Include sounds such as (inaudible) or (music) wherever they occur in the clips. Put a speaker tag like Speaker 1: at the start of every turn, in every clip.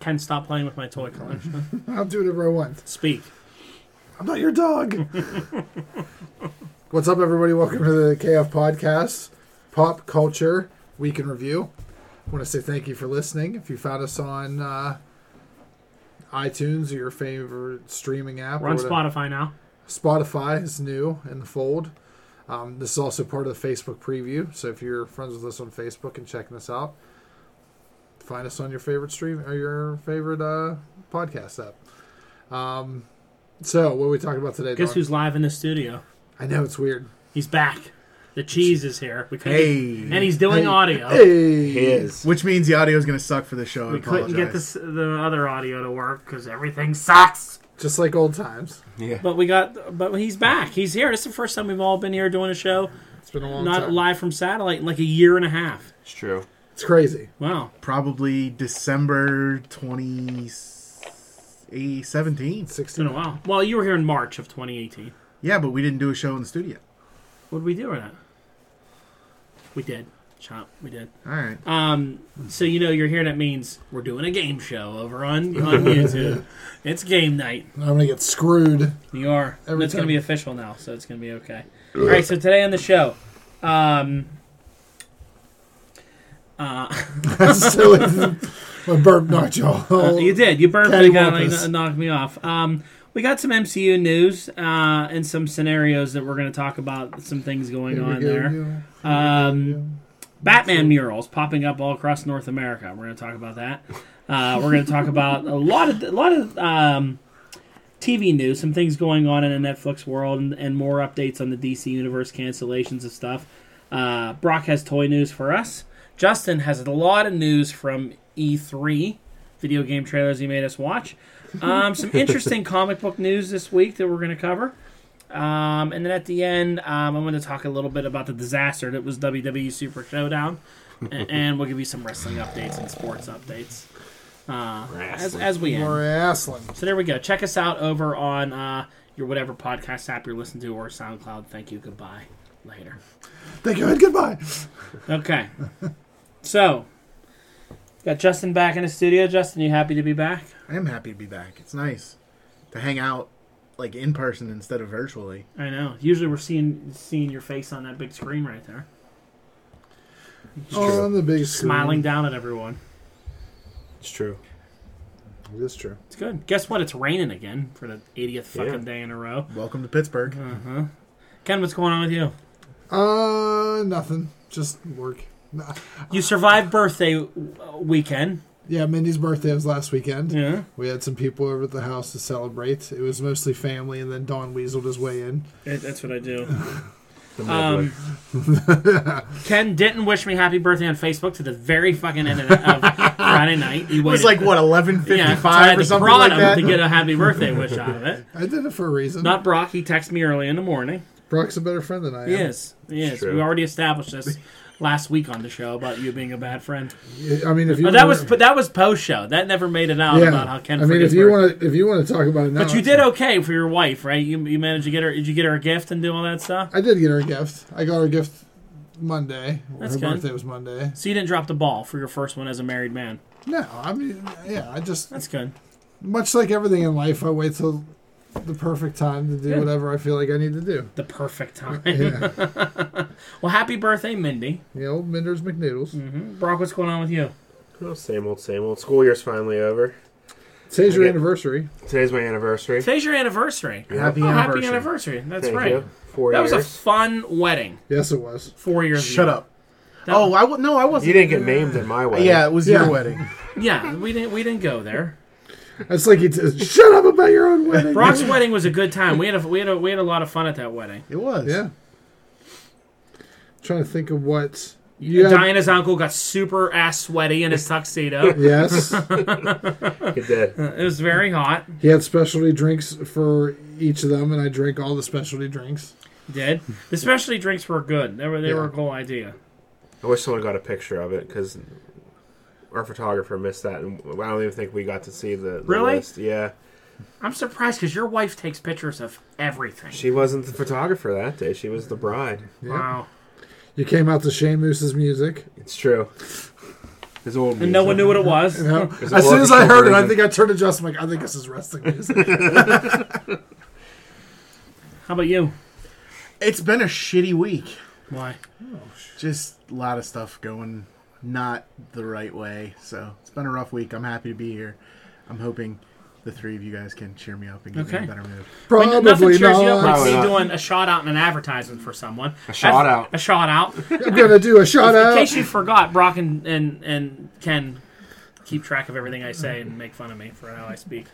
Speaker 1: Ken, stop playing with my toy
Speaker 2: (laughs)
Speaker 1: collection.
Speaker 2: I'll do whatever I want.
Speaker 1: Speak.
Speaker 2: I'm not your dog. (laughs) What's up, everybody? Welcome to the KF Podcast, Pop Culture Week in Review. I want to say thank you for listening. If you found us on uh, iTunes or your favorite streaming app,
Speaker 1: We're on
Speaker 2: or whatever-
Speaker 1: Spotify now.
Speaker 2: Spotify is new in the fold. Um, this is also part of the Facebook preview. So if you're friends with us on Facebook and checking us out, find us on your favorite stream or your favorite uh, podcast app. Um, so what are we talking about today?
Speaker 1: Guess
Speaker 2: Dawn?
Speaker 1: who's live in the studio?
Speaker 2: I know it's weird.
Speaker 1: He's back. The cheese is here. We couldn't-
Speaker 3: Hey.
Speaker 1: and he's doing
Speaker 2: Hey.
Speaker 1: audio.
Speaker 2: Hey,
Speaker 3: He is.
Speaker 4: Which means the audio is going to suck for the show. I
Speaker 1: We couldn't get
Speaker 4: apologize.
Speaker 1: this, the other audio to work because everything sucks.
Speaker 2: just like old times.
Speaker 3: Yeah.
Speaker 1: But we got. But he's back. He's here. This is the first time we've all been here doing a show,
Speaker 2: It's been a long
Speaker 1: not
Speaker 2: time.
Speaker 1: live from satellite, in like a year and a half.
Speaker 3: It's true.
Speaker 2: It's crazy.
Speaker 1: Wow.
Speaker 4: Probably December 2017.
Speaker 1: It's been a
Speaker 2: Sixteen.
Speaker 1: while. Well, you were here in March of 2018.
Speaker 4: Yeah, but we didn't do a show in the studio.
Speaker 1: What did we do or not? We did. Chop. We did.
Speaker 4: All right.
Speaker 1: Um, so you know you're here. That means we're doing a game show over on, on
Speaker 2: (laughs)
Speaker 1: YouTube. it's game night.
Speaker 2: I'm gonna get screwed. (laughs)
Speaker 1: You are.
Speaker 2: Every
Speaker 1: it's going
Speaker 2: time.
Speaker 1: to be official now, so it's going to be okay. All right. So today on the show, um, uh,
Speaker 2: That's silly. My burp knocked y'all.
Speaker 1: you did. You burped me down and
Speaker 2: Cattywampus.
Speaker 1: kn- knocked me off. Um, we got some MCU news uh, and some scenarios that we're going to talk about. Some things going
Speaker 2: Here we
Speaker 1: on
Speaker 2: go,
Speaker 1: there.
Speaker 2: you.
Speaker 1: Um, Batman murals popping up all across North America. We're going to talk about that. Uh, we're going to talk about a lot of a lot of um, TV news, some things going on in the Netflix world, and, and more updates on the DC universe cancellations of stuff. Uh, Brock has toy news for us. Justin has a lot of news from E3 video game trailers he made us watch. Um, some interesting comic book news this week that we're going to cover. Um, and then at the end, um, I'm going to talk a little bit about the disaster that was WWE Super Showdown, a- and, we'll give you some wrestling updates and sports updates uh, as,
Speaker 3: Wrestling.
Speaker 1: as we
Speaker 2: More
Speaker 1: end.
Speaker 2: wrestling.
Speaker 1: So there we go. Check us out over on uh, your whatever podcast app you're listening to or SoundCloud. Thank you. Goodbye. Later.
Speaker 2: Thank you and goodbye.
Speaker 1: Okay. so got Justin back in the studio. Justin, you happy to be back?
Speaker 4: I am happy to be back. It's nice to hang out like in person instead of virtually.
Speaker 1: I know. Usually we're seeing seeing your face on that big screen right there,
Speaker 2: Oh, I'm the biggest
Speaker 1: smiling down at everyone.
Speaker 3: It's true.
Speaker 2: That's true.
Speaker 1: It's good. Guess what? It's raining again for the 80th fucking
Speaker 3: Yeah.
Speaker 1: day in a row.
Speaker 4: Welcome to Pittsburgh.
Speaker 1: Uh-huh. Ken, what's going on with you?
Speaker 2: Uh, nothing. Just work. Nah.
Speaker 1: You survived birthday w- weekend.
Speaker 2: Yeah, Mindy's birthday was last weekend.
Speaker 1: Yeah.
Speaker 2: We had some people over at the house to celebrate. It was mostly family, and then Don weaseled his way in.
Speaker 1: That's what I do.
Speaker 3: The
Speaker 1: Um,
Speaker 3: meddler.
Speaker 1: Ken didn't wish me happy birthday on Facebook to the very fucking end of, of Friday night. He
Speaker 4: It was like what 11:55
Speaker 1: so I had
Speaker 4: or
Speaker 1: to
Speaker 4: something
Speaker 1: prod
Speaker 4: like
Speaker 1: him
Speaker 4: that.
Speaker 1: to get a happy birthday wish out of it.
Speaker 2: I did it for a reason.
Speaker 1: Not Brock. He texted me early in the morning.
Speaker 2: Brock's a better friend than I am.
Speaker 1: Yes, yes.
Speaker 3: true.
Speaker 1: We already established this last week on the show about you being a bad friend.
Speaker 2: Yeah, I mean, if you
Speaker 1: But that was
Speaker 2: wanna-
Speaker 1: but that was post show. That never made it out
Speaker 2: yeah.
Speaker 1: about how Ken.
Speaker 2: I mean,
Speaker 1: forgets
Speaker 2: if you
Speaker 1: birthday.
Speaker 2: want to, if you want to talk about it now,
Speaker 1: But you did okay for your wife, right? You, you managed to get her. Did you get her a gift and do all that stuff?
Speaker 2: I did get her a gift. I got her a gift Monday.
Speaker 1: That's
Speaker 2: her
Speaker 1: good.
Speaker 2: birthday was Monday.
Speaker 1: So you didn't drop the ball for your first one as a married man.
Speaker 2: No, I mean, yeah, I just
Speaker 1: That's good.
Speaker 2: much like everything in life, I wait till the perfect time to do
Speaker 1: Yeah.
Speaker 2: whatever I feel like I need
Speaker 1: (laughs)
Speaker 2: to do.
Speaker 1: The perfect time.
Speaker 2: Yeah,
Speaker 1: well, happy birthday, Mindy.
Speaker 2: you know, Minders McNoodles.
Speaker 1: Mm.
Speaker 4: Mm-hmm.
Speaker 1: Brock, what's going on with you?
Speaker 3: Well, same old, same old. School year's finally over.
Speaker 2: Today's your
Speaker 3: Okay.
Speaker 2: anniversary.
Speaker 3: Today's my anniversary.
Speaker 1: Today's your anniversary.
Speaker 4: Happy
Speaker 1: Oh,
Speaker 4: anniversary.
Speaker 1: happy anniversary. That's
Speaker 3: Thank
Speaker 1: right.
Speaker 3: you. Four
Speaker 1: That was
Speaker 3: years.
Speaker 1: a fun wedding.
Speaker 2: Yes, it was.
Speaker 1: Four years.
Speaker 4: Shut
Speaker 1: ago.
Speaker 4: up.
Speaker 1: That-
Speaker 4: Oh, I w- no, I wasn't.
Speaker 3: you didn't get named at my wedding.
Speaker 4: Yeah, it was
Speaker 2: Yeah.
Speaker 4: your wedding.
Speaker 3: (laughs)
Speaker 1: Yeah, we didn't. We didn't go there.
Speaker 2: It's like he says, "Shut up about your own wedding."
Speaker 4: (laughs)
Speaker 1: Brock's wedding was a good time. We had a we had a we had a lot of fun at that wedding.
Speaker 4: It was.
Speaker 2: yeah. Trying to think of what.
Speaker 1: Yeah.
Speaker 2: Yeah.
Speaker 1: Diana's uncle got super ass sweaty in his
Speaker 4: (laughs)
Speaker 1: tuxedo.
Speaker 2: Yes,
Speaker 3: It did.
Speaker 1: it was very hot.
Speaker 2: he had specialty drinks for each of them, and I drank all the specialty drinks.
Speaker 1: Did the specialty drinks were good? They were they were a cool idea.
Speaker 3: I wish someone got a picture of it because our photographer missed that, and I don't even think we got to see the, the
Speaker 1: Really?
Speaker 3: list. Yeah,
Speaker 1: I'm surprised because your wife takes pictures of everything.
Speaker 3: she wasn't the photographer that day. She was the bride.
Speaker 2: Yeah.
Speaker 1: Wow.
Speaker 2: You came out to Shane Moose's music.
Speaker 3: It's true. His old
Speaker 1: and no one knew what it was.
Speaker 2: You know?
Speaker 3: Is it
Speaker 2: As soon as I
Speaker 3: Orchestra
Speaker 2: heard it, I
Speaker 3: version?
Speaker 2: think I turned to Justin. like, I think this is wrestling music.
Speaker 1: How about you?
Speaker 4: It's been a shitty week.
Speaker 1: Why?
Speaker 4: Just a lot of stuff going not the right way. So it's been a rough week. I'm happy to be here. I'm hoping the three of you guys can cheer me up and get me
Speaker 1: Okay.
Speaker 4: in a better mood.
Speaker 1: When nothing
Speaker 2: Probably
Speaker 1: cheers you up
Speaker 2: not.
Speaker 1: like
Speaker 3: Probably
Speaker 1: me
Speaker 3: not.
Speaker 1: doing a shout out and an advertisement for someone. A
Speaker 3: shout out.
Speaker 1: A shout
Speaker 3: (laughs)
Speaker 1: out.
Speaker 2: I'm gonna do a shout
Speaker 1: In case
Speaker 2: out.
Speaker 1: you forgot, Brock and, and and Ken keep track of everything I say and make fun of me for how I speak.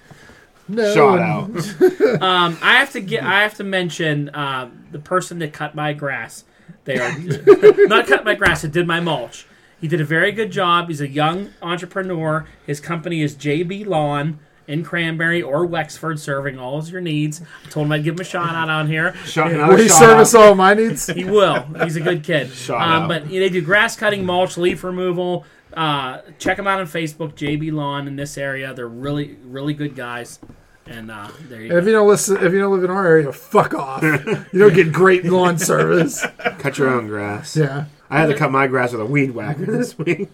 Speaker 2: No,
Speaker 3: Shot out.
Speaker 1: Um, I have to get. I have to mention uh, the person that cut my grass. They are (laughs) not cut my grass. It did my mulch. He did a very good job. He's a young entrepreneur. His company is JB Lawn in Cranberry or Wexford, serving all of your needs. I told him I'd give him a shout out on here.
Speaker 2: (laughs)
Speaker 3: Shot,
Speaker 2: Will
Speaker 3: another
Speaker 2: he
Speaker 3: shot
Speaker 2: service
Speaker 3: out.
Speaker 2: all my needs?
Speaker 1: He will. He's a good
Speaker 3: (laughs)
Speaker 1: kid.
Speaker 3: Shout
Speaker 1: um,
Speaker 3: out.
Speaker 1: But you know, they do grass cutting, mulch, leaf removal. Uh, check them out on Facebook, JB Lawn in this area. They're really, really good guys. And uh, there you
Speaker 2: And if
Speaker 1: go.
Speaker 2: you don't listen, if you don't live in our area, fuck off. You don't get great lawn service.
Speaker 3: Cut your own grass.
Speaker 2: Yeah,
Speaker 3: I had to cut my grass with a weed whacker this week.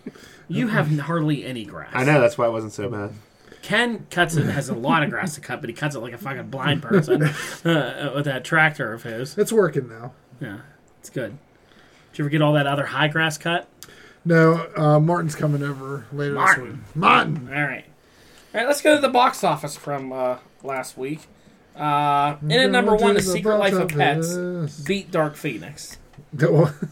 Speaker 1: You have hardly any grass.
Speaker 3: I know that's why it wasn't so bad.
Speaker 1: Ken cuts it has a lot of grass to cut, but he cuts it like a fucking blind person (laughs) uh, with that tractor of his.
Speaker 2: it's working now.
Speaker 1: Yeah, it's good. Did you ever get all that other high grass cut?
Speaker 2: No, uh, Martin's coming over later this
Speaker 1: Martin.
Speaker 2: week. Martin.
Speaker 1: All right, all right. Let's go to the box office from uh, last week. Uh, in at number one, The Secret Life of Pets
Speaker 2: (laughs)
Speaker 1: beat Dark Phoenix.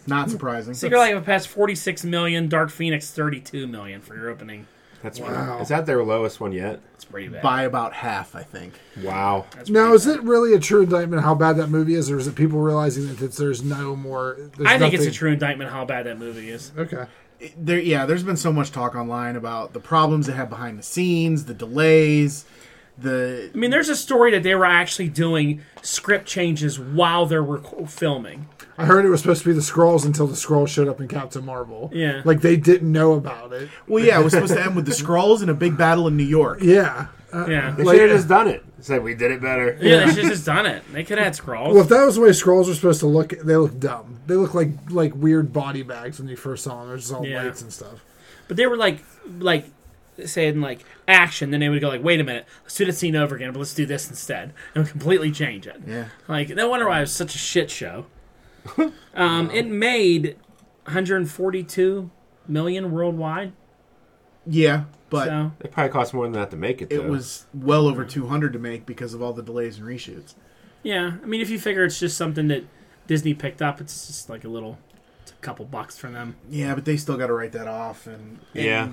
Speaker 4: Not surprising.
Speaker 1: Secret Life of Pets forty six million, Dark Phoenix thirty two million for your opening.
Speaker 3: That's
Speaker 2: Wow.
Speaker 3: Is that their lowest one yet?
Speaker 1: It's pretty bad.
Speaker 4: By about half, I think.
Speaker 3: Wow.
Speaker 1: That's
Speaker 2: Now,
Speaker 1: pretty
Speaker 2: is it really a true indictment how bad that movie is, or is it people realizing that it's, there's no more? There's
Speaker 1: bad. I think
Speaker 2: nothing-
Speaker 1: it's a true indictment how bad that movie is.
Speaker 2: Okay.
Speaker 4: there yeah there's been so much talk online about the problems they have behind the scenes the delays the
Speaker 1: I mean, there's a story that they were actually doing script changes while they were co- filming.
Speaker 2: I heard it was supposed to be the scrolls until the scrolls showed up in Captain Marvel.
Speaker 1: Yeah.
Speaker 2: Like they didn't know about it.
Speaker 4: well yeah it was supposed to end with the scrolls and a big battle in new york
Speaker 2: Yeah. Uh,
Speaker 1: Yeah.
Speaker 3: They
Speaker 2: Like-
Speaker 3: should have just done it. Said we did it better.
Speaker 1: Yeah, they should have just done it. They could have had
Speaker 2: (laughs)
Speaker 1: scrolls.
Speaker 2: well, if that was the way scrolls are supposed to look, they look dumb. They look like like weird body bags when you first saw them. They're just all
Speaker 1: Yeah.
Speaker 2: lights and stuff.
Speaker 1: but they were like, like saying like action. Then they would go like, wait a minute, let's do the scene over again, but let's do this instead and completely change it.
Speaker 4: yeah
Speaker 1: Like, no wonder why it was such a shit
Speaker 4: (laughs)
Speaker 1: show. Um, It made 142 million worldwide.
Speaker 4: yeah but
Speaker 1: So
Speaker 3: It probably cost more than that to make it. Though.
Speaker 4: it was well over 200 to make because of all the delays and reshoots
Speaker 1: yeah, I mean, if you figure it's just something that Disney picked up, it's just like a little, it's a couple bucks for them.
Speaker 4: yeah but they still got to write that off and, and
Speaker 3: Yeah.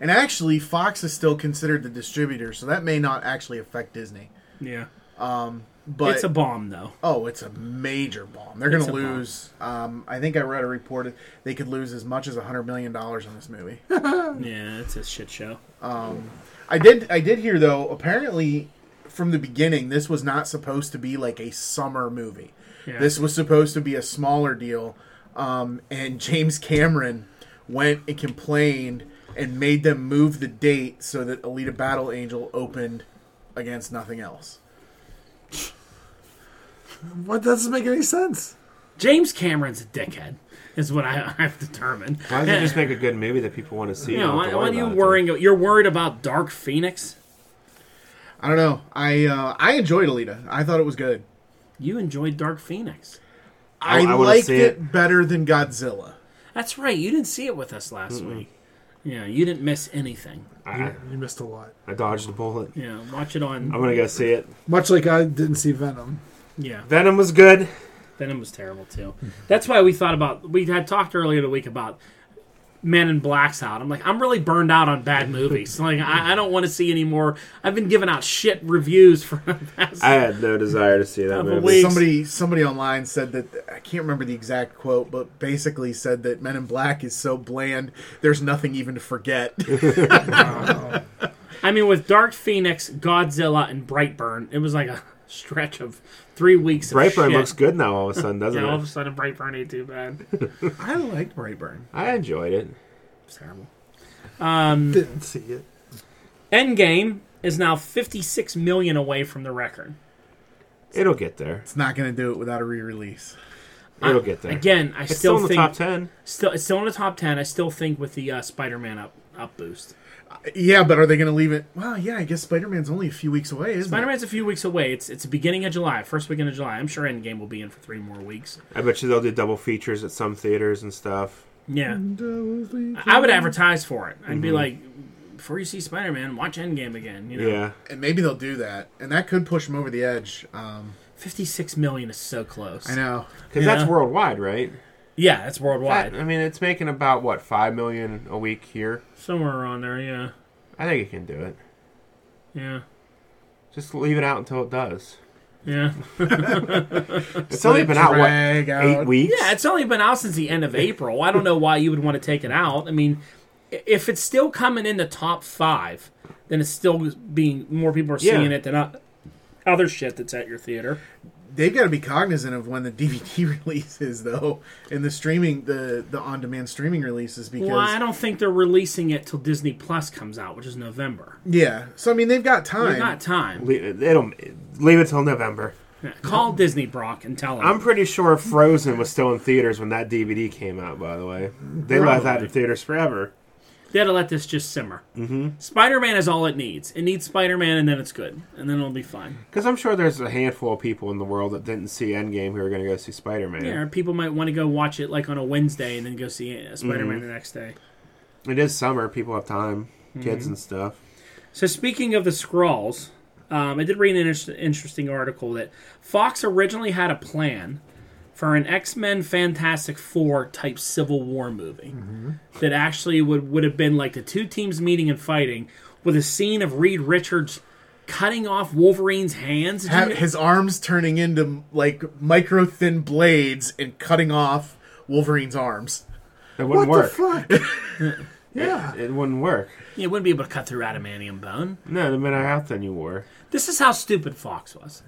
Speaker 4: and actually fox is still considered the distributor so that may not actually affect disney
Speaker 1: Yeah.
Speaker 4: but
Speaker 1: it's a bomb, though.
Speaker 4: Oh, it's a major bomb. They're
Speaker 1: It's
Speaker 4: going
Speaker 1: a
Speaker 4: to
Speaker 1: bomb.
Speaker 4: lose. Um, I think I read a report they could lose as much as a hundred million dollars on this movie.
Speaker 1: Yeah, it's a shit show.
Speaker 4: I did. I did hear though. Apparently, from the beginning, this was not supposed to be like a summer movie.
Speaker 1: Yeah.
Speaker 4: This was supposed to be a smaller deal. Um, and (laughs) James Cameron went and complained and made them move the date so that Alita Battle Angel opened against nothing else.
Speaker 2: What that doesn't make any sense.
Speaker 1: James Cameron's a dickhead, is what I, (laughs) I've determined.
Speaker 3: Why don't you just make a good movie that people want to see?
Speaker 1: you
Speaker 3: and
Speaker 1: know,
Speaker 3: don't
Speaker 1: why,
Speaker 3: have to
Speaker 1: why
Speaker 3: worry
Speaker 1: are you
Speaker 3: about it?
Speaker 1: worrying? You're worried about Dark Phoenix.
Speaker 4: I don't know. I uh, I enjoyed Alita. I thought it was good.
Speaker 1: You enjoyed Dark Phoenix.
Speaker 4: I,
Speaker 3: I wanna
Speaker 4: liked
Speaker 3: see
Speaker 4: it, better than Godzilla.
Speaker 1: That's right. You didn't see it with us last week. Yeah, you didn't miss anything.
Speaker 3: I,
Speaker 2: You missed a lot.
Speaker 3: I dodged a bullet.
Speaker 1: Yeah, watch it
Speaker 3: I'm
Speaker 1: on.
Speaker 3: gonna go see it.
Speaker 2: Much like I didn't see Venom.
Speaker 1: Yeah,
Speaker 3: Venom was good.
Speaker 1: Venom was terrible
Speaker 3: (laughs)
Speaker 1: too. That's why we thought about. We had talked earlier the week about Men in Black's out. I'm like, I'm really burned out on bad
Speaker 3: (laughs)
Speaker 1: movies. Like, I, I don't want to see any more. I've been giving out shit reviews for (laughs) the past
Speaker 3: I had no desire to see that
Speaker 1: Double
Speaker 3: movie.
Speaker 1: wig.
Speaker 4: Somebody somebody online said that I can't remember the exact quote, but basically said that Men in Black is so bland, there's nothing even to
Speaker 3: (laughs)
Speaker 4: forget.
Speaker 1: I mean, with Dark Phoenix, Godzilla, and Brightburn, it was like a stretch of three weeks. Of
Speaker 3: Brightburn
Speaker 1: shit.
Speaker 3: looks good now. All of a sudden, doesn't
Speaker 1: (laughs) Yeah, all of a
Speaker 3: it?
Speaker 1: sudden, Brightburn ain't too
Speaker 3: (laughs)
Speaker 1: bad.
Speaker 4: I liked Brightburn.
Speaker 3: I enjoyed it.
Speaker 1: It's terrible. Hmm.
Speaker 2: Didn't see it.
Speaker 1: Endgame is now 56 million away from the record.
Speaker 3: It'll get there.
Speaker 4: It's not going to do it without a re-release.
Speaker 3: It'll get there.
Speaker 1: Again, I
Speaker 3: it's
Speaker 1: still,
Speaker 3: still in the
Speaker 1: think
Speaker 3: top ten.
Speaker 1: still it's still in the top ten. I still think with the uh, Spider-Man up up boost.
Speaker 4: Yeah, but are they going to leave it? Well, yeah, I guess Spider Man's only a few weeks away, isn't
Speaker 1: Spider
Speaker 4: it?
Speaker 1: Man's a few weeks away. It's it's the beginning of July, first weekend of July. I'm sure Endgame will be in for three more weeks.
Speaker 3: I bet you they'll do double features at some theaters and stuff.
Speaker 1: Yeah, I I would advertise for it. I'd
Speaker 3: Mm-hmm.
Speaker 1: be like, before you see Spider Man, watch Endgame again. You know,
Speaker 3: Yeah,
Speaker 4: And maybe they'll do that, and that could push them over the edge. Um,
Speaker 1: fifty six million is so close.
Speaker 4: I know.
Speaker 3: because
Speaker 1: Yeah.
Speaker 3: that's worldwide, right?
Speaker 1: Yeah, it's worldwide.
Speaker 3: That- I mean, it's making about what five million a week here.
Speaker 1: Somewhere around there. Yeah,
Speaker 3: I think it can do it.
Speaker 1: yeah,
Speaker 3: Just leave it out until it does.
Speaker 1: yeah.
Speaker 3: It's only been out what
Speaker 4: Drag
Speaker 3: eight
Speaker 4: out.
Speaker 3: weeks.
Speaker 1: Yeah, it's only been out since the end of April. I don't know why you would want to take it out. I mean, i- if it's still coming in the top five, then it's still being more people are seeing
Speaker 3: Yeah.
Speaker 1: it than o- other shit that's at your theater.
Speaker 4: They've got to be cognizant of when the (laughs) DVD releases, though, and the streaming, the the on demand streaming releases. Because
Speaker 1: Well, I don't think they're releasing it till Disney Plus comes out, which is November.
Speaker 4: yeah, so I mean they've got
Speaker 1: We've
Speaker 4: time.
Speaker 1: got time.
Speaker 3: Le- It'll leave it till November.
Speaker 1: Call Disney Brock and tell them.
Speaker 3: I'm pretty sure Frozen was still in theaters when that DVD came out. By the way, they left that in theaters forever.
Speaker 1: they had to let this just simmer. Mm-hmm. Spider Man is all it needs. It needs Spider Man, and then it's good, and then it'll be fine.
Speaker 3: Because I'm sure there's a handful of people in the world that didn't see Endgame who are going to go see Spider Man.
Speaker 1: Yeah, people might want to go watch it like on a Wednesday and then go see Spider Man the next day.
Speaker 3: It is summer; people have time, kids and stuff.
Speaker 1: So speaking of the Skrulls, um, I did read an inter- interesting article that Fox originally had a plan for an X Men Fantastic Four type Civil War movie that actually would would have been like the two teams meeting and fighting with a scene of Reed Richards cutting off Wolverine's hands. Did you
Speaker 4: Ha-
Speaker 1: kn-
Speaker 4: his arms turning into like micro thin blades and cutting off Wolverine's arms.
Speaker 3: It
Speaker 2: What
Speaker 3: wouldn't
Speaker 2: the
Speaker 3: work.
Speaker 2: fuck?
Speaker 3: (laughs)
Speaker 2: yeah.
Speaker 3: It wouldn't work.
Speaker 1: you wouldn't be able to cut through adamantium bone.
Speaker 3: No, no matter how thin you were,
Speaker 1: This is how stupid Fox was.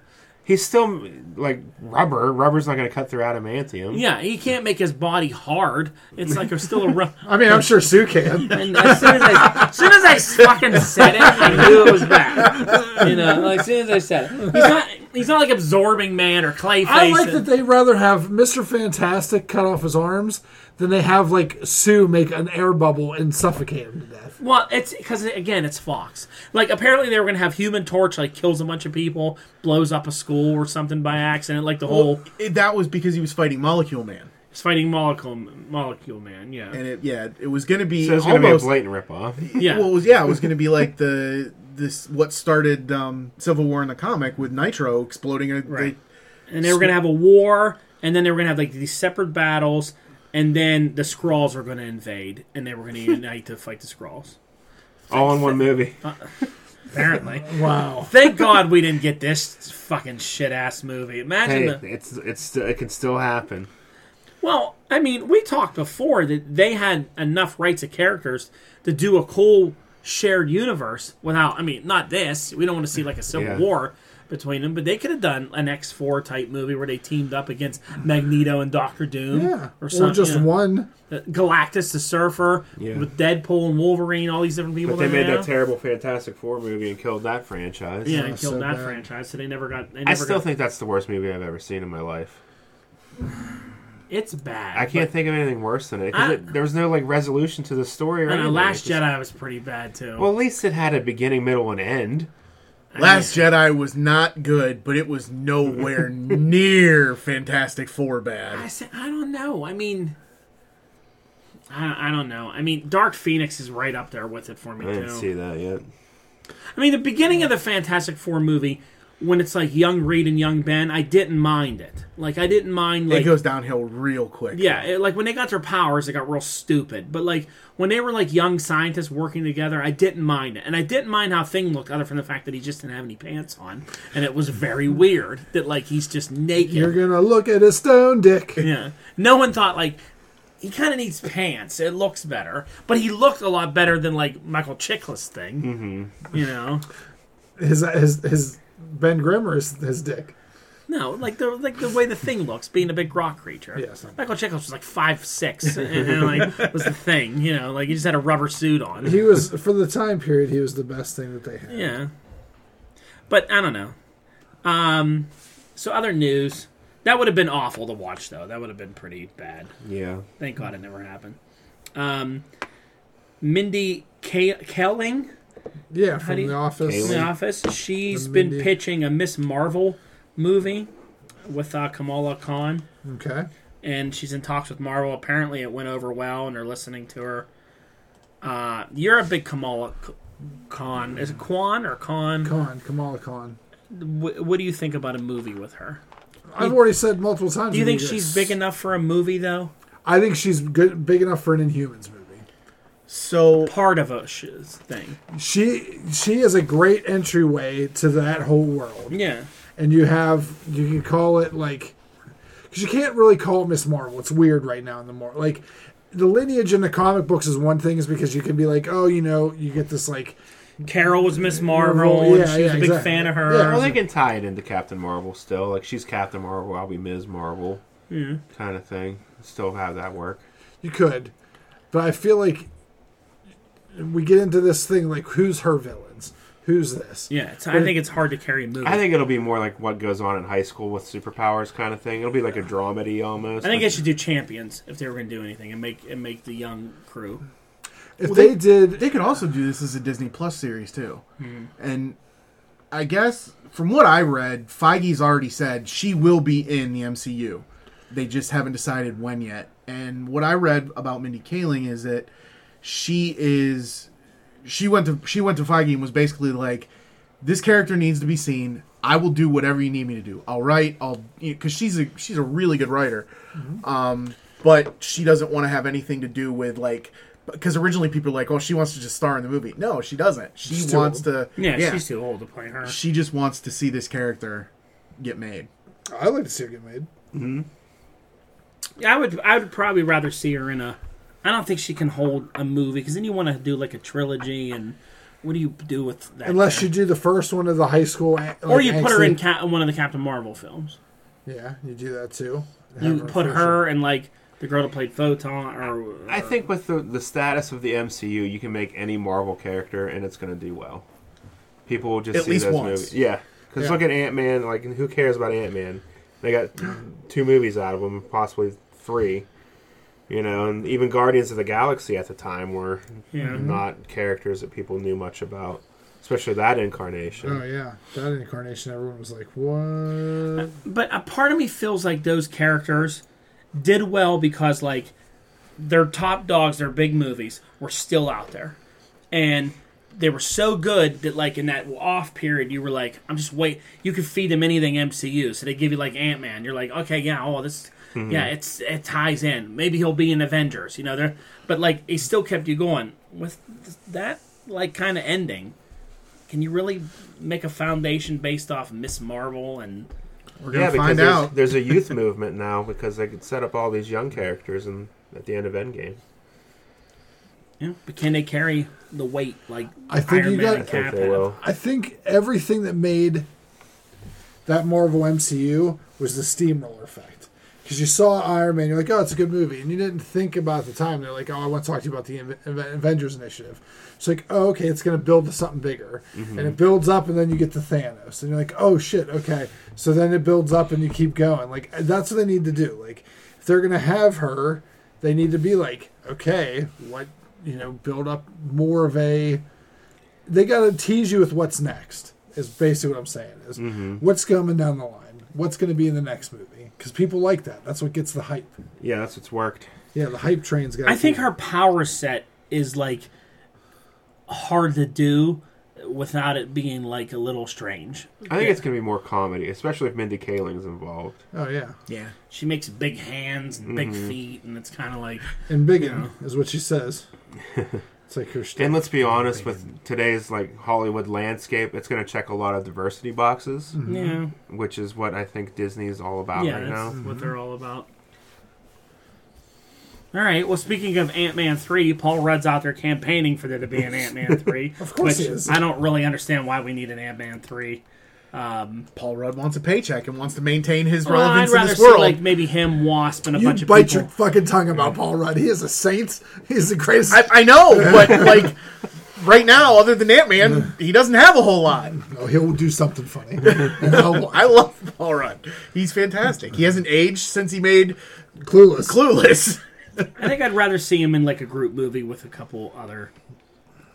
Speaker 3: he's still like rubber. Rubber's not going to cut through adamantium.
Speaker 1: Yeah, he can't make his body hard. It's like there's still a rough.
Speaker 2: I mean, I'm sure
Speaker 1: (laughs)
Speaker 2: Sue can.
Speaker 1: And as soon as I, as soon as I fucking said it, I knew it was bad. You know, like as soon as I said it, he's not he's not like absorbing man or Clayface.
Speaker 2: I like that
Speaker 1: and-
Speaker 2: they rather have Mr. Fantastic cut off his arms than they have like Sue make an air bubble and suffocate him to death.
Speaker 1: well, it's because again, it's Fox. Like apparently they were gonna have Human Torch like kills a bunch of people, blows up a school or something by accident, like the whole
Speaker 4: It, that was because he was fighting Molecule Man,
Speaker 1: it's fighting molecule molecule man. Yeah,
Speaker 4: and it yeah it was going to be
Speaker 3: So it's going to be a
Speaker 4: almost
Speaker 3: blatant ripoff.
Speaker 1: yeah.
Speaker 4: Well, it was, yeah, it was going to be like the this what started um, Civil War in the comic with Nitro exploding. A,
Speaker 1: Right. and they were gonna have a war, and then they were gonna have like these separate battles, and then the Skrulls were gonna invade, and they were gonna (laughs) unite to fight the Skrulls.
Speaker 3: All in one movie.
Speaker 1: Apparently.
Speaker 2: Wow.
Speaker 1: Thank God we didn't get this fucking shit ass movie. Imagine
Speaker 3: Hey,
Speaker 1: the.
Speaker 3: it's it's it can still happen.
Speaker 1: Well, I mean, we talked before that they had enough rights of characters to do a cool shared universe without. I mean, not this. We don't want to see like a civil
Speaker 3: Yeah.
Speaker 1: war between them, but they could have done an X Four type movie where they teamed up against Magneto and Doctor Doom,
Speaker 2: Yeah. Or,
Speaker 1: or something.
Speaker 2: just
Speaker 1: yeah. Uh,
Speaker 2: one.
Speaker 1: Galactus the Surfer
Speaker 3: Yeah.
Speaker 1: with Deadpool and Wolverine, all these different people.
Speaker 3: But they
Speaker 1: that
Speaker 3: made
Speaker 1: are
Speaker 3: that
Speaker 1: now.
Speaker 3: terrible Fantastic Four movie and killed that franchise.
Speaker 1: yeah, and
Speaker 2: Oh, so
Speaker 1: killed that
Speaker 2: bad.
Speaker 1: franchise, so they never got. They never
Speaker 3: I still
Speaker 1: got,
Speaker 3: think that's the worst movie I've ever seen in my life.
Speaker 1: it's bad.
Speaker 3: I
Speaker 1: but-
Speaker 3: can't think of anything worse than it
Speaker 1: I-
Speaker 3: because there was no like resolution to the story. Or
Speaker 1: And
Speaker 3: anything.
Speaker 1: Uh, Last
Speaker 3: It's just-
Speaker 1: Jedi was pretty bad too.
Speaker 3: Well, at least it had a beginning, middle, and end.
Speaker 4: Last Jedi was not good, but it was nowhere near Fantastic Four
Speaker 1: I
Speaker 4: bad.
Speaker 1: said I don't know. I mean, I, I don't know. I mean, Dark Phoenix is right up there with it for me
Speaker 3: I didn't see
Speaker 1: too.
Speaker 3: that yet.
Speaker 1: I mean, the beginning of the Fantastic Four movie when it's like young Reed and young Ben, I didn't mind it. Like I didn't mind
Speaker 4: It
Speaker 1: like
Speaker 4: goes downhill real quick.
Speaker 1: yeah, it, like when they got their powers, it got real stupid. But like when they were like young scientists working together, I didn't mind it, and I didn't mind how Thing looked, other from the fact that he just didn't have any pants on, and it was very weird that like he's just naked.
Speaker 2: You're gonna look at a
Speaker 1: (laughs)
Speaker 2: stone dick.
Speaker 1: Yeah. No one thought like he kind of needs pants. It looks better, but he looked a lot better than like Michael Chiklis thing. Mm-hmm. You know,
Speaker 2: His his his Ben Grimm or his, his dick.
Speaker 1: no, like the like the way the thing looks, being a big rock creature.
Speaker 2: Yes.
Speaker 1: Michael Chiklis was like five six, and, and like was the thing. You know, like he just had a rubber suit on.
Speaker 2: He was for the time period. He was the best thing that they had.
Speaker 1: Yeah. But I don't know. Um, so other news. That would have been awful to watch, though. That would have been pretty bad.
Speaker 3: Yeah.
Speaker 1: Thank God it never happened. Um, Mindy K- Kelling
Speaker 2: Yeah, from
Speaker 1: do you-
Speaker 2: The Office.
Speaker 1: from
Speaker 3: Kaylee.
Speaker 1: The Office. She's
Speaker 2: From
Speaker 1: been
Speaker 2: Mindy.
Speaker 1: pitching a Miss Marvel movie with uh, Kamala Khan,
Speaker 2: Okay.
Speaker 1: and she's in talks with Marvel. Apparently, it went over well, and they're listening to her. Uh, you're a big Kamala K- Khan. Is it Kwan or Khan?
Speaker 2: Khan, Kamala Khan.
Speaker 1: Wh- what do you think about a movie with her?
Speaker 2: I've already said multiple times.
Speaker 1: Do you
Speaker 2: we
Speaker 1: think
Speaker 2: need
Speaker 1: she's
Speaker 2: this.
Speaker 1: big enough for a movie, though?
Speaker 2: I think she's good, big enough for an Inhumans movie.
Speaker 4: So
Speaker 1: Part of a sh- thing.
Speaker 2: She she is a great entryway to that whole world,
Speaker 1: Yeah.
Speaker 2: and you have you can call it like because you can't really call it Miss Marvel. It's weird right now in the more like the lineage in the comic books is one thing, is because you can be like, oh, you know, you get this like
Speaker 1: Carol was Miss Marvel, and
Speaker 2: Yeah,
Speaker 1: she was
Speaker 2: yeah,
Speaker 1: a big
Speaker 2: exactly.
Speaker 1: fan of
Speaker 2: Yeah.
Speaker 1: her.
Speaker 2: Well,
Speaker 3: Well, they can tie it into Captain Marvel still. Like she's Captain Marvel, I'll be Ms. Marvel, kind of thing. Still have that work.
Speaker 2: You could, but I feel like we get into this thing like who's her villains, who's this?
Speaker 1: Yeah, it's, I think it's hard to carry a movie.
Speaker 3: I think it'll be more like what goes on in high school with superpowers, kind of thing. It'll be like a dramedy almost.
Speaker 1: I think they should do champions if they were going to do anything and make and make the young crew.
Speaker 2: If
Speaker 4: Well,
Speaker 2: they,
Speaker 4: they-
Speaker 2: did,
Speaker 4: they could also do this as a Disney Plus series too. And I guess from what I read, Feige's already said she will be in the MCU. They just haven't decided when yet. And what I read about Mindy Kaling is that she is she went to she went to Feige and was basically like, "This character needs to be seen. I will do whatever you need me to do. I'll write. I'll because she's a she's a really good writer, um, but she doesn't want to have anything to do with like because originally people were like, oh, she wants to just star in the movie. No, she doesn't. She
Speaker 2: She's too
Speaker 4: wants
Speaker 2: old.
Speaker 4: to.
Speaker 1: Yeah, she's too old to play her.
Speaker 4: she just wants to see this character get made.
Speaker 2: I like to see her get made.
Speaker 1: I would I would probably rather see her in a. I don't think she can hold a movie because then you want to do like a trilogy and what do you do with that?
Speaker 2: Unless you
Speaker 1: character?
Speaker 2: do the first one of the high school, a- like,
Speaker 1: or you put her in
Speaker 2: angsty-
Speaker 1: Cap, one of the Captain Marvel films.
Speaker 2: Yeah, you do that too.
Speaker 1: You
Speaker 2: Have
Speaker 1: put
Speaker 2: first
Speaker 1: her and like the girl that played Photon or.
Speaker 3: I think with the, the status of the MCU, you can make any Marvel character, and it's going to do well. People will just
Speaker 4: At
Speaker 3: see
Speaker 4: least
Speaker 3: those
Speaker 4: once.
Speaker 3: movies. Yeah, because
Speaker 2: Yeah.
Speaker 3: look at Ant Man. Like, who cares about Ant Man? They got two movies out of them, possibly three. You know, and even Guardians of the Galaxy at the time were
Speaker 1: Yeah.
Speaker 4: Mm-hmm.
Speaker 3: not characters that people knew much about, especially that incarnation.
Speaker 4: Uh,
Speaker 2: Oh yeah, that incarnation. Everyone was like, "What?"
Speaker 1: but a part of me feels like those characters did well because like their top dogs, their big movies were still out there, and they were so good that like in that off period you were like, I'm just wait. You could feed them anything MCU, so they give you like Ant Man. You're like, okay, yeah, oh this. Yeah, it's it ties in. Maybe he'll be in Avengers, you know. There, but like, it still kept you going with th- that like kind of ending. Can you really make a foundation based off Miss Marvel and
Speaker 4: We're
Speaker 3: Yeah,
Speaker 4: gonna
Speaker 3: because
Speaker 4: find
Speaker 3: there's,
Speaker 4: out. (laughs)
Speaker 3: there's a youth movement now because they could set up all these young characters and at the end of Endgame.
Speaker 1: Yeah, but can they carry the weight like
Speaker 2: I think
Speaker 1: Iron
Speaker 2: you
Speaker 1: Man
Speaker 2: got-
Speaker 1: and
Speaker 3: I think
Speaker 1: Cap
Speaker 3: they
Speaker 1: have?
Speaker 3: will.
Speaker 2: I think everything that made that Marvel MCU was the steamroller effect. Because you saw Iron Man, you're like, "Oh, it's a good movie," and you didn't think about it at the time. They're like, "Oh, I want to talk to you about the Inve- Inve- Avengers Initiative." It's like, "Oh, okay, it's going to build to something bigger," and it builds up, and then you get to Thanos, and you're like, "Oh shit, okay." So then it builds up, and you keep going. Like that's what they need to do. Like if they're going to have her, they need to be like, "Okay, what?" You know, build up more of a they got to tease you with what's next. Is basically what I'm saying. Is
Speaker 1: Mm-hmm.
Speaker 2: what's coming down the line? What's going to be in the next movie? Because people like that. That's what gets the hype.
Speaker 3: Yeah, that's what's worked.
Speaker 2: Yeah, the hype train's got.
Speaker 1: I think her power set is like hard to do without it being like a little strange.
Speaker 3: I think it's going to be more comedy, especially if Mindy Kaling's involved.
Speaker 2: Oh yeah,
Speaker 4: yeah,
Speaker 1: She makes big hands and big
Speaker 3: Mm-hmm.
Speaker 1: feet, and it's kind of like
Speaker 2: and biggin is what she says. It's like her.
Speaker 3: And
Speaker 2: Shtick.
Speaker 3: let's be honest, with today's like Hollywood landscape, it's going to check a lot of diversity boxes,
Speaker 1: yeah,
Speaker 3: which is what I think Disney is all about
Speaker 1: Mm-hmm. yeah,
Speaker 3: Mm-hmm. right
Speaker 1: that's
Speaker 3: now. Mm-hmm.
Speaker 1: what they're all about. All right. Well, speaking of Ant Man three, Paul Rudd's out there campaigning for there to
Speaker 2: (laughs)
Speaker 1: be an Ant Man three.
Speaker 2: Of course
Speaker 1: which
Speaker 2: he is.
Speaker 1: I don't really understand why we need an Ant Man three.
Speaker 4: Paul Rudd wants a paycheck and wants to maintain his
Speaker 1: Well, I'd
Speaker 4: relevance in
Speaker 1: rather
Speaker 4: this
Speaker 1: see
Speaker 4: world.
Speaker 1: like maybe him, Wasp, and a
Speaker 2: You
Speaker 1: bunch of
Speaker 2: bite
Speaker 1: people.
Speaker 2: your fucking tongue about Paul Rudd. He is a saint. He's the greatest.
Speaker 4: I, I know, but like right now, other than Ant Man, he doesn't have a whole lot.
Speaker 2: Oh, he'll do something funny. (laughs) And I'll-
Speaker 4: I love Paul Rudd. He's fantastic. He hasn't aged since he made
Speaker 2: clueless.
Speaker 4: (laughs) Clueless.
Speaker 1: I think I'd rather see him in like a group movie with a couple other,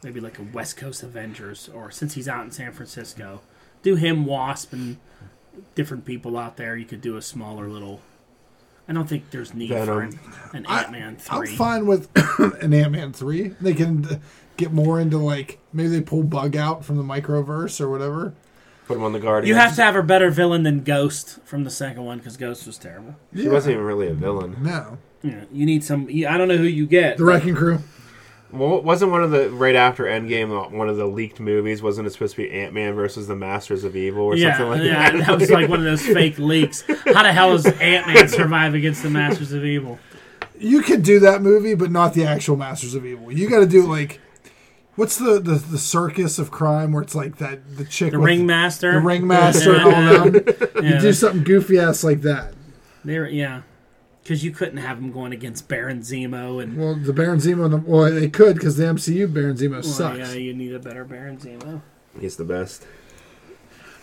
Speaker 1: maybe like a West Coast Avengers, or since he's out in San Francisco, do him, Wasp, and different people out there. You could do a smaller little. I don't think there's need for an,
Speaker 3: Venom.
Speaker 1: an
Speaker 2: I-
Speaker 1: Ant Man
Speaker 2: I'm
Speaker 1: three.
Speaker 2: fine with (coughs) an Ant Man three. They can uh, get more into like maybe they pull Bug out from the microverse or whatever.
Speaker 3: Put him on the Guardians.
Speaker 1: You have to have a better villain than Ghost from the second one because Ghost was terrible.
Speaker 3: She wasn't even really a villain.
Speaker 2: No,
Speaker 1: Yeah, you need some. You, I don't know who you get.
Speaker 2: the Wrecking Crew.
Speaker 3: Well, wasn't one of the right after Endgame uh, one of the leaked movies? Wasn't it supposed to be Ant Man versus the Masters of Evil or
Speaker 1: yeah,
Speaker 3: something like
Speaker 1: yeah, (laughs)
Speaker 3: that?
Speaker 1: that was like one of those
Speaker 3: (laughs)
Speaker 1: fake leaks. How the hell does Ant Man survive against the Masters of Evil?
Speaker 2: You could do that movie, but not the actual Masters of Evil. You got to do like what's the, the the circus of crime where it's like that the chick
Speaker 1: The
Speaker 2: with
Speaker 1: Ringmaster.
Speaker 2: the ringmaster and
Speaker 1: Yeah.
Speaker 2: all them.
Speaker 1: Yeah.
Speaker 2: You do something goofy ass like that.
Speaker 1: They were, yeah, because you couldn't have him going against Baron Zemo and.
Speaker 2: Well, the Baron Zemo. and the- Well, they could because the MCU Baron Zemo
Speaker 1: Well,
Speaker 2: sucks.
Speaker 1: yeah, you need a better Baron Zemo.
Speaker 3: He's the best.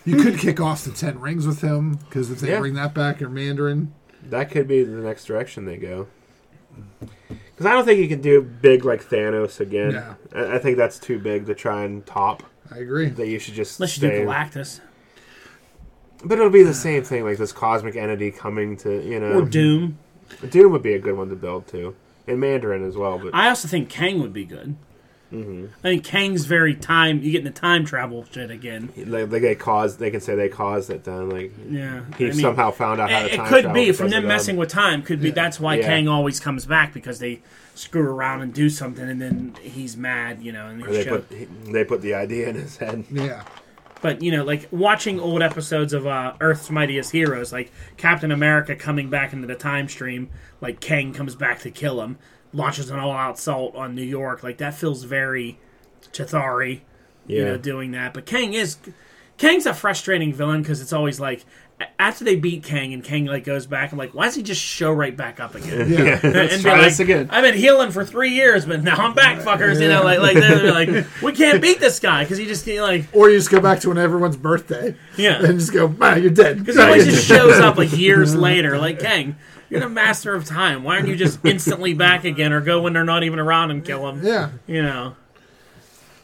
Speaker 2: You could kick off the Ten Rings with him because if they
Speaker 3: Yeah.
Speaker 2: bring that back, you're Mandarin.
Speaker 3: That could be the next direction they go. Because I don't think you can do big like Thanos again.
Speaker 2: No.
Speaker 3: I, I think that's too big to try and top.
Speaker 2: I agree.
Speaker 3: That you should just
Speaker 1: Unless you
Speaker 3: stay.
Speaker 1: do Galactus
Speaker 3: But it'll be the same thing, like this cosmic entity coming to you know.
Speaker 1: or Doom.
Speaker 3: Doom would be a good one to build to, and Mandarin as well. But
Speaker 1: I also think Kang would be good.
Speaker 3: Mm-hmm.
Speaker 1: I think Kang's very time. You get into time travel shit again.
Speaker 3: like, like they caused, they can say they caused it. Then like
Speaker 1: Yeah,
Speaker 3: he
Speaker 1: I mean,
Speaker 3: somehow found out how to
Speaker 1: It, it
Speaker 3: time
Speaker 1: could
Speaker 3: travel
Speaker 1: be from
Speaker 3: because
Speaker 1: them
Speaker 3: of
Speaker 1: messing with time. Could be that's why
Speaker 3: Yeah.
Speaker 1: Kang always comes back because they screw around and do something, and then he's mad, you know. And
Speaker 3: Or
Speaker 1: they
Speaker 3: they
Speaker 1: show.
Speaker 3: put he- they put the idea in his head.
Speaker 2: Yeah.
Speaker 1: But you know, like watching old episodes of uh, Earth's Mightiest Heroes, like Captain America coming back into the time stream, like Kang comes back to kill him, launches an all-out assault on New York. Like that feels very Chithari, you know, doing that. But Kang is Kang's a frustrating villain because it's always like a- after they beat Kang and Kang like goes back, I'm like, why does he just show right back up again?
Speaker 2: Yeah.
Speaker 1: (laughs) Let's
Speaker 3: try this again.
Speaker 1: I've been healing for three years, but now I'm back, fuckers. You know, like like they're like, we can't beat this guy because he just he, like
Speaker 2: Or you just go back to when everyone's birthday
Speaker 1: yeah.
Speaker 2: (laughs) and just go, man, you're dead.
Speaker 1: Because he
Speaker 2: (laughs)
Speaker 1: always just shows up like years later. Like, Kang, you're the master of time. Why aren't you just instantly back again or go when they're not even around and kill them?
Speaker 2: yeah.
Speaker 1: You know.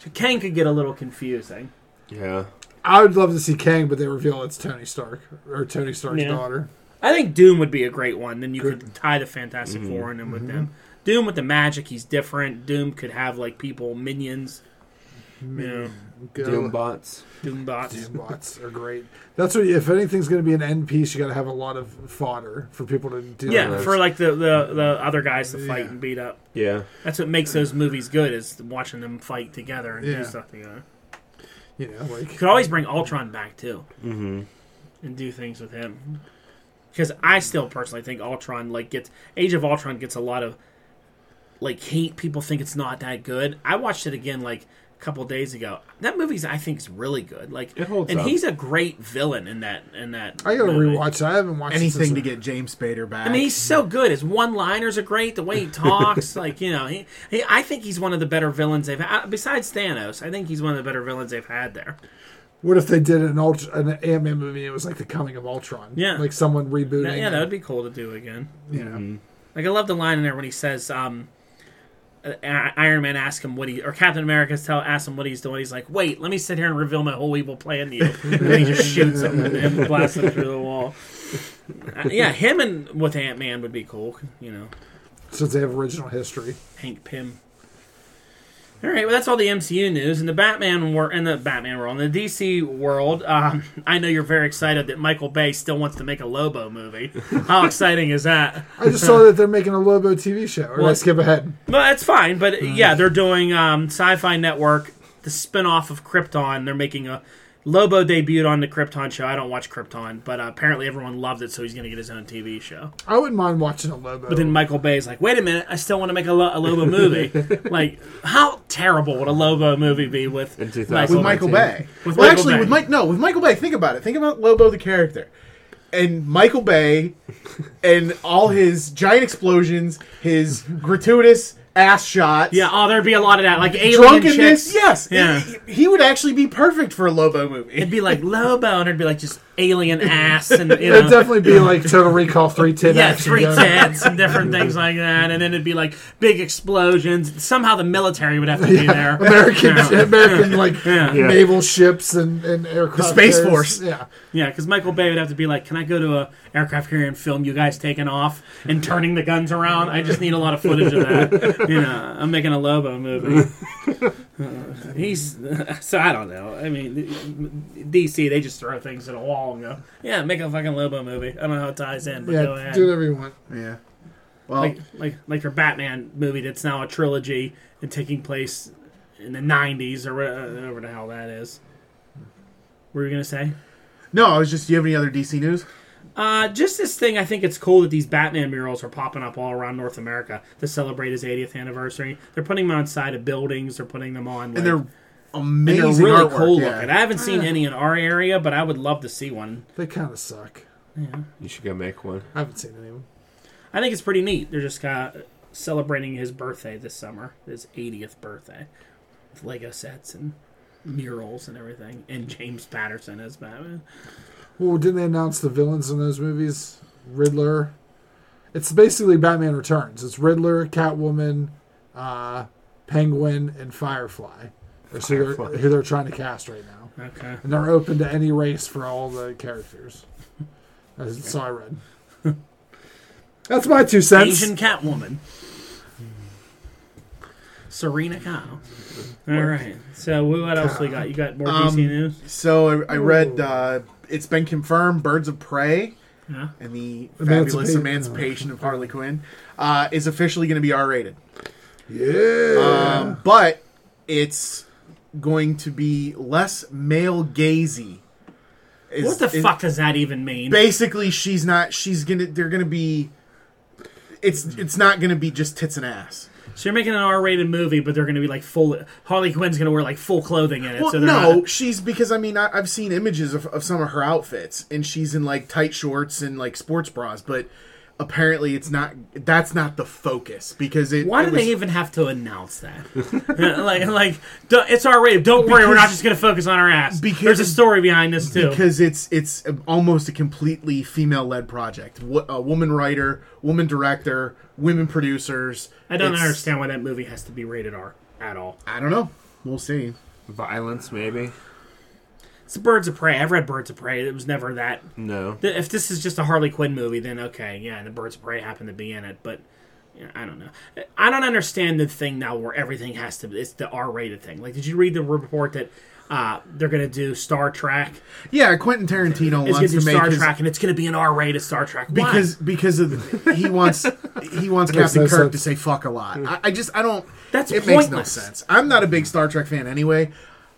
Speaker 1: So Kang could get a little confusing.
Speaker 3: Yeah,
Speaker 2: I would love to see Kang, but they reveal it's Tony Stark or Tony Stark's
Speaker 1: Yeah.
Speaker 2: daughter.
Speaker 1: I think Doom would be a great one. Then you could tie the Fantastic Four in him
Speaker 2: Mm-hmm.
Speaker 1: with them. Doom with the magic, he's different. Doom could have like people, minions. You know,
Speaker 2: Go.
Speaker 3: Doom bots.
Speaker 1: Doom bots.
Speaker 3: (laughs)
Speaker 2: Doom bots are great. That's what. If anything's going to be an end piece, you got to have a lot of fodder for people to do.
Speaker 1: Yeah,
Speaker 3: that's-
Speaker 1: for like the, the, the other guys to fight
Speaker 2: Yeah.
Speaker 1: and beat up.
Speaker 3: Yeah,
Speaker 1: That's what makes those movies good is watching them fight together and
Speaker 2: Yeah.
Speaker 1: do stuff together.
Speaker 2: You know, like
Speaker 1: could always bring Ultron back too, mm-hmm. and do things with him. Because I still personally think Ultron like gets Age of Ultron gets a lot of like hate. People think it's not that good. I watched it again like a couple days ago. That movie's I think is really good. Like
Speaker 3: It holds
Speaker 1: and
Speaker 3: up.
Speaker 1: he's a great villain in that in that.
Speaker 2: I got to
Speaker 1: movie.
Speaker 2: rewatch. it. I haven't watched it
Speaker 4: Anything
Speaker 2: since-
Speaker 4: to get James Spader back.
Speaker 1: I mean, he's so good. His one-liners are great. The way he talks, like you know, he, he, I think he's one of the better villains they've had. Besides Thanos, I think he's one of the better villains they've had there.
Speaker 2: What if they did an Ultra, an Ant Man movie? and It was like the coming of Ultron.
Speaker 1: Yeah.
Speaker 2: like someone rebooting.
Speaker 1: yeah, that would be cool to do again.
Speaker 2: you know.
Speaker 1: Like I love the line in there when he says, um, uh, I- "Iron Man asks him what he or Captain America tell asks him what he's doing." He's like, "Wait, let me sit here and reveal my whole evil plan to you." and then he just shoots him and, and blasts him through the wall. Uh, yeah, him and with Ant Man would be cool. You know,
Speaker 2: Since they have original history,
Speaker 1: Hank Pym. All right, well, that's all the MCU news and the Batman wor- in the Batman world in the DC world. Um, I know you're very excited that Michael Bay still wants to make a Lobo movie. How exciting is that?
Speaker 2: I just saw that they're making a Lobo TV show. Or did I
Speaker 1: Well-
Speaker 2: skip ahead.
Speaker 1: No, that's fine, but yeah, they're doing um, Sci-Fi Network, the spin-off of Krypton. They're making a Lobo debuted on the Krypton show. I don't watch Krypton, but uh, apparently everyone loved it, so he's going to get his own TV show.
Speaker 2: I wouldn't mind watching a Lobo.
Speaker 1: But then Michael Bay's like, "Wait a minute, I still want to make a, Lo- a Lobo movie." like, how terrible would a Lobo movie be with
Speaker 3: In 2000.
Speaker 1: Michael?
Speaker 4: with Michael Bay.
Speaker 1: With
Speaker 4: well,
Speaker 1: Michael
Speaker 4: actually,
Speaker 1: Bay.
Speaker 4: with Mike, no, with Michael Bay. Think about it. Think about Lobo the character, and Michael (laughs) Bay, and all his giant explosions, his gratuitous ass shots.
Speaker 1: Yeah, oh, there'd be a lot of that, like alien
Speaker 4: drunkenness.
Speaker 1: chicks.
Speaker 4: Yes,
Speaker 1: Yeah.
Speaker 4: He- he would actually be perfect for a Lobo movie.
Speaker 1: It'd be like Lobo, and it'd be like just alien ass, and you
Speaker 2: It'd
Speaker 1: know,
Speaker 2: definitely be like Total
Speaker 1: (laughs)
Speaker 2: Recall 310
Speaker 1: yeah,
Speaker 2: action.
Speaker 1: three
Speaker 2: going.
Speaker 1: tits and different things like that, and then it'd be like big explosions. Somehow the military would have to be there.
Speaker 2: (laughs) American, American like
Speaker 3: Yeah.
Speaker 2: naval ships and, and aircraft.
Speaker 4: Space
Speaker 2: carriers.
Speaker 4: Force.
Speaker 2: Yeah.
Speaker 1: Yeah, because Michael Bay would have to be like, "Can I go to a aircraft carrier and film you guys taking off and turning the guns around? I just need a lot of footage of that. You know, I'm making a Lobo
Speaker 2: (laughs)
Speaker 1: movie. Uh, he's (laughs) so I don't know. I mean, DC they just throw things at a wall and go, "Yeah, make a fucking Lobo movie." I don't know how it ties in, but go
Speaker 2: Yeah.
Speaker 1: ahead.
Speaker 2: Do whatever you want.
Speaker 4: Yeah. Well,
Speaker 1: like like like your Batman movie that's now a trilogy and taking place in the '90s or wha- whatever the hell that is. What were you gonna say?
Speaker 4: no, I was just. Do you have any other DC news?
Speaker 1: Uh, just this thing, I think it's cool that these Batman murals are popping up all around North America to celebrate his 80th anniversary. They're putting them on side of buildings. They're putting them on, like,
Speaker 4: And they're
Speaker 1: and
Speaker 4: amazing.
Speaker 1: they're really
Speaker 4: artwork,
Speaker 1: cool
Speaker 4: yeah.
Speaker 1: looking. I haven't seen any in our area, but I would love to see one.
Speaker 2: They kind of suck.
Speaker 3: You should go make one.
Speaker 2: I haven't seen anyone.
Speaker 1: I think it's pretty neat. They're just uh, celebrating his birthday this summer, his 80th birthday, with Lego sets and murals and everything, and James Patterson as Batman.
Speaker 2: Well, didn't they announce the villains in those movies? Riddler. It's basically Batman Returns. It's Riddler, Catwoman, uh, Penguin, and Firefly. Or so they're-
Speaker 3: Firefly.
Speaker 2: who they're trying to cast right now.
Speaker 1: Okay.
Speaker 2: And they're open to any race for all the characters. That's so I read. That's my two cents.
Speaker 1: Asian Catwoman. Serena Kyle. All right. So wh- what else we got? You got more
Speaker 4: Um,
Speaker 1: DC news?
Speaker 4: So I, I read uh, it's been confirmed Birds of Prey
Speaker 1: Yeah.
Speaker 4: and the
Speaker 2: Emancipate-
Speaker 4: fabulous emancipation of Harley Quinn uh, is officially going to be R rated.
Speaker 2: Yeah.
Speaker 4: Um, but it's going to be less male gazy. Is-
Speaker 1: What the
Speaker 4: is-
Speaker 1: fuck does that even mean?
Speaker 4: Basically, she's not. She's gonna. They're gonna be. It's it's not gonna be just tits and ass.
Speaker 1: So you're making an R-rated movie, but they're going to be like full. Harley Quinn's going to wear like full clothing in it.
Speaker 4: Well,
Speaker 1: so they're
Speaker 4: no,
Speaker 1: not-
Speaker 4: she's because I mean I, I've seen images of, of some of her outfits, and she's in like tight shorts and like sports bras, but apparently it's not. That's not the focus because it.
Speaker 1: Why
Speaker 4: it
Speaker 1: do
Speaker 4: was-
Speaker 1: they even have to announce that?
Speaker 4: (laughs)
Speaker 1: (laughs) like, like do- it's R-rated. Don't worry, we're not
Speaker 4: Because-
Speaker 1: just going to focus on our ass.
Speaker 4: because-
Speaker 1: There's a story behind this too.
Speaker 4: because it's it's almost a completely female led project. Wo- A woman writer, woman director, women producers.
Speaker 1: I don't
Speaker 4: It's-
Speaker 1: understand why that movie has to be rated R at all.
Speaker 4: I don't know. We'll see.
Speaker 3: Violence, maybe?
Speaker 1: It's Birds of Prey. I've read Birds of Prey. It was never that
Speaker 3: No.
Speaker 1: Th- if this is just a Harley Quinn movie, then okay, yeah, the Birds of Prey happened to be in it, but you know, I don't know. I don't understand the thing now where everything has to. It's the R-rated thing. Like, did you read the report that uh, they're gonna do Star Trek?
Speaker 4: Yeah, Quentin Tarantino
Speaker 1: It's gonna
Speaker 4: wants
Speaker 1: do
Speaker 4: to make
Speaker 1: Star
Speaker 4: his,
Speaker 1: Trek, and it's gonna be an R-rated Star Trek. Why?
Speaker 4: because because of the, he wants he (laughs) wants Captain
Speaker 2: no sense.
Speaker 4: Kirk to say fuck a lot. I, I just I don't.
Speaker 1: Hmm. That's
Speaker 4: it makes no
Speaker 1: pointless.
Speaker 4: sense. I'm not a big Star Trek fan anyway.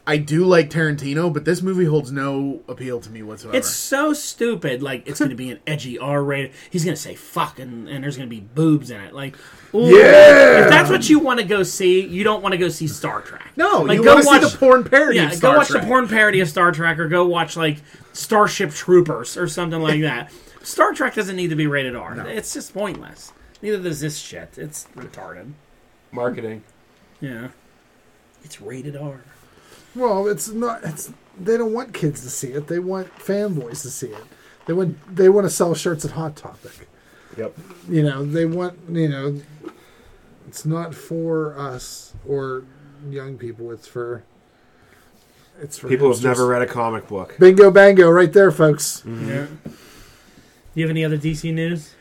Speaker 4: I do like Tarantino, but this movie holds no appeal to me whatsoever.
Speaker 1: It's so stupid. Like it's going to be an edgy R rated. He's going to say fuck, and, and there's going to be boobs in it. Like, ooh,
Speaker 2: Yeah!
Speaker 1: If that's what you want to go see, you don't want to go see Star Trek.
Speaker 4: No,
Speaker 1: like
Speaker 4: you wanna see the porn parody
Speaker 1: Yeah,
Speaker 4: of
Speaker 1: go
Speaker 4: Star
Speaker 1: watch the
Speaker 4: Trek.
Speaker 1: porn parody of Star Trek, or go watch like Starship Troopers or something
Speaker 4: (laughs)
Speaker 1: like that. Star Trek doesn't need to be rated R. It's just pointless. Neither does this shit. It's retarded.
Speaker 3: Marketing.
Speaker 1: Yeah, it's rated R.
Speaker 2: Well, it's not. It's they don't want kids to see it. They want fanboys to see it. They want they want to sell shirts at Hot Topic.
Speaker 3: Yep.
Speaker 2: You know they want you know. It's not for us or young people. It's for. It's for
Speaker 3: People
Speaker 2: hipsters.
Speaker 3: have never read Mm. a comic book.
Speaker 2: Bingo bango, right there, folks.
Speaker 4: Mm-hmm.
Speaker 1: Yeah. Do you have any other DC news?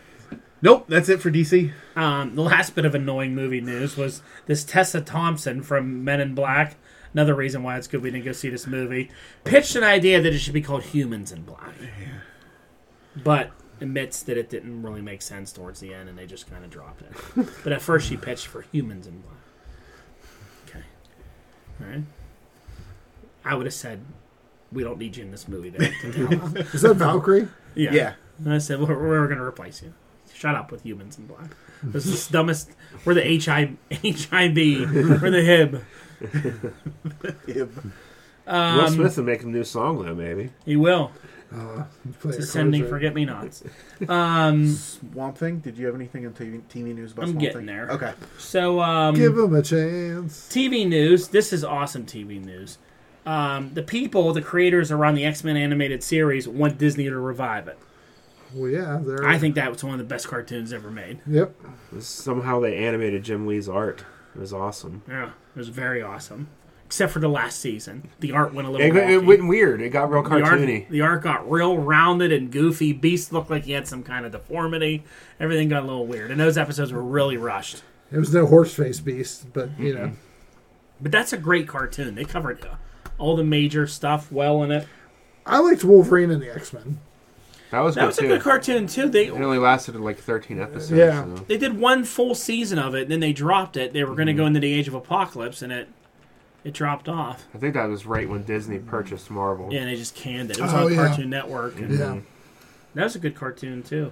Speaker 4: nope, that's it for DC.
Speaker 1: Um, the last bit of annoying movie news was this Tessa Thompson from Men in Black. Another reason why it's good we didn't go see this movie. Pitched an idea that it should be called Humans in Black, but admits that it didn't really make sense towards the end, and they just kind of dropped it. but at first, she pitched for Humans in Black. Okay, all right. I would have said, "We don't need you in this movie." Then, to
Speaker 2: Is that Valkyrie?
Speaker 3: (laughs)
Speaker 4: Yeah.
Speaker 1: and I said, "We're, we're going to replace you. Shut up with humans in black. This is the dumbest. We're the HI, HIB. We're the HIB.
Speaker 4: If-
Speaker 1: Um,
Speaker 3: Will Smith will make a new song, though, maybe.
Speaker 1: He will.
Speaker 2: Uh, you play your
Speaker 1: Descending
Speaker 2: cards right.
Speaker 1: forget me nots. Um,
Speaker 4: Swamp Thing. Did you have anything on TV, TV news about
Speaker 1: I'm
Speaker 4: Swamp
Speaker 1: getting
Speaker 4: Thing?
Speaker 1: there.
Speaker 4: Okay.
Speaker 1: so um,
Speaker 2: Give him a chance.
Speaker 1: TV news. This is awesome TV news. Um, the people, the creators around the X Men animated series, want Disney to revive it.
Speaker 2: Well, yeah, there.
Speaker 1: I think that was one of the best cartoons ever made.
Speaker 2: Yep.
Speaker 3: Somehow they animated Jim Lee's art. It was awesome.
Speaker 1: Yeah, it was very awesome. Except for the last season, the art went a little.
Speaker 3: It, got- it
Speaker 1: wonky.
Speaker 3: went weird. It got real
Speaker 1: the art,
Speaker 3: cartoony.
Speaker 1: the art got real rounded and goofy. Beast looked like he had some kind of deformity. Everything got a little weird, and those episodes were really rushed.
Speaker 2: It was no horse face beast, but you know.
Speaker 1: But that's a great cartoon. They covered uh, all the major stuff well in it.
Speaker 2: I liked Wolverine and the X Men.
Speaker 3: That was
Speaker 1: That
Speaker 3: good
Speaker 1: was a
Speaker 3: too.
Speaker 1: good cartoon too. They
Speaker 3: it only lasted like 13 episodes.
Speaker 2: Yeah.
Speaker 3: so.
Speaker 1: they did one full season of it, and then they dropped it. They were going to go into the Age of Apocalypse, and it it dropped off.
Speaker 3: I think that was right when Disney purchased Marvel.
Speaker 1: Yeah, and they just canned it. It was
Speaker 2: Oh,
Speaker 1: on
Speaker 2: yeah.
Speaker 1: Cartoon Network. And
Speaker 3: Mm-hmm.
Speaker 2: Yeah.
Speaker 1: That was a good cartoon too.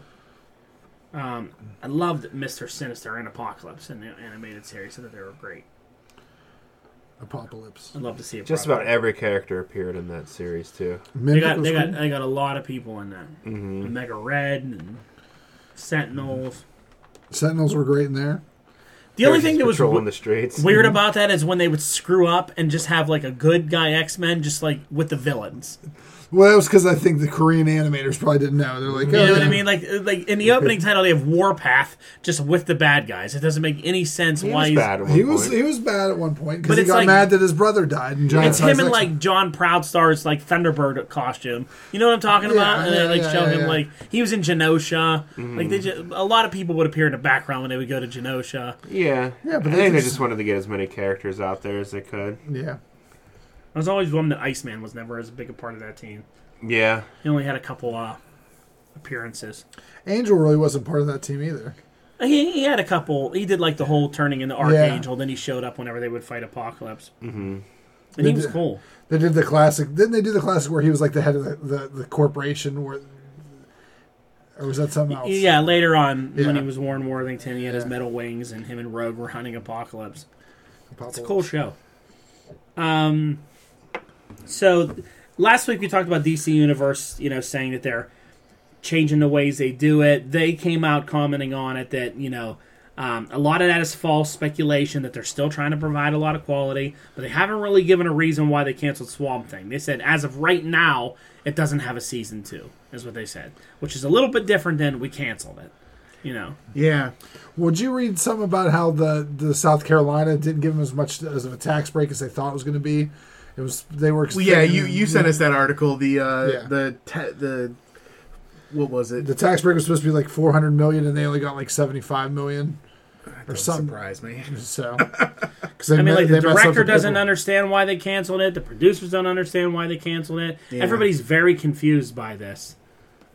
Speaker 1: Um, I loved Mister Sinister and Apocalypse in the animated series. I thought they were great.
Speaker 2: Apocalypse.
Speaker 1: I'd love to see it.
Speaker 3: Just about every character appeared in that series too.
Speaker 1: They
Speaker 2: Mimic
Speaker 1: got
Speaker 2: was
Speaker 1: they got
Speaker 2: cool.
Speaker 1: they got a lot of people in that.
Speaker 3: Mm-hmm.
Speaker 1: mm Mega Red and Sentinels.
Speaker 3: Mm-hmm.
Speaker 2: Sentinels were great in there.
Speaker 1: The only thing that was
Speaker 3: patrolling
Speaker 1: w-
Speaker 3: the streets.
Speaker 1: weird about that is when they would screw up and just have like a good guy X Men just like with the villains.
Speaker 2: Well, that was because I think the Korean animators probably didn't know. They're like,
Speaker 1: You
Speaker 2: oh,
Speaker 1: know what I
Speaker 2: yeah.
Speaker 1: mean? Like uh, like in the opening title they have Warpath just with the bad guys. It doesn't make any sense
Speaker 3: He
Speaker 1: why
Speaker 3: was
Speaker 1: he's
Speaker 3: bad. At one
Speaker 2: He was
Speaker 3: point.
Speaker 2: he was bad at one point
Speaker 1: But
Speaker 2: because he
Speaker 1: it's
Speaker 2: got
Speaker 1: like-
Speaker 2: mad that his brother died in giant
Speaker 1: It's him
Speaker 2: size
Speaker 1: in
Speaker 2: X-Men.
Speaker 1: like John Proudstar's like Thunderbird costume. You know what I'm talking
Speaker 2: Yeah,
Speaker 1: about? And they
Speaker 2: yeah,
Speaker 1: like
Speaker 2: yeah,
Speaker 1: show
Speaker 2: yeah,
Speaker 1: him
Speaker 2: yeah.
Speaker 1: like he was in Genosha. Like they
Speaker 3: Mm-hmm.
Speaker 1: just, a lot of people would appear in the background when they would go to Genosha.
Speaker 3: Yeah.
Speaker 2: Yeah, but they
Speaker 3: I think they
Speaker 2: just-
Speaker 3: just wanted to get as many characters out there as they could.
Speaker 2: yeah.
Speaker 1: I was always one that Iceman was never as big a part of that team.
Speaker 3: Yeah.
Speaker 1: He only had a couple uh, appearances.
Speaker 2: Angel really wasn't part of that team either.
Speaker 1: He, he had a couple. He did like the whole turning into Archangel. Then he showed up whenever they would fight Apocalypse. Mm-hmm. And he
Speaker 2: Did-
Speaker 1: was cool.
Speaker 2: They did the classic. Didn't they do the classic where he was like the head of the, the, the corporation? Where, or was that something else?
Speaker 1: Yeah, later on when
Speaker 2: Yeah.
Speaker 1: he was Warren Worthington, he had his
Speaker 2: Yeah.
Speaker 1: metal wings, and him and Rogue were hunting Apocalypse.
Speaker 2: Apocalypse.
Speaker 1: It's a cool show. Um, so last week we talked about DC Universe, you know, saying that they're changing the ways they do it. They came out commenting on it that you know um, a lot of that is false speculation that they're still trying to provide a lot of quality, but they haven't really given a reason why they canceled Swamp Thing. They said as of right now it doesn't have a season two, is what they said, which is a little bit different than we canceled it. You know,
Speaker 4: Yeah.
Speaker 2: Would you read something about how the, the South Carolina didn't give him as much as of a tax break as they thought it was going to be? It was they were.
Speaker 4: Well, yeah.
Speaker 2: thinking-
Speaker 4: You you sent us that article. The uh,
Speaker 2: Yeah.
Speaker 4: the te- the what was it?
Speaker 2: the tax break was supposed to be like four hundred million, and they only got like seventy five million or
Speaker 4: Don't
Speaker 2: something.
Speaker 4: surprise me.
Speaker 2: So, 'cause they
Speaker 1: I mean,
Speaker 2: me-
Speaker 1: like
Speaker 2: they
Speaker 1: the
Speaker 2: messed up
Speaker 1: director doesn't
Speaker 2: paperwork.
Speaker 1: understand why they canceled it. The producers don't understand why they canceled it. Everybody's very confused by this.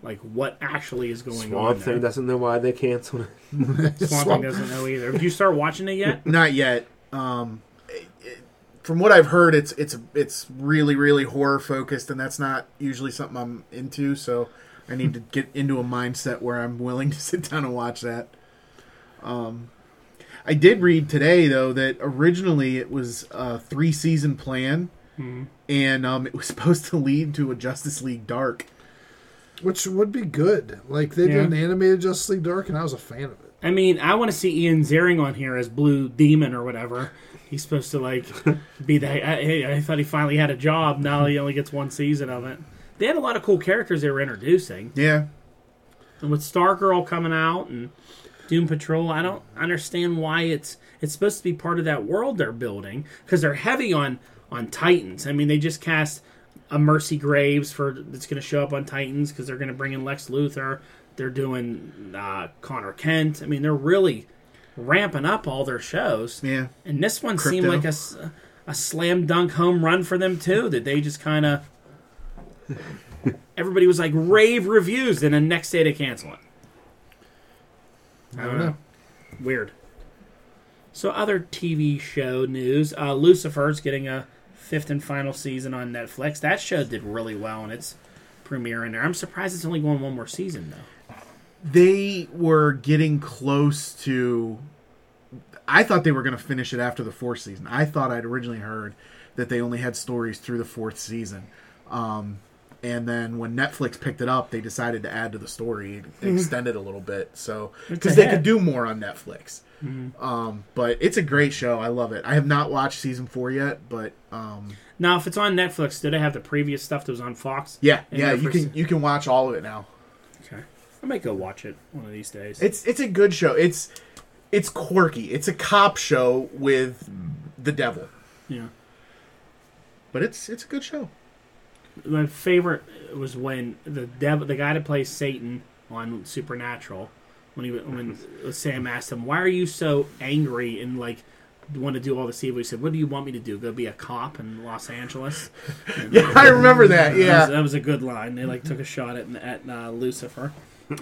Speaker 1: Like, what actually is going
Speaker 3: Swamp
Speaker 1: on?
Speaker 3: Thing
Speaker 1: there.
Speaker 3: doesn't know why they canceled it.
Speaker 1: Swamp Thing doesn't know either. Did you start watching it yet?
Speaker 4: Not yet. Um, it- it- from what I've heard, it's it's it's really really horror focused, and that's not usually something I'm into. So I need to get into a mindset where I'm willing (laughs) to sit down and watch that. Um, I did read today though that originally it was a three season plan, and um, it was (laughs) supposed to lead to a Justice League Dark.
Speaker 2: which would be good. Like they
Speaker 1: Yeah.
Speaker 2: did an animated Justice League Dark, and I was a fan of it.
Speaker 1: I mean, I want to see Ian Ziering on here as Blue Demon or whatever. He's supposed to like be the. I, I- I thought he finally had a job. Now he only gets one season of it. They had a lot of cool characters they were introducing,
Speaker 4: Yeah,
Speaker 1: and with Stargirl coming out and Doom Patrol. I don't understand why it's it's supposed to be part of that world they're building because they're heavy on on Titans. I mean, they just cast a Mercy Graves for that's going to show up on Titans because they're going to bring in Lex Luthor. They're doing uh, Connor Kent. I mean, they're really ramping up all their shows.
Speaker 4: yeah.
Speaker 1: And this one seemed
Speaker 4: Crypto.
Speaker 1: like a, s- a slam dunk home run for them too. That they just kind
Speaker 2: (laughs)
Speaker 1: of everybody was like rave reviews, then the next day they cancel it.
Speaker 2: I don't know.
Speaker 1: Weird. So other TV show news: uh, Lucifer's getting a fifth and final season on Netflix. That show did really well in its premiere in there. I'm surprised it's only going one more season though.
Speaker 4: they were getting close to I thought they were going to finish it after the fourth season. I thought I'd originally heard that they only had stories through the fourth season. Um, And then when Netflix picked it up, they decided to add to the story,
Speaker 1: (laughs)
Speaker 4: extend it a little bit, so because they could do more on Netflix.
Speaker 1: Mm-hmm.
Speaker 4: Um, but it's a great show. I love it. I have not watched season four yet, but um,
Speaker 1: Now, if it's on Netflix, do they have the previous stuff that was on Fox?
Speaker 4: yeah,
Speaker 1: And
Speaker 4: yeah,
Speaker 1: their
Speaker 4: you
Speaker 1: first-
Speaker 4: can you can watch all of it now.
Speaker 1: Okay. I might go watch it one of these days.
Speaker 4: It's it's a good show. It's it's quirky. It's a cop show with the devil,
Speaker 1: yeah.
Speaker 4: but it's it's a good show.
Speaker 1: my favorite was when the devil, the guy that plays Satan on Supernatural, when he when
Speaker 2: (laughs)
Speaker 1: Sam asked him, "Why are you so angry and like want to do all this evil?" He said, "What do you want me to do? Go be a cop in Los
Speaker 2: (laughs)
Speaker 1: Angeles?"
Speaker 4: Yeah, (laughs) I remember that.
Speaker 1: That was,
Speaker 4: Yeah,
Speaker 1: that was a good line. They like took a shot at at uh, Lucifer.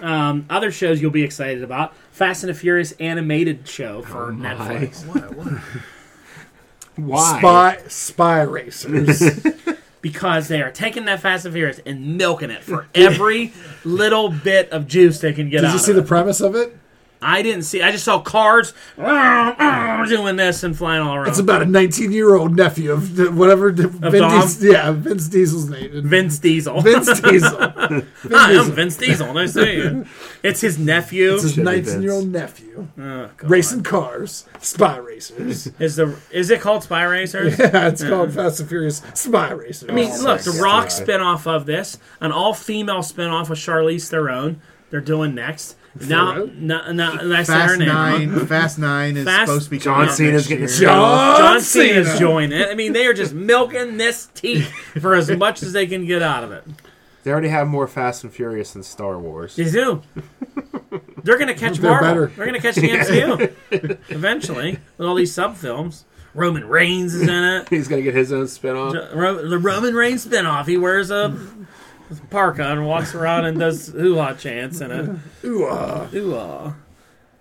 Speaker 1: Um, other shows you'll be excited about: Fast and the Furious animated show for
Speaker 2: Oh
Speaker 1: Netflix
Speaker 4: What- what-
Speaker 3: Why?
Speaker 2: Spy spy racers.
Speaker 1: because they are taking that Fast and Furious and milking it for
Speaker 2: (laughs)
Speaker 1: every little bit of juice they can get.
Speaker 2: Did
Speaker 1: out
Speaker 2: you
Speaker 1: of
Speaker 2: see
Speaker 1: it.
Speaker 2: the premise of it?
Speaker 1: I didn't see. I just saw cars (laughs) doing this and flying all around.
Speaker 2: It's about a 19 year old nephew of the- whatever. the- Vin
Speaker 1: Dom?
Speaker 2: Dies- yeah, Vince Diesel's name.
Speaker 1: Vince Diesel. (laughs)
Speaker 2: Vince Diesel.
Speaker 1: Oh,
Speaker 2: Vin
Speaker 1: Hi, I'm
Speaker 2: Diesel.
Speaker 1: Vince Diesel. Nice to meet you. It's his nephew.
Speaker 2: It's his
Speaker 3: Should be
Speaker 2: 19 year old nephew.
Speaker 1: Oh, God.
Speaker 2: Racing cars, spy racers. (laughs)
Speaker 1: Is the is it called Spy Racers?
Speaker 2: yeah, it's called Fast and Furious Spy Racers.
Speaker 1: I mean, look, the
Speaker 3: God.
Speaker 1: Rock spinoff of this, an all-female spinoff with Charlize Theron. They're doing next. Now,
Speaker 2: Theron?
Speaker 1: now, now, that's her
Speaker 4: Fast
Speaker 1: name. huh?
Speaker 4: Nine. Fast Nine is
Speaker 1: Fast-
Speaker 4: supposed to be coming
Speaker 3: John
Speaker 4: out
Speaker 3: Cena's
Speaker 4: next
Speaker 3: getting
Speaker 4: year.
Speaker 3: his
Speaker 2: John,
Speaker 1: John
Speaker 2: Cena.
Speaker 1: Cena's joining. I mean, they are just milking this teeth for as much as they can get out of it.
Speaker 3: They already have more Fast and Furious than Star Wars.
Speaker 1: They do. They're gonna catch
Speaker 2: (laughs) They're
Speaker 1: Marvel.
Speaker 2: better.
Speaker 1: They're gonna catch the
Speaker 2: (laughs)
Speaker 1: MCU eventually with all these sub films. Roman Reigns is in it.
Speaker 3: He's gonna get his own spinoff.
Speaker 1: The Ro- the Roman Reigns spinoff. He wears a parka and walks around and does hoo ha chants and a
Speaker 2: Ooh, uh,
Speaker 1: ooh ah.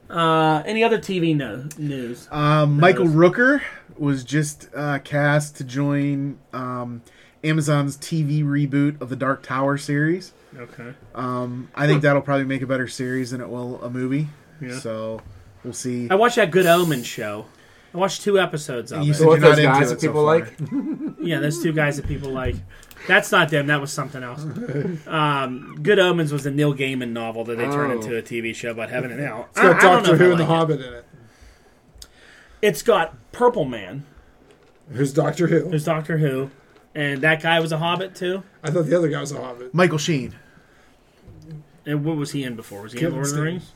Speaker 1: Uh, any other TV no- news?
Speaker 4: Um, Michael Rooker was just uh, cast to join um, Amazon's TV reboot of the Dark Tower series.
Speaker 1: Okay.
Speaker 4: Um, I think that'll probably make a better series than it will a movie.
Speaker 1: Yeah.
Speaker 4: So we'll see.
Speaker 1: I watched that Good Omen show. I watched two episodes of
Speaker 4: You
Speaker 1: it.
Speaker 4: said-
Speaker 3: So what
Speaker 4: You're not
Speaker 3: those
Speaker 4: into
Speaker 3: guys
Speaker 4: it
Speaker 3: that
Speaker 4: so
Speaker 3: people
Speaker 4: far.
Speaker 3: like?
Speaker 1: Yeah, those two guys that people like. That's not them. That was something
Speaker 2: (laughs)
Speaker 1: else. Um, Good Omens was a Neil Gaiman novel that they turned
Speaker 3: Oh.
Speaker 1: into a TV show about heaven and hell.
Speaker 2: it's got
Speaker 1: I- I don't know
Speaker 2: Doctor
Speaker 1: if I
Speaker 2: Who and The
Speaker 1: like it.
Speaker 2: Hobbit in it.
Speaker 1: It's got Purple Man,
Speaker 2: Who's Doctor Who?
Speaker 1: who's Doctor Who, and that guy was a Hobbit too.
Speaker 2: I thought the other guy was a Hobbit.
Speaker 4: Michael Sheen
Speaker 1: And what was he in before? Was he in
Speaker 2: Kevin
Speaker 1: Lord of the
Speaker 2: Steen.
Speaker 1: Rings?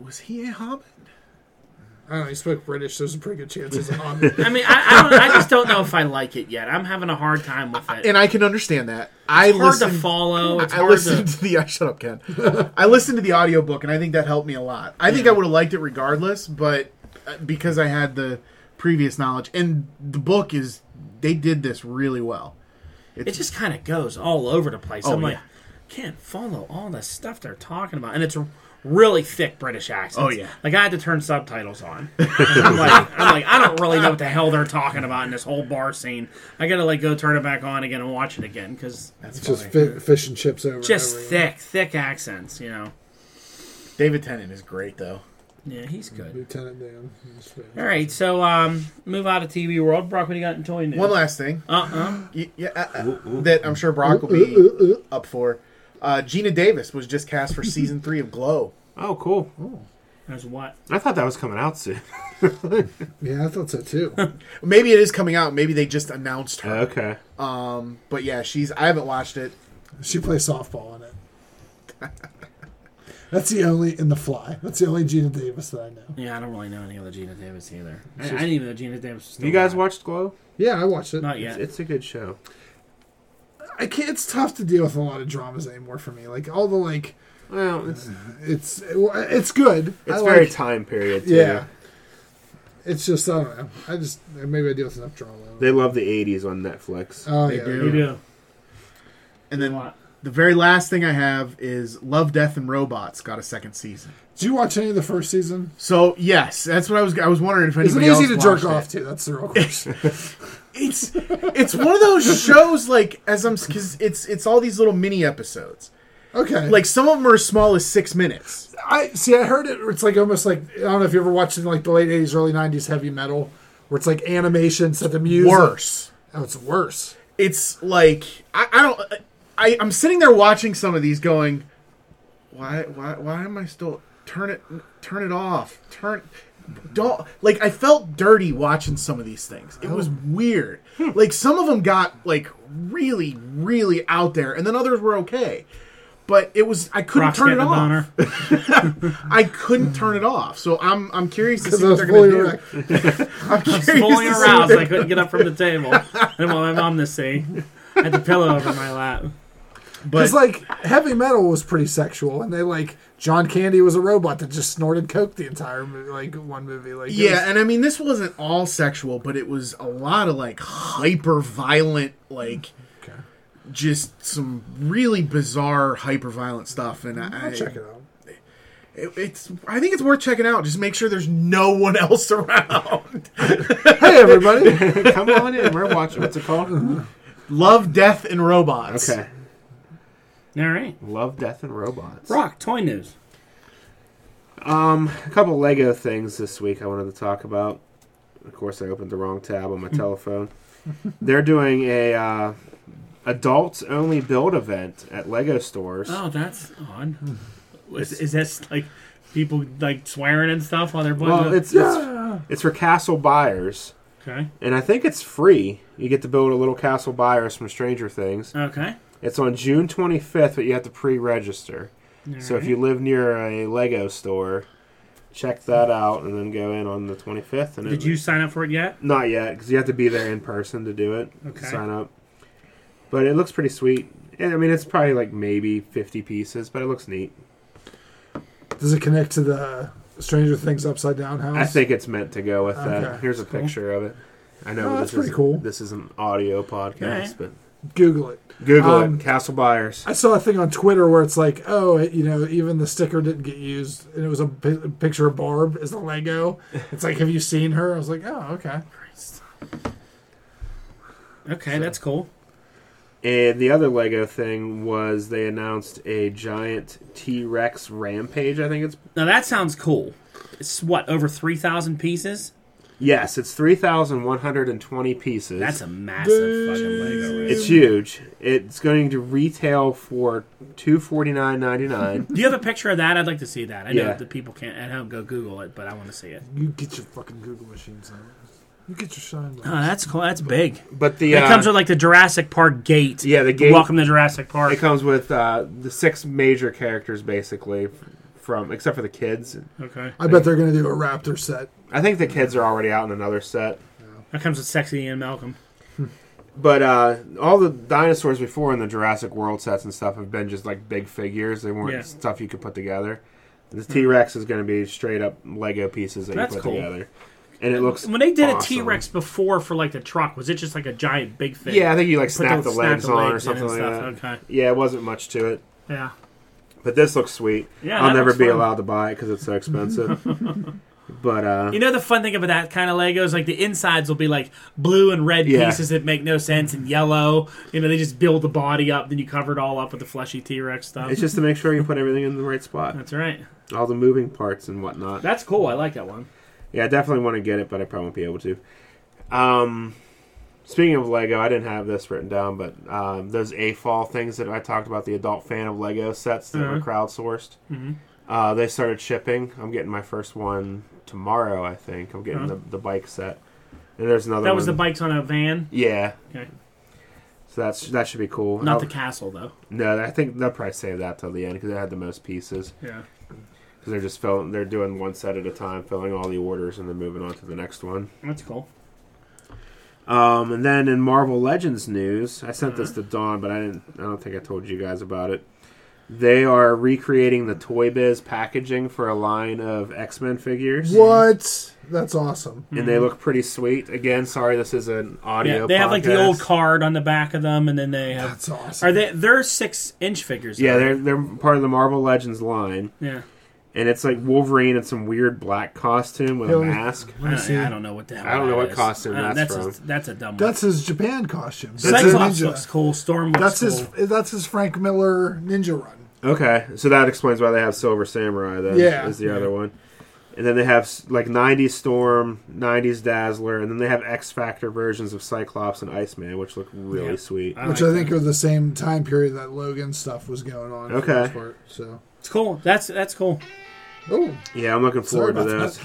Speaker 4: was he a Hobbit?
Speaker 2: I don't know. He spoke British. There's a pretty good chance (laughs) he's a Hobbit.
Speaker 1: I mean, I, I, don't, I just don't know if I like it yet. I'm having a hard time with it.
Speaker 4: And I can understand that. I
Speaker 1: It's hard to
Speaker 4: listened.
Speaker 1: follow. It's
Speaker 4: I
Speaker 1: hard
Speaker 4: listened
Speaker 1: to.
Speaker 4: to the. (laughs) Shut up, Ken.
Speaker 2: (laughs)
Speaker 4: I listened to the audiobook, and I think that helped me a lot. I think I would have liked it regardless, but uh, because I had the previous knowledge, and the book is, they did this really well.
Speaker 1: It just kind of goes all over the place.
Speaker 4: Oh,
Speaker 1: I'm like,
Speaker 4: yeah.
Speaker 1: can't follow all the stuff they're talking about, and it's really thick British accent.
Speaker 4: Oh, yeah.
Speaker 1: like I had to turn subtitles on. I'm like, I'm like, I don't really know what the hell they're talking about in this whole bar scene. I gotta like go turn it back on again and watch it again because
Speaker 4: That's
Speaker 2: It's just
Speaker 4: funny.
Speaker 2: fi- fish and chips over. and
Speaker 1: just
Speaker 2: over again.
Speaker 1: thick, thick accents. You know,
Speaker 4: David Tennant is great though.
Speaker 1: yeah, he's
Speaker 4: Mm-hmm.
Speaker 1: good.
Speaker 2: Lieutenant Dan.
Speaker 1: All right, so um, move out of TV world. Brock, what do you got in toy news?
Speaker 4: One last thing
Speaker 1: uh-uh.
Speaker 4: y- yeah, uh, uh, that I'm sure Brock will be
Speaker 2: Ooh, ooh, ooh.
Speaker 4: up for. Uh, Gina Davis was just cast for season three of Glow.
Speaker 3: Oh, cool.
Speaker 1: There's what?
Speaker 3: I thought that was coming out (laughs) soon.
Speaker 2: Yeah, I thought so too.
Speaker 4: Maybe it is coming out. Maybe they just announced her.
Speaker 3: okay.
Speaker 4: Um, but yeah, she's. I haven't watched it.
Speaker 2: She plays softball in it. (laughs) That's the only in the fly. That's the only Gina Davis that I know.
Speaker 1: Yeah, I don't really know any other Gina Davis either. I, I didn't even know Gina Davis. Was still
Speaker 3: You guys
Speaker 1: alive.
Speaker 3: watched Glow?
Speaker 2: Yeah, I watched it.
Speaker 1: Not
Speaker 3: It's,
Speaker 1: yet.
Speaker 3: it's a good show.
Speaker 2: I can't. It's tough to deal with a lot of dramas anymore for me. Like all the like,
Speaker 3: Well, it's
Speaker 2: it's it's good.
Speaker 3: it's
Speaker 2: I
Speaker 3: very
Speaker 2: like,
Speaker 3: time period. Too.
Speaker 2: yeah. It's just I don't know. I just maybe I deal with enough drama.
Speaker 3: They love the '80s on Netflix.
Speaker 2: oh
Speaker 4: They
Speaker 2: yeah,
Speaker 4: do.
Speaker 1: You do.
Speaker 4: And then
Speaker 1: What?
Speaker 4: the very last thing I have is Love, Death, and Robots got a second season.
Speaker 2: Did you watch any of the first season?
Speaker 4: So yes, that's what I was. I was wondering if
Speaker 2: Is it
Speaker 4: anybody
Speaker 2: easy to
Speaker 4: else
Speaker 2: jerk
Speaker 4: watched
Speaker 2: off
Speaker 4: it.
Speaker 2: to? That's the real
Speaker 4: (laughs)
Speaker 2: question.
Speaker 4: It's it's one of those shows like as I'm because it's it's all these little mini episodes.
Speaker 2: Okay.
Speaker 4: Like some of them are as small as six minutes.
Speaker 2: I see. I heard it. It's like almost like I don't know if you ever watched in like the late '80s, early '90s heavy metal, where it's like animation, so the music.
Speaker 4: Worse.
Speaker 2: Oh, it's worse.
Speaker 4: it's like I, I don't. I, I'm sitting there watching some of these, going, why, why, why am I still turn it, turn it off, turn. Don't like I felt dirty watching some of these things. It was weird. Like some of them got like really, really out there, and then others were okay. But it was I couldn't
Speaker 1: Brock's
Speaker 4: turn it
Speaker 1: getting a
Speaker 4: off.
Speaker 1: boner.
Speaker 4: (laughs) I couldn't turn it off. So I'm I'm
Speaker 2: (laughs)
Speaker 4: curious to see
Speaker 2: I was
Speaker 4: what they're gonna
Speaker 2: fully
Speaker 4: do.
Speaker 2: erect.
Speaker 4: I'm curious
Speaker 1: fully
Speaker 4: to see what
Speaker 1: aroused. I couldn't get up from the
Speaker 3: (laughs)
Speaker 1: table. I didn't want my mom to see. I had the pillow over my lap.
Speaker 4: But
Speaker 2: It's like heavy metal was pretty sexual, and they like John Candy was a robot that just snorted coke the entire movie, like one movie. Like it
Speaker 4: yeah,
Speaker 2: was-
Speaker 4: and I mean this wasn't all sexual, but it was a lot of like hyper violent, like just some really bizarre hyper violent stuff. And I,
Speaker 2: I'll check it out.
Speaker 4: it- it's I think it's worth checking out. Just make sure there's no one (laughs) else around.
Speaker 2: Hey
Speaker 4: (laughs)
Speaker 2: everybody,
Speaker 3: (laughs) Come on in. We're watching. What's it called?
Speaker 4: Love, death, and robots.
Speaker 3: Okay.
Speaker 1: All right.
Speaker 3: Love, Death, and Robots.
Speaker 1: Rock, toy news.
Speaker 3: Um, a couple Lego things this week I wanted to talk about. Of course, I opened the wrong tab (laughs) on my telephone. They're doing a uh, adults only build event at Lego stores.
Speaker 1: Oh, that's odd. Is, is this like people like swearing and stuff while they're playing?
Speaker 3: well,
Speaker 1: the-
Speaker 3: it's,
Speaker 2: yeah,
Speaker 3: it's it's for castle buyers,
Speaker 1: okay.
Speaker 3: and I think it's free. You get to build a little castle buyers from Stranger Things.
Speaker 1: Okay.
Speaker 3: It's on June 25th, but you have to pre-register. so if you live near a Lego store, check that out, and then go in on the 25th. And
Speaker 1: did
Speaker 3: it-
Speaker 1: you sign up for it yet?
Speaker 3: Not yet, because you have to be there in person to do it. to
Speaker 1: Okay.
Speaker 3: Sign up. But it looks pretty sweet. And I mean, it's probably like maybe 50 pieces, but it looks neat.
Speaker 2: does it connect to the Stranger Things upside down house?
Speaker 3: I think it's meant to go with
Speaker 2: Okay.
Speaker 3: that. Here's a picture of it. I know
Speaker 2: Oh,
Speaker 3: this
Speaker 2: that's pretty
Speaker 3: isn't-
Speaker 2: cool.
Speaker 3: This is an audio podcast,
Speaker 2: Google it.
Speaker 3: but Google
Speaker 2: Um,
Speaker 3: it. Castle Buyers.
Speaker 2: I saw a thing on Twitter where it's like, oh, it, you know, even the sticker didn't get used, and it was a pi- picture of Barb as the
Speaker 3: (laughs)
Speaker 2: Lego. It's like, have you seen her? I was like, oh, okay.
Speaker 1: Okay, that's cool.
Speaker 3: And the other Lego thing was they announced a giant T Rex rampage. I think it's
Speaker 1: Now that sounds cool. It's what over three thousand pieces.
Speaker 3: yes, it's three thousand one hundred and twenty pieces.
Speaker 1: That's a massive fucking Lego. Right?
Speaker 3: It's huge. It's going to retail for two forty nine
Speaker 1: (laughs)
Speaker 3: ninety nine.
Speaker 1: Do you have a picture of that? I'd like to see that. I know
Speaker 3: Yeah.
Speaker 1: the people can't at home go Google it, but I want to see it.
Speaker 2: You get your fucking Google machines on. You get your shine.
Speaker 1: Oh, that's cool. That's big.
Speaker 3: But the
Speaker 1: It
Speaker 3: uh,
Speaker 1: comes with like the Jurassic Park gate.
Speaker 3: yeah the gate
Speaker 1: Welcome to Jurassic Park.
Speaker 3: it comes with uh, the six major characters basically from except for the kids.
Speaker 1: okay.
Speaker 2: I bet they're gonna do a Raptor set.
Speaker 3: I think the kids are already out in another set.
Speaker 1: That comes with sexy and Malcolm.
Speaker 3: But uh, all the dinosaurs before in the Jurassic World sets and stuff have been just like big figures. They weren't
Speaker 1: Yeah. Hmm.
Speaker 3: stuff you could put together. The T Rex is going to be straight up Lego pieces that
Speaker 1: That's
Speaker 3: you put
Speaker 1: cool.
Speaker 3: together, and it looks
Speaker 1: When they did
Speaker 3: awesome.
Speaker 1: a T Rex before for like the truck, was it just like a giant big thing?
Speaker 3: Yeah, I think you like
Speaker 1: Put
Speaker 3: snap the,
Speaker 1: those-
Speaker 3: legs
Speaker 1: snap the
Speaker 3: on or
Speaker 1: legs in and
Speaker 3: something like
Speaker 1: stuff.
Speaker 3: that.
Speaker 1: Okay.
Speaker 3: Yeah, it wasn't much to it,
Speaker 1: Yeah.
Speaker 3: but this looks sweet.
Speaker 1: Yeah,
Speaker 3: I'll
Speaker 1: that
Speaker 3: never
Speaker 1: looks
Speaker 3: be
Speaker 1: fun.
Speaker 3: allowed to buy it because it's
Speaker 1: (laughs)
Speaker 3: so expensive. but uh,
Speaker 1: You know the fun thing about that kind of Lego is like the insides will be like blue and red
Speaker 3: Yeah.
Speaker 1: pieces that make no sense and yellow. You know they just build the body up, then you cover it all up with the fleshy T Rex stuff.
Speaker 3: it's just to make sure you put everything in the right spot,
Speaker 1: That's right.
Speaker 3: all the moving parts and whatnot.
Speaker 1: That's cool. I like that one.
Speaker 3: Yeah, I definitely want to get it, but I probably won't be able to. Um, speaking of Lego, I didn't have this written down, but um, those AFOL things that I talked about, the adult fan of Lego sets that were
Speaker 1: Mhm.
Speaker 3: crowdsourced, uh, they started shipping. I'm getting my first one tomorrow, I think. I'm getting the, the bike set. And there's another
Speaker 1: Mm-hmm. That was the
Speaker 3: one-
Speaker 1: bikes on a van.
Speaker 3: Yeah.
Speaker 1: Okay.
Speaker 3: So that's that should be cool.
Speaker 1: Not
Speaker 3: I'll-
Speaker 1: the castle though.
Speaker 3: no, I think they'll probably save that till the end because they had the most pieces.
Speaker 1: Yeah.
Speaker 3: Because they're just filling, they're doing one set at a time, filling all the orders, and then moving on to the next one.
Speaker 1: That's cool.
Speaker 3: Um, and then in Marvel Legends news, I sent
Speaker 1: Mm-hmm.
Speaker 3: this to Dawn, but I didn't. I don't think I told you guys about it. They are recreating the Toy Biz packaging for a line of X Men figures,
Speaker 2: What? That's awesome.
Speaker 3: and they look pretty sweet. Again, sorry, this is an audio.
Speaker 1: Yeah, they have like the
Speaker 3: podcast.
Speaker 1: old card on the back of them, and then they have.
Speaker 2: That's awesome.
Speaker 1: Are they? They're six inch figures.
Speaker 3: Yeah,
Speaker 1: though.
Speaker 3: they're they're part of the Marvel Legends line,
Speaker 1: Yeah.
Speaker 3: and it's like Wolverine in some weird black costume with
Speaker 2: Yeah,
Speaker 3: a
Speaker 2: we-
Speaker 3: mask.
Speaker 1: I don't,
Speaker 2: see.
Speaker 1: I don't know what the hell.
Speaker 3: I don't know
Speaker 1: that
Speaker 3: what
Speaker 1: is.
Speaker 3: costume
Speaker 1: Uh, that's
Speaker 3: that's
Speaker 1: A,
Speaker 3: from.
Speaker 1: that's a dumb. one.
Speaker 2: That's his Japan costume. That's his
Speaker 1: Cyclops looks
Speaker 2: ninja.
Speaker 1: cool. Storm looks
Speaker 2: That's his.
Speaker 1: cool.
Speaker 2: That's his Frank Miller ninja run.
Speaker 3: Okay, so that explains why they have Silver Samurai. Then
Speaker 2: Yeah.
Speaker 3: is the other one, and then they have s- like 90s Storm, 90s Dazzler, and then they have X Factor versions of Cyclops and Iceman, which look really
Speaker 1: Yeah.
Speaker 3: sweet.
Speaker 1: I
Speaker 2: which
Speaker 1: like
Speaker 2: I think
Speaker 1: that.
Speaker 2: are the same time period that Logan stuff was going on. for the
Speaker 3: Okay.
Speaker 2: most part, so
Speaker 1: it's cool. That's that's cool.
Speaker 2: oh,
Speaker 3: Yeah, I'm looking
Speaker 2: sorry
Speaker 3: forward to
Speaker 2: about
Speaker 3: those.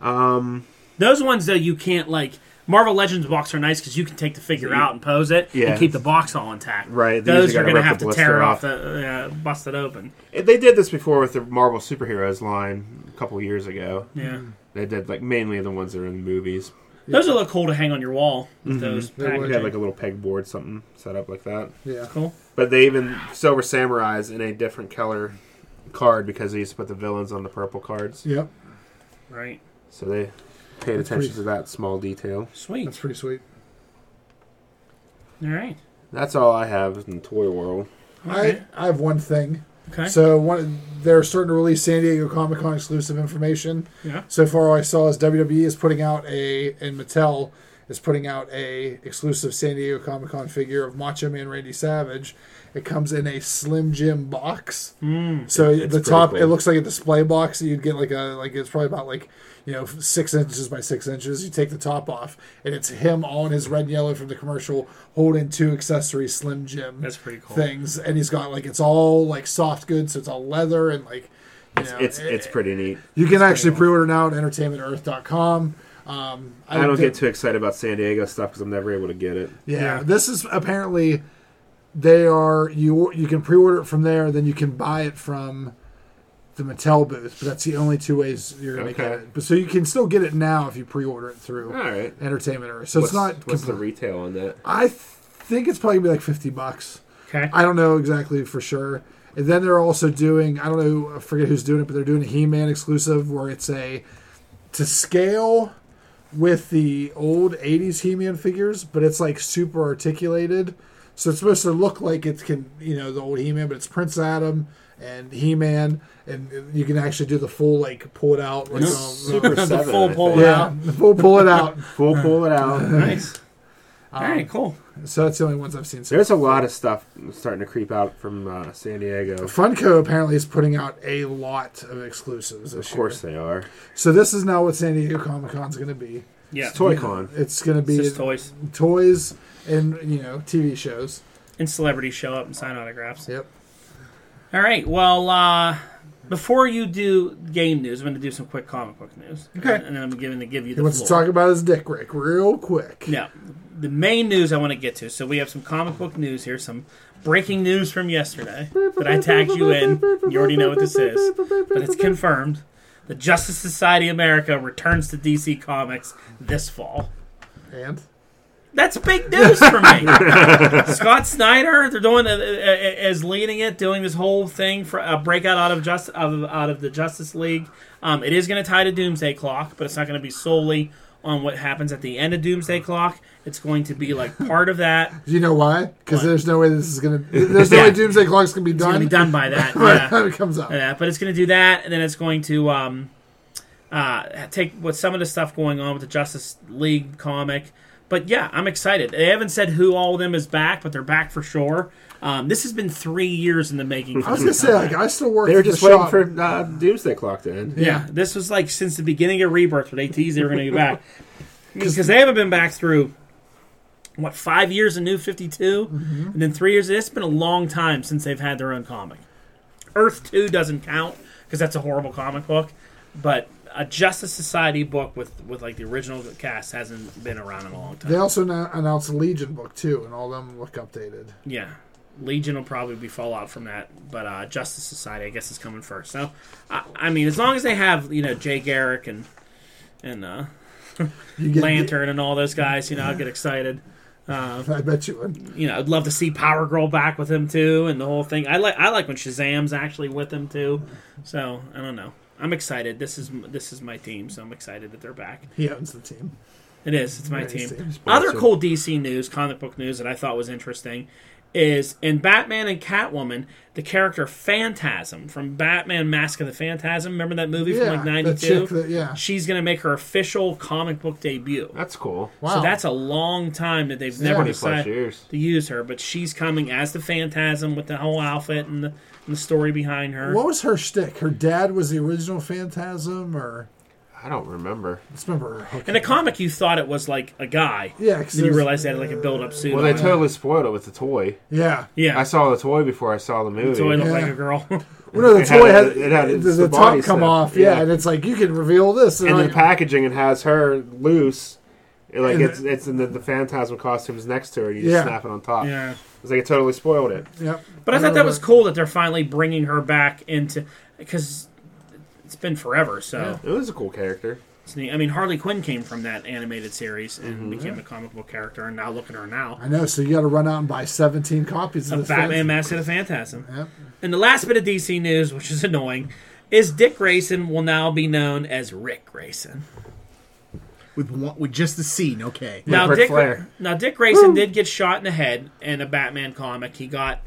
Speaker 2: that.
Speaker 3: Um,
Speaker 1: Those ones though you can't like Marvel Legends box are nice because you can take the figure out and pose it
Speaker 3: Yeah.
Speaker 1: and keep the box all intact.
Speaker 3: Right, these
Speaker 1: Those
Speaker 3: you
Speaker 1: are going
Speaker 3: gotta
Speaker 1: to
Speaker 3: rip
Speaker 1: have
Speaker 3: the
Speaker 1: to tear
Speaker 3: blister
Speaker 1: off
Speaker 3: off.
Speaker 1: the uh, bust it open.
Speaker 3: they did this before with the Marvel superheroes line a couple years ago.
Speaker 1: Yeah,
Speaker 3: They did like mainly the ones that are in the movies.
Speaker 1: those would look cool to hang on your wall.
Speaker 3: Mm-hmm.
Speaker 1: with Those
Speaker 2: They would.
Speaker 3: We
Speaker 1: packaging.
Speaker 3: had like a little pegboard, something set up like that.
Speaker 2: Yeah,
Speaker 1: cool.
Speaker 3: But they even Silver Samurai's in a different color card because they used to put the villains on the purple cards.
Speaker 2: yep,
Speaker 1: Right.
Speaker 3: So they paid
Speaker 2: That's
Speaker 3: attention
Speaker 2: pretty-
Speaker 3: to that small detail.
Speaker 2: that's
Speaker 1: Sweet.
Speaker 2: pretty sweet.
Speaker 1: All right.
Speaker 3: That's all I have in the toy world.
Speaker 1: Okay.
Speaker 2: I I have one thing.
Speaker 1: Okay.
Speaker 2: So one, they're starting to release San Diego Comic Con exclusive information.
Speaker 1: yeah.
Speaker 2: So far, all I saw is WWE is putting out a and Mattel is putting out a exclusive San Diego Comic Con figure of Macho Man Randy Savage. It comes in a Slim Jim box.
Speaker 1: Mm.
Speaker 2: So
Speaker 3: It's
Speaker 2: the
Speaker 3: pretty
Speaker 2: top,
Speaker 3: cool.
Speaker 2: it looks like a display box. that You'd get like a like it's probably about like you know six inches by six inches. You take the top off, and it's him all in his red and yellow from the commercial, holding two accessory Slim Jim
Speaker 1: That's pretty cool.
Speaker 2: things, and he's got like it's all like soft goods, so it's all leather and like you know,
Speaker 3: It's it's pretty neat.
Speaker 2: you can actually pre-order now at entertainmentearth.com. Um,
Speaker 3: I don't
Speaker 2: think-
Speaker 3: get too excited about San Diego stuff because I'm never able to get it.
Speaker 2: Yeah,
Speaker 1: Yeah.
Speaker 2: this is apparently they are you you can pre-order it from there, then you can buy it from the Mattel booth. But that's the only two ways you're going to get
Speaker 3: Okay.
Speaker 2: it. But so you can still get it now if you pre-order it through
Speaker 3: All right.
Speaker 2: Entertainment Earth. So
Speaker 3: what's,
Speaker 2: it's not.
Speaker 3: what's the
Speaker 2: complete-
Speaker 3: retail on that?
Speaker 2: I th- think it's probably gonna be like fifty bucks.
Speaker 1: Okay.
Speaker 2: I don't know exactly for sure. And then they're also doing I don't know I forget who's doing it, but they're doing a He-Man exclusive where it's a to scale with the old 80s He-Man figures, but it's like super articulated. So it's supposed to look like it can, you know, the old He-Man, but it's Prince Adam and He-Man and you can actually do the full like pull it out like um,
Speaker 3: Super
Speaker 1: the
Speaker 3: Seven,
Speaker 1: full
Speaker 3: I
Speaker 1: pull
Speaker 3: think.
Speaker 1: it
Speaker 2: yeah,
Speaker 1: out.
Speaker 2: the full pull it
Speaker 1: (laughs)
Speaker 2: out. Um,
Speaker 3: Full pull it out.
Speaker 1: Nice. All right. Cool.
Speaker 2: So that's the only ones I've seen. So
Speaker 3: (laughs) There's a lot of stuff starting to creep out from uh, San Diego.
Speaker 2: Funko apparently is putting out a lot of exclusives this
Speaker 3: Of course they are.
Speaker 2: year. So this is now what San Diego Comic Con's going to be.
Speaker 1: Yeah.
Speaker 3: It's Toy Con.
Speaker 2: It's going to
Speaker 1: It's
Speaker 2: be
Speaker 1: just toys.
Speaker 2: toys and you know TV shows.
Speaker 1: And celebrities show up and sign autographs.
Speaker 2: Yep.
Speaker 1: All right. Well, uh, before you do game news, I'm going to do some quick comic book news.
Speaker 2: Okay.
Speaker 1: And then I'm going to give you
Speaker 2: He
Speaker 1: the
Speaker 2: wants to
Speaker 1: floor.
Speaker 2: talk about his dick Rick real quick.
Speaker 1: No, the main news I want to get to. So we have some comic book news here, some breaking news from yesterday that I tagged you in. You already know what this is, but it's confirmed. The Justice Society America returns to DC Comics this fall.
Speaker 2: And
Speaker 1: That's big news for me. Scott Snyder, they're doing uh, uh, uh, is leading it, doing this whole thing for a breakout out of just out of, out of the Justice League. Um, it is going to tie to Doomsday Clock, but it's not going to be solely on what happens at the end of Doomsday Clock. It's going to be like part of that. It's
Speaker 2: do you know why? Because
Speaker 1: What?
Speaker 2: there's no way this is going to. There's
Speaker 1: (laughs)
Speaker 2: no
Speaker 1: Yeah.
Speaker 2: way Doomsday Clock's going to be
Speaker 1: going
Speaker 2: done.
Speaker 1: to be done by
Speaker 2: (laughs)
Speaker 1: that.
Speaker 2: by
Speaker 1: Yeah.
Speaker 2: the time it comes out.
Speaker 1: Yeah, but it's going to do that, and then it's going to um, uh, take what some of the stuff going on with the Justice League comic. But yeah, I'm excited. They haven't said who all of them is back, but they're back for sure. Um, this has been three years in the making. for
Speaker 2: I was
Speaker 1: this
Speaker 2: going to say
Speaker 1: comic.
Speaker 2: like I still work.
Speaker 3: They were
Speaker 2: at the
Speaker 3: just waiting
Speaker 2: shop.
Speaker 3: for uh, Doomsday Clock to end.
Speaker 1: yeah, this was like since the beginning of Rebirth where they teased they were going to be back because they haven't been back through what five years of New 52 and then three years. It's been a long time since they've had their own comic. Earth Two doesn't count because that's a horrible comic book, but a Justice Society book with with like the original cast hasn't been around in a long time.
Speaker 2: They also now announced Legion book too, and all them look updated.
Speaker 1: Yeah. Legion will probably be fallout from that, but uh, Justice Society, I guess, is coming first. So, I, I mean, as long as they have you know Jay Garrick and and uh,
Speaker 2: You get
Speaker 1: Lantern and all those guys, you know, I'll get excited. Uh,
Speaker 2: (laughs) I bet you would.
Speaker 1: you know, I'd love to see Power Girl back with him too, and the whole thing. I like I like when Shazam's actually with him too. So I don't know. I'm excited. This is this is my team, so I'm excited that they're back.
Speaker 2: He owns the team.
Speaker 1: It is. It's my team.
Speaker 2: team.
Speaker 1: Other cool DC news, comic book news that I thought was interesting is in Batman and Catwoman, the character Phantasm from Batman Mask of the Phantasm. Remember that movie
Speaker 2: Yeah,
Speaker 1: from like
Speaker 2: that chick
Speaker 1: '92?
Speaker 2: that- yeah.
Speaker 1: She's going to make her official comic book debut.
Speaker 3: That's cool.
Speaker 2: Wow.
Speaker 1: So that's a long time that they've never
Speaker 3: Twenty plus
Speaker 1: decided
Speaker 3: years.
Speaker 1: to use her, but she's coming as the Phantasm with the whole outfit and the, and the story behind her.
Speaker 2: What was her shtick? Her dad was the original Phantasm, or
Speaker 3: I don't remember.
Speaker 2: I just remember her. hooking-
Speaker 1: In the comic, you thought it was like a guy.
Speaker 2: Yeah, 'cause
Speaker 1: Then you
Speaker 2: there's-
Speaker 1: realize they had like a build-up suit.
Speaker 3: Well, they
Speaker 1: on.
Speaker 3: totally spoiled it with the toy.
Speaker 2: Yeah.
Speaker 1: yeah,
Speaker 3: I saw the toy before I saw the movie.
Speaker 1: so I look
Speaker 2: Yeah.
Speaker 1: like a girl. (laughs)
Speaker 2: Well, no, the
Speaker 3: It
Speaker 2: toy
Speaker 3: had-
Speaker 2: had,
Speaker 3: it had- it's
Speaker 2: the,
Speaker 3: the
Speaker 2: the
Speaker 3: body
Speaker 2: top come
Speaker 3: stuff.
Speaker 2: off, yeah,
Speaker 3: Yeah.
Speaker 2: and it's like you can reveal this, and,
Speaker 3: and
Speaker 2: like,
Speaker 3: the packaging, it has her loose. It, like
Speaker 2: And
Speaker 3: it's it's in the, the Phantasm costumes next to her. And you
Speaker 2: Yeah.
Speaker 3: just snap it on top.
Speaker 1: yeah.
Speaker 3: It's like it totally spoiled it.
Speaker 2: yep.
Speaker 1: But I thought that
Speaker 2: remember
Speaker 1: was cool that they're finally bringing her back into because it's been forever. So
Speaker 3: It was a cool character.
Speaker 1: it's neat. I mean, Harley Quinn came from that animated series and became a comic book character, and now look at her now.
Speaker 2: I know. So you got to run out and buy seventeen copies of
Speaker 1: The
Speaker 2: this
Speaker 1: Batman
Speaker 2: Phantasm.
Speaker 1: Mask of the Phantasm.
Speaker 2: Yep.
Speaker 1: And the last bit of DC news, which is annoying, is Dick Grayson will now be known as Rick Grayson.
Speaker 4: with one, with just the C, no K.
Speaker 1: now,
Speaker 3: Ric
Speaker 1: Dick,
Speaker 3: Flair.
Speaker 1: now Dick Grayson did get shot in the head in a Batman comic. He got,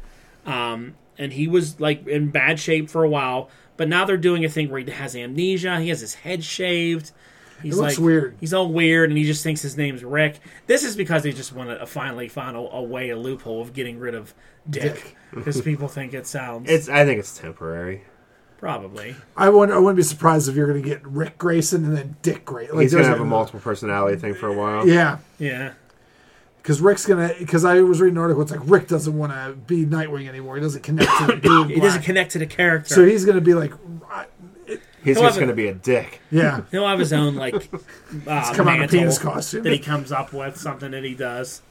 Speaker 1: um, and he was like in bad shape for a while. But now they're doing a thing where he has amnesia. He has his head shaved. He's
Speaker 2: looks
Speaker 1: like,
Speaker 2: weird.
Speaker 1: He's all weird, and he just thinks his name's Rick. This is because they just want to finally find a, a way, a loophole of getting rid of Dick, because people think it sounds
Speaker 3: It's I think it's temporary.
Speaker 1: probably.
Speaker 2: I wouldn't. I wouldn't be surprised if you're going to get Rick Grayson and then Dick Grayson. Like,
Speaker 3: He's gonna
Speaker 2: there's
Speaker 3: have a
Speaker 2: like-
Speaker 3: multiple personality thing for a while.
Speaker 2: Yeah,
Speaker 1: Yeah.
Speaker 2: because Rick's gonna. Because I was reading an article. It's like Rick doesn't want to be Nightwing anymore. He doesn't connect
Speaker 1: (coughs)
Speaker 2: to the blue and
Speaker 1: It doesn't
Speaker 2: black.
Speaker 1: connect to the character.
Speaker 2: So he's going to be like, I-
Speaker 3: He's
Speaker 1: He'll
Speaker 3: just
Speaker 1: have a-
Speaker 3: gonna be a dick.
Speaker 2: yeah,
Speaker 1: He'll have his own
Speaker 2: (laughs)
Speaker 1: like uh,
Speaker 2: come out in a
Speaker 1: mantle
Speaker 2: penis costume.
Speaker 1: that he comes up with something that he does.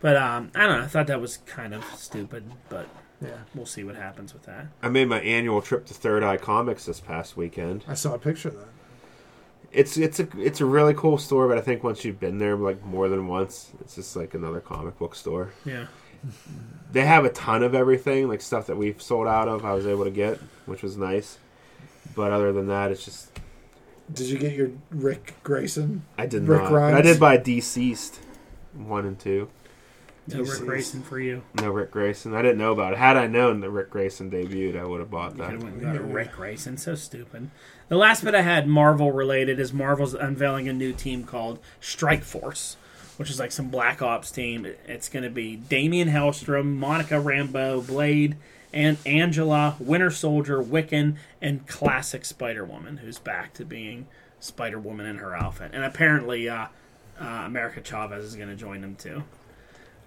Speaker 1: But um, I don't know. I thought that was kind of stupid, but
Speaker 2: yeah.
Speaker 1: we'll see what happens with that.
Speaker 3: I made my annual trip to Third Eye Comics this past weekend.
Speaker 2: I saw a picture of that.
Speaker 3: It's it's a it's a really cool store, but I think once you've been there like more than once, it's just like another comic book store.
Speaker 1: Yeah,
Speaker 3: They have a ton of everything, like stuff that we've sold out of. I was able to get, which was nice. But other than that, it's just
Speaker 2: Did you get your Rick Grayson?
Speaker 3: I did
Speaker 2: Rick
Speaker 3: not. but I
Speaker 2: Grimes?
Speaker 3: did buy Deceased one and two.
Speaker 1: no Rick Grayson for you.
Speaker 3: No Rick Grayson. I didn't know about it. Had I known that Rick Grayson debuted, I would have bought
Speaker 1: I
Speaker 3: that.
Speaker 1: went and got a Rick Grayson. So stupid. The last bit I had Marvel related is Marvel's unveiling a new team called Strike Force, which is like some Black Ops team. It's going to be Damian Hellstrom, Monica Rambeau, Blade, and Angela, Winter Soldier, Wiccan, and classic Spider Woman, who's back to being Spider Woman in her outfit. And apparently, uh, uh, America Chavez is going to join them too.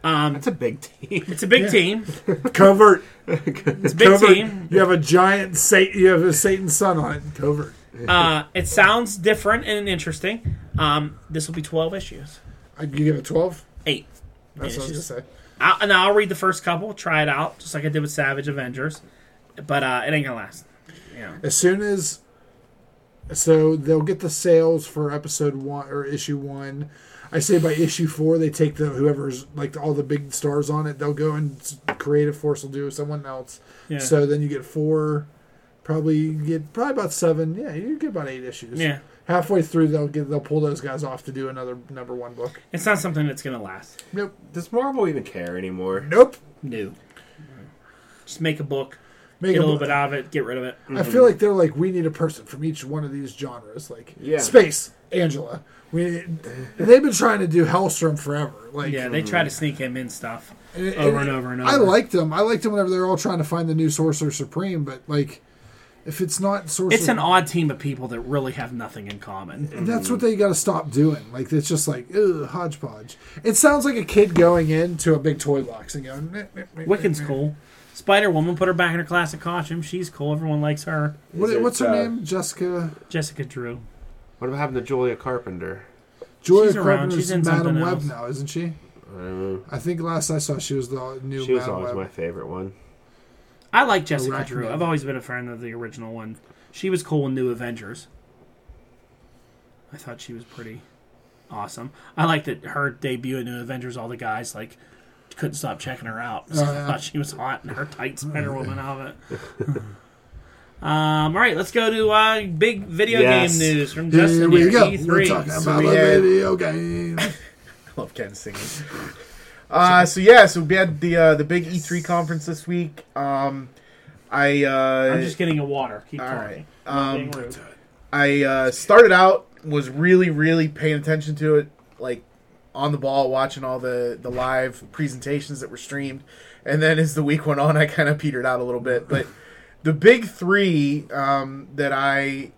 Speaker 3: That's a big team.
Speaker 1: It's a big team.
Speaker 2: Covert.
Speaker 1: It's a big
Speaker 2: Covert.
Speaker 1: team.
Speaker 2: You have a giant Satan. You have a Satan sun on it. Covert.
Speaker 1: Uh, it sounds different and interesting. Um, this will be 12 issues.
Speaker 2: I, you give it twelve.
Speaker 1: Eight.
Speaker 2: That's what I was
Speaker 1: Issues.
Speaker 2: gonna say.
Speaker 1: I'll, and I'll read the first couple, try it out, just like I did with Savage Avengers. But uh, it ain't going to last.
Speaker 2: As soon as, so they'll get the sales for episode one or issue one. I say by issue four, they take the whoever's like all the big stars on it. They'll go and s- creative force will do someone else.
Speaker 1: Yeah.
Speaker 2: So then you get four, probably you get probably about seven. Yeah, you get about eight issues.
Speaker 1: Yeah.
Speaker 2: Halfway through, they'll get they'll pull those guys off to do another number one book.
Speaker 1: It's not something that's going to last.
Speaker 2: Nope.
Speaker 3: Does Marvel even care anymore?
Speaker 2: Nope.
Speaker 1: No. Just make a book,
Speaker 2: Make
Speaker 1: get a
Speaker 2: them-
Speaker 1: little bit out of it, get rid of it.
Speaker 2: I feel like they're like we need a person from each one of these genres. Like
Speaker 3: Yeah.
Speaker 2: space, Angela. We and they've been trying to do Hellstrom forever. Like
Speaker 1: Yeah, they try to sneak him in stuff
Speaker 2: and-
Speaker 1: over and over and over.
Speaker 2: I liked them. I liked them whenever they're all trying to find the new Sorcerer Supreme. But like, if it's not Sorcerer,
Speaker 1: It's an odd team of people that really have nothing in common.
Speaker 2: that's what they got to stop doing. Like it's just like ugh, hodgepodge. It sounds like a kid going into a big toy box and going. "Meh, meh, meh,
Speaker 1: Wiccan's
Speaker 2: meh, meh."
Speaker 1: cool. Spider Woman put her back in her classic costume. She's cool. Everyone likes her.
Speaker 2: What,
Speaker 3: Is it,
Speaker 2: what's her
Speaker 3: uh,
Speaker 2: name? Jessica.
Speaker 1: Jessica Drew.
Speaker 3: What about having the Julia Carpenter?
Speaker 2: Joy
Speaker 1: She's around. She's
Speaker 2: Carpenter's
Speaker 1: in
Speaker 2: Madam
Speaker 1: something
Speaker 2: Web
Speaker 1: else.
Speaker 2: now, isn't she?
Speaker 3: I don't know.
Speaker 2: I think last I saw, she was the new.
Speaker 3: She was
Speaker 2: Madam
Speaker 3: always
Speaker 2: Web.
Speaker 3: my favorite one.
Speaker 1: I like Jessica
Speaker 2: Arachnid.
Speaker 1: Drew. I've always been a fan of the original one. She was cool in New Avengers. I thought she was pretty awesome. I liked that her debut in New Avengers. All the guys like couldn't stop checking her out. (laughs) So
Speaker 2: Oh, yeah. Oh,
Speaker 1: I thought she was hot in her tight Spider Woman outfit. um, all right, let's go to uh, big video
Speaker 3: Yes.
Speaker 1: game news from
Speaker 2: Here
Speaker 1: Justin E
Speaker 2: we
Speaker 1: here,
Speaker 2: go.
Speaker 1: E3.
Speaker 2: We're talking about
Speaker 4: So we
Speaker 2: the
Speaker 4: had-
Speaker 2: video game.
Speaker 4: (laughs) love Ken singing. Uh, so yeah, so we had the uh, the big E3 conference this week. Um, I uh,
Speaker 1: I'm just getting a water. Keep
Speaker 4: all
Speaker 1: talking.
Speaker 4: right.
Speaker 1: I'm
Speaker 4: Um,
Speaker 1: being rude.
Speaker 4: I uh, started out was really really paying attention to it, like on the ball, watching all the the live presentations that were streamed, and then as the week went on, I kind of petered out a little bit. But the big three um, that I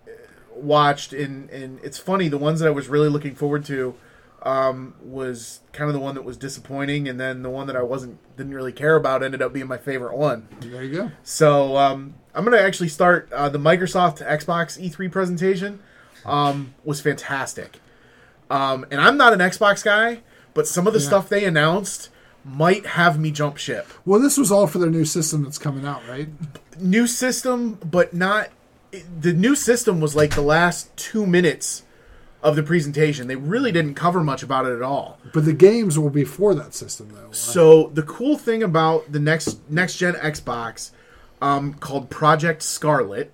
Speaker 4: watched, and and it's funny, the ones that I was really looking forward to um, was kind of the one that was disappointing, and then the one that I wasn't didn't really care about ended up being my favorite one.
Speaker 2: There you go.
Speaker 4: So um, I'm going to actually start uh, the Microsoft Xbox E3 presentation. Um, was fantastic, um, and I'm not an Xbox guy, but some of the stuff they announced might have me jump ship.
Speaker 2: Well, this was all for their new system that's coming out, right?
Speaker 4: New system, but not the new system was like the last two minutes of the presentation. They really didn't cover much about it at all.
Speaker 2: But the games will be for that system, though.
Speaker 4: So the cool thing about the next next gen Xbox, um, called Project Scarlet,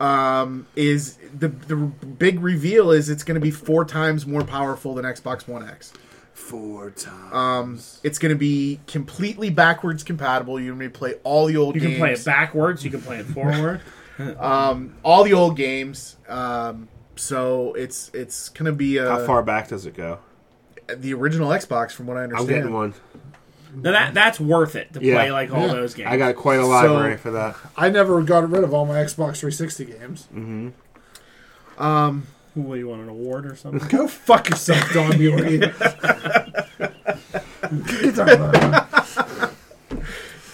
Speaker 4: um, is the the big reveal is it's going to be four times more powerful than Xbox One X. Um,
Speaker 2: Four times.
Speaker 4: It's going to be completely backwards compatible. You're going to play all the old
Speaker 1: You
Speaker 4: games.
Speaker 1: can play it backwards. You can play it
Speaker 2: (laughs)
Speaker 1: forward.
Speaker 4: all the old games. Um, so it's it's going to be
Speaker 3: How
Speaker 4: uh,
Speaker 3: far back does it go?
Speaker 4: the original Xbox, from what I
Speaker 3: I'm
Speaker 4: understand.
Speaker 3: getting one.
Speaker 1: now that that's worth it to
Speaker 3: Yeah.
Speaker 1: play like all
Speaker 2: Yeah.
Speaker 1: those games.
Speaker 3: I got quite a library for that.
Speaker 2: I never got rid of all my Xbox 360 games.
Speaker 3: Mm.
Speaker 1: What, you want an award or something?
Speaker 2: Go fuck yourself, Don Muir.
Speaker 4: (laughs)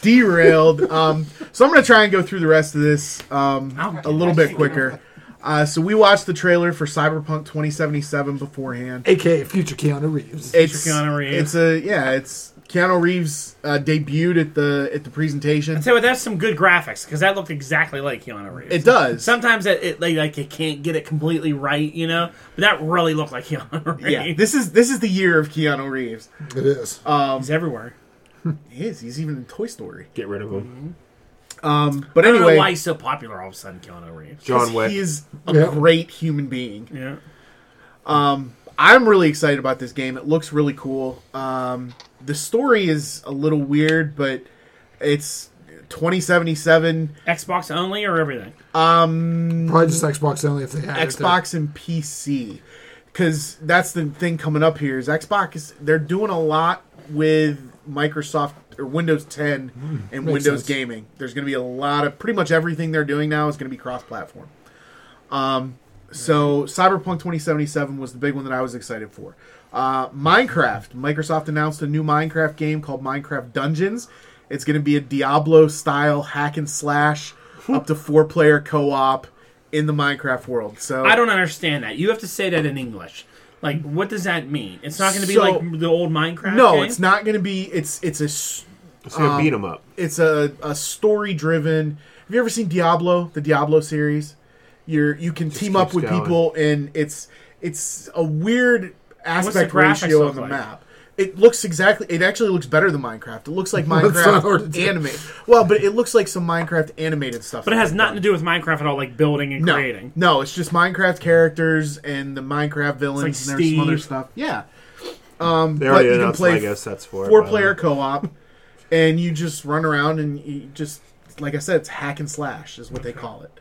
Speaker 4: derailed. Um, so I'm going to try and go through the rest of this um,
Speaker 1: I'll
Speaker 4: a little bit quicker. Uh, so we watched the trailer for Cyberpunk 2077 beforehand.
Speaker 2: AKA future Keanu Reeves.
Speaker 4: It's
Speaker 1: Keanu Reeves.
Speaker 4: It's a yeah. It's Keanu Reeves uh, debuted at the at the presentation.
Speaker 1: (laughs) So that's some good graphics because that looked exactly like Keanu Reeves.
Speaker 4: It does.
Speaker 1: Sometimes it, it like, like it can't get it completely right, you know. But that really looked like Keanu (laughs) Reeves.
Speaker 4: yeah. This is this is the year of Keanu Reeves.
Speaker 2: It is.
Speaker 1: He's everywhere.
Speaker 4: He is. He's even in Toy Story.
Speaker 3: Get rid of him.
Speaker 4: Um, but
Speaker 1: I don't know
Speaker 4: anyway,
Speaker 1: why he's so popular all of a sudden, Keanu Reeves.
Speaker 3: John Wick.
Speaker 4: he is a
Speaker 2: Yeah.
Speaker 4: great human being.
Speaker 1: Yeah.
Speaker 4: I'm really excited about this game. It looks really cool. Um, the story is a little weird, but it's 2077
Speaker 1: Xbox only or everything?
Speaker 2: Probably just Xbox only if they had it.
Speaker 4: Xbox and PC. Because that's the thing coming up here is Xbox. is- They're doing a lot with Microsoft or Windows 10 and
Speaker 2: Hmm, makes
Speaker 4: Windows
Speaker 2: sense.
Speaker 4: gaming. There's going to be a lot of pretty much everything they're doing now is going to be cross-platform. So Cyberpunk 2077 was the big one that I was excited for. Uh, Minecraft. Microsoft announced a new Minecraft game called Minecraft Dungeons. It's going to be a Diablo-style hack and slash, up to four-player co-op in the Minecraft world. So
Speaker 1: I don't understand that. You have to say that in English. Like, what does that mean? It's not going to be
Speaker 4: So-
Speaker 1: like the old Minecraft.
Speaker 4: No,
Speaker 1: game?
Speaker 4: it's not going to be. It's it's a s-
Speaker 3: It's gonna
Speaker 4: um,
Speaker 3: beat him up.
Speaker 4: it's a, a story driven. Have you ever seen Diablo? The Diablo series. You're you can team up
Speaker 3: keeps
Speaker 4: with
Speaker 3: going.
Speaker 4: people, and it's it's a weird aspect
Speaker 1: graphics
Speaker 4: ratio
Speaker 1: look
Speaker 4: on the
Speaker 1: like?
Speaker 4: map. It looks exactly. It actually looks better than Minecraft. It looks like
Speaker 3: (laughs)
Speaker 2: not hard
Speaker 4: Minecraft
Speaker 2: to do.
Speaker 4: animated. Well, but it looks like some Minecraft animated stuff.
Speaker 1: But it has nothing to do with Minecraft at all, like building and
Speaker 4: no,
Speaker 1: creating.
Speaker 4: no. It's just Minecraft characters and the Minecraft villains,
Speaker 1: It's like
Speaker 4: and there's some other
Speaker 1: Steve.
Speaker 4: stuff. Yeah,
Speaker 3: They
Speaker 4: but
Speaker 3: already
Speaker 4: you can
Speaker 3: announced
Speaker 4: play
Speaker 3: Lego sets for it.
Speaker 4: four
Speaker 3: by the
Speaker 4: player
Speaker 3: way.
Speaker 4: co
Speaker 3: (laughs)
Speaker 4: op, and you just run around and you just like I said, it's hack and slash is what they call it.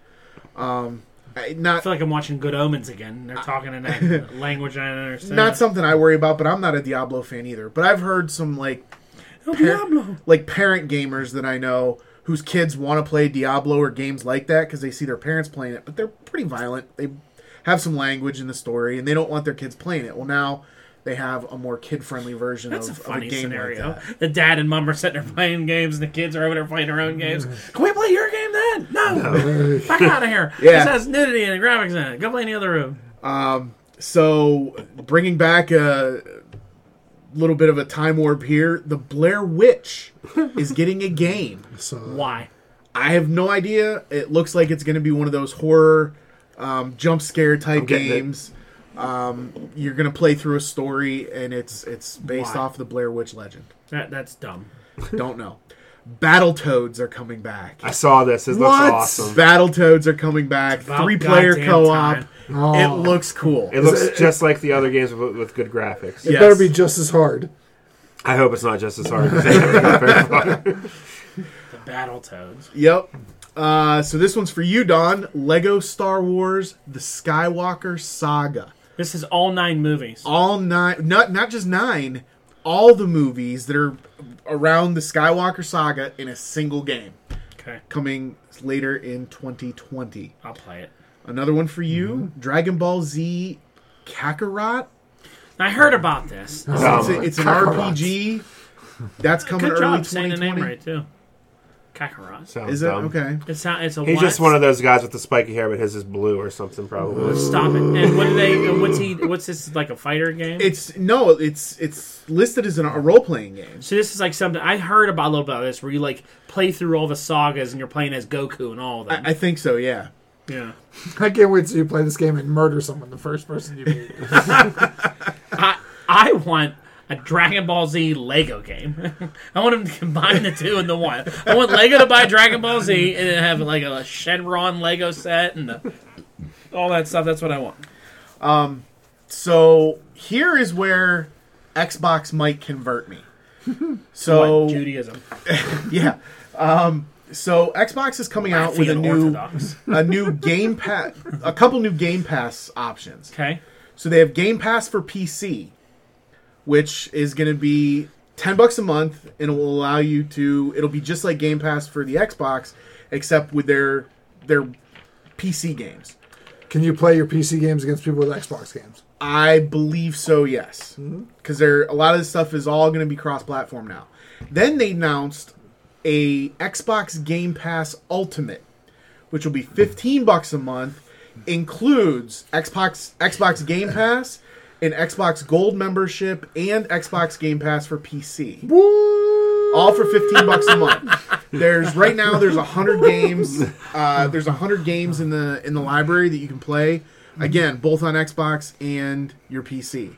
Speaker 4: Um, I-
Speaker 1: I
Speaker 4: not
Speaker 1: feel like I'm watching Good Omens again. They're talking in that
Speaker 4: (laughs)
Speaker 1: language I don't understand.
Speaker 4: not something I worry about, but I'm not a Diablo fan either. But I've heard some like
Speaker 1: Oh,
Speaker 4: par-
Speaker 1: Diablo.
Speaker 4: like parent gamers that I know whose kids want to play Diablo or games like that because they see their parents playing it, but they're pretty violent. They have some language in the story, and they don't want their kids playing it. Well, now they have a more kid friendly version
Speaker 1: That's a
Speaker 4: of, of a
Speaker 1: funny
Speaker 4: game
Speaker 1: scenario.
Speaker 4: like that.
Speaker 1: the dad and mom are sitting there playing games, and the kids are over there playing their own games. Can we play your game then? No, (laughs) back out of here.
Speaker 4: Yeah.
Speaker 1: This has nudity and graphics in it. Go play in the other room.
Speaker 4: So, bringing back a little bit of a time warp here, the Blair Witch is getting a game.
Speaker 2: So,
Speaker 1: Why?
Speaker 4: I have no idea. It looks like it's going to be one of those horror um, jump scare type
Speaker 3: getting it.
Speaker 4: games. Um, you're going to play through a story, and it's it's based
Speaker 1: Why?
Speaker 4: off the Blair Witch legend.
Speaker 1: That that's dumb.
Speaker 4: Don't know. Battletoads are coming back.
Speaker 3: I saw this. This
Speaker 2: What?
Speaker 3: looks awesome.
Speaker 4: Battletoads are coming back.
Speaker 1: about
Speaker 4: Three player
Speaker 1: goddamn
Speaker 4: co op.
Speaker 1: time.
Speaker 4: It looks cool.
Speaker 3: It looks just like the other games with, with good graphics.
Speaker 2: It
Speaker 4: Yes.
Speaker 2: better be just as hard.
Speaker 3: I hope it's not just as hard. (laughs) as
Speaker 1: The Battletoads.
Speaker 4: Yep. Uh, so this one's for you, Don. Lego Star Wars: The Skywalker Saga.
Speaker 1: This is all nine movies.
Speaker 4: All nine, not not just nine, all the movies that are around the Skywalker Saga in a single game.
Speaker 1: Okay,
Speaker 4: Coming later in 2020.
Speaker 1: I'll play it.
Speaker 4: Another one for you:
Speaker 3: Mm-hmm.
Speaker 4: Dragon Ball Z Kakarot.
Speaker 1: I heard about this.
Speaker 4: It's, a-
Speaker 3: um,
Speaker 4: it's an
Speaker 2: Kakarot.
Speaker 4: RPG. That's coming
Speaker 1: Good
Speaker 4: early
Speaker 1: job saying the name
Speaker 4: 2020.
Speaker 1: right too. Kakarot.
Speaker 3: sounds
Speaker 4: Is it
Speaker 3: dumb.
Speaker 4: okay?
Speaker 1: It's not. It's a.
Speaker 3: He's
Speaker 1: what?
Speaker 3: just one of those guys with the spiky hair, but his is blue or something, probably.
Speaker 1: Stop it. And what do they? and What's he? What's this? Like a fighter game?
Speaker 4: It's no, it's it's listed as an, a role playing game.
Speaker 1: So this is like something I heard about a little bit about this, where you like play through all the sagas and you're playing as Goku and all of them.
Speaker 4: I, I think so. Yeah.
Speaker 1: yeah,
Speaker 2: I can't wait till you play this game and murder someone, the first person you
Speaker 3: (laughs)
Speaker 2: meet.
Speaker 1: I I want a Dragon Ball Z Lego game. (laughs) I want them to combine the two into one. I want Lego to buy Dragon Ball Z and then have like a Shenron Lego set and the, all that stuff. That's what I want.
Speaker 4: So here is where Xbox might
Speaker 1: (laughs)
Speaker 4: convert me. So Oh.
Speaker 1: What, Judaism.
Speaker 4: (laughs) yeah. Um, so Xbox is coming out with a
Speaker 1: Being
Speaker 4: new
Speaker 1: Orthodox.
Speaker 4: (laughs) a new Game Pass, a couple new Game Pass options.
Speaker 1: Okay.
Speaker 4: So they have Game Pass for PC, which is going to be ten bucks a month, and it will allow you to. It'll be just like Game Pass for the Xbox, except with their their PC games.
Speaker 2: Can you play your PC games against people with Xbox games?
Speaker 4: I believe so, yes. Because there a lot of this stuff is all going to be cross-platform now. Then they announced a Xbox Game Pass Ultimate, which will be 15 bucks a month, includes Xbox Xbox Game Pass, an Xbox Gold membership, and Xbox Game Pass for PC. All for 15 bucks a month. There's right now there's 100 games. Uh, there's 100 games in the in the library that you can play. Again, both on Xbox and your PC.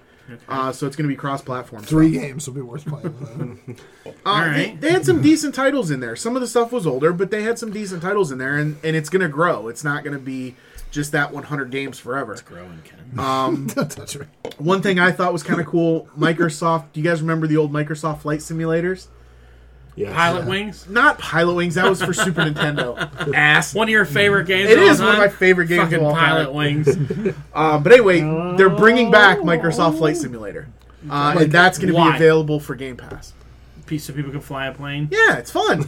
Speaker 4: Uh, so it's going to be cross-platform.
Speaker 2: Three games will be
Speaker 1: (laughs)
Speaker 2: worth playing. Though.
Speaker 4: Uh,
Speaker 1: right.
Speaker 4: they, they had some decent titles in there. Some of the stuff was older, but they had some decent titles in there, and, and it's going to grow. It's not going to be just that 100 games forever.
Speaker 1: Growing Ken.
Speaker 4: Ah.
Speaker 2: Don't touch (laughs) me.
Speaker 4: One thing I thought was kind of cool Microsoft, do you guys remember the old Microsoft flight simulators?
Speaker 3: Yes.
Speaker 1: Pilot Wings.
Speaker 4: Not Pilot Wings, that was for Super
Speaker 1: (laughs)
Speaker 4: Nintendo. Ass.
Speaker 1: One of your favorite games.
Speaker 4: It
Speaker 1: of all
Speaker 4: is one of
Speaker 1: time?
Speaker 4: my favorite games
Speaker 1: Fucking
Speaker 4: of all
Speaker 1: Pilot
Speaker 4: time.
Speaker 1: Wings.
Speaker 4: Um, but anyway, they're bringing back Microsoft Flight Simulator. Uh, and that's going to
Speaker 1: why?
Speaker 4: be available for Game Pass.
Speaker 1: Piece so people can fly a plane.
Speaker 4: Yeah, it's fun.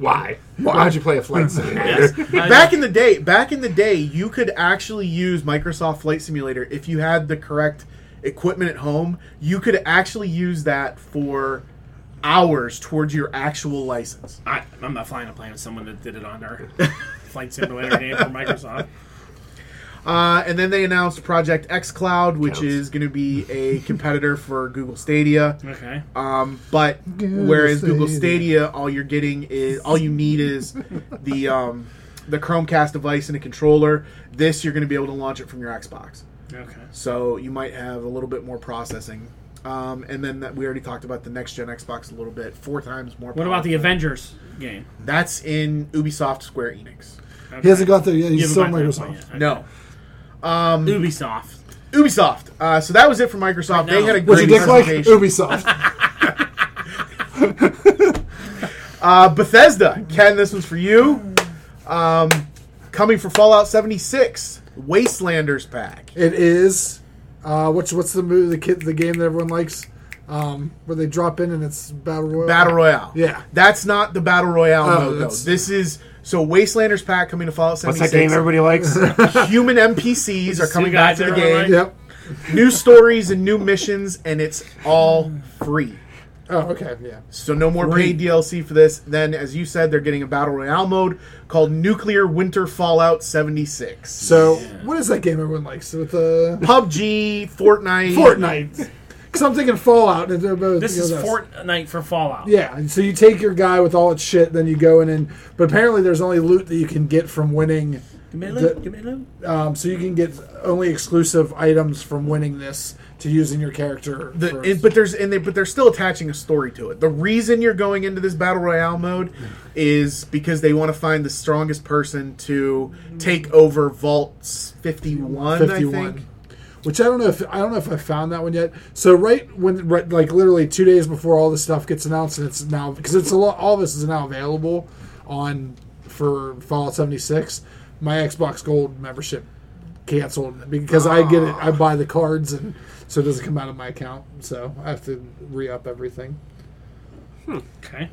Speaker 3: Why?
Speaker 2: Why would you play a
Speaker 1: Hmm.
Speaker 2: flight simulator?
Speaker 1: Yes. I-
Speaker 4: back in the day, back in the day, you could actually use Microsoft Flight Simulator if you had the correct equipment at home. You could actually use that for hours towards your actual license.
Speaker 1: I, I'm not flying a plane with someone that did it on their (laughs) flight simulator game for Microsoft.
Speaker 4: Uh, and then they announced Project X Cloud, which
Speaker 3: Counts.
Speaker 4: is going to be a (laughs) competitor for Google Stadia.
Speaker 1: Okay.
Speaker 4: Um, but
Speaker 2: Google
Speaker 4: whereas Google
Speaker 2: Stadia.
Speaker 4: Stadia, all you're getting is all you need is the um, the Chromecast device and a controller. This you're going to be able to launch it from your Xbox.
Speaker 1: Okay.
Speaker 4: so you might have a little bit more processing. Um, and then that, we already talked about the next gen Xbox a little bit, four times more.
Speaker 1: What about the
Speaker 4: powerful.
Speaker 1: Avengers game?
Speaker 4: That's in Ubisoft Square Enix.
Speaker 1: Okay.
Speaker 2: He hasn't got there yet.
Speaker 1: You
Speaker 2: He's
Speaker 1: haven't
Speaker 2: still
Speaker 1: got that one
Speaker 2: Microsoft.
Speaker 1: yet.
Speaker 4: No,
Speaker 1: Okay. Ubisoft.
Speaker 4: Ubisoft. Uh, so that was it for Microsoft. They
Speaker 1: now.
Speaker 4: had a
Speaker 2: What's
Speaker 4: great
Speaker 2: your dick like?
Speaker 4: presentation.
Speaker 1: (laughs)
Speaker 2: Ubisoft.
Speaker 4: Uh, Bethesda. Ken, this one's for you. Um, coming for Fallout 76, Wastelanders pack.
Speaker 2: It is. Uh, what's what's the movie, the kid the game that everyone likes, um, where they drop in and it's battle royale.
Speaker 4: Battle Royale.
Speaker 2: Yeah.
Speaker 4: that's not the Battle Royale
Speaker 2: Oh,
Speaker 4: mode though.
Speaker 2: that's-
Speaker 4: This is so Wastelanders pack coming to Fallout
Speaker 3: What's
Speaker 4: 76.
Speaker 3: that game everybody (laughs) likes?
Speaker 4: Human NPCs
Speaker 1: (laughs)
Speaker 4: are coming back
Speaker 1: guys
Speaker 4: to the
Speaker 1: that are
Speaker 4: game.
Speaker 1: like-
Speaker 2: Yep.
Speaker 4: new stories and new missions, and it's all free.
Speaker 2: Oh, okay. Yeah.
Speaker 4: So no more paid DLC for this. Then, as you said, they're getting a battle royale mode called Nuclear Winter Fallout 76.
Speaker 2: So what is that game everyone likes with the
Speaker 4: PUBG, Fortnite,
Speaker 2: Fortnite? Because I'm thinking Fallout. and they're both-
Speaker 1: This
Speaker 2: you know,
Speaker 1: is
Speaker 2: that's-
Speaker 1: Fortnite for Fallout.
Speaker 2: Yeah, and so you take your guy with all its shit, then you go in and. But apparently, there's only loot that you can get from winning.
Speaker 1: Give me a
Speaker 2: The-
Speaker 1: loot. Give me a loot.
Speaker 2: Um, so you can get only exclusive items from winning this to using your character.
Speaker 4: The,
Speaker 2: for-
Speaker 4: it, but there's and they but they're still attaching a story to it. The reason you're going into this battle royale mode is because they want to find the strongest person to take over Vault 51, I
Speaker 2: 51
Speaker 4: think.
Speaker 2: which i don't know if i don't know if i found that one yet so right when right, like literally two days before all this stuff gets announced and it's now because it's a lot all this is now available on for fallout 76 my xbox gold membership canceled because i get it i buy the cards and so it doesn't come out of my account so i have to re-up everything
Speaker 1: Okay.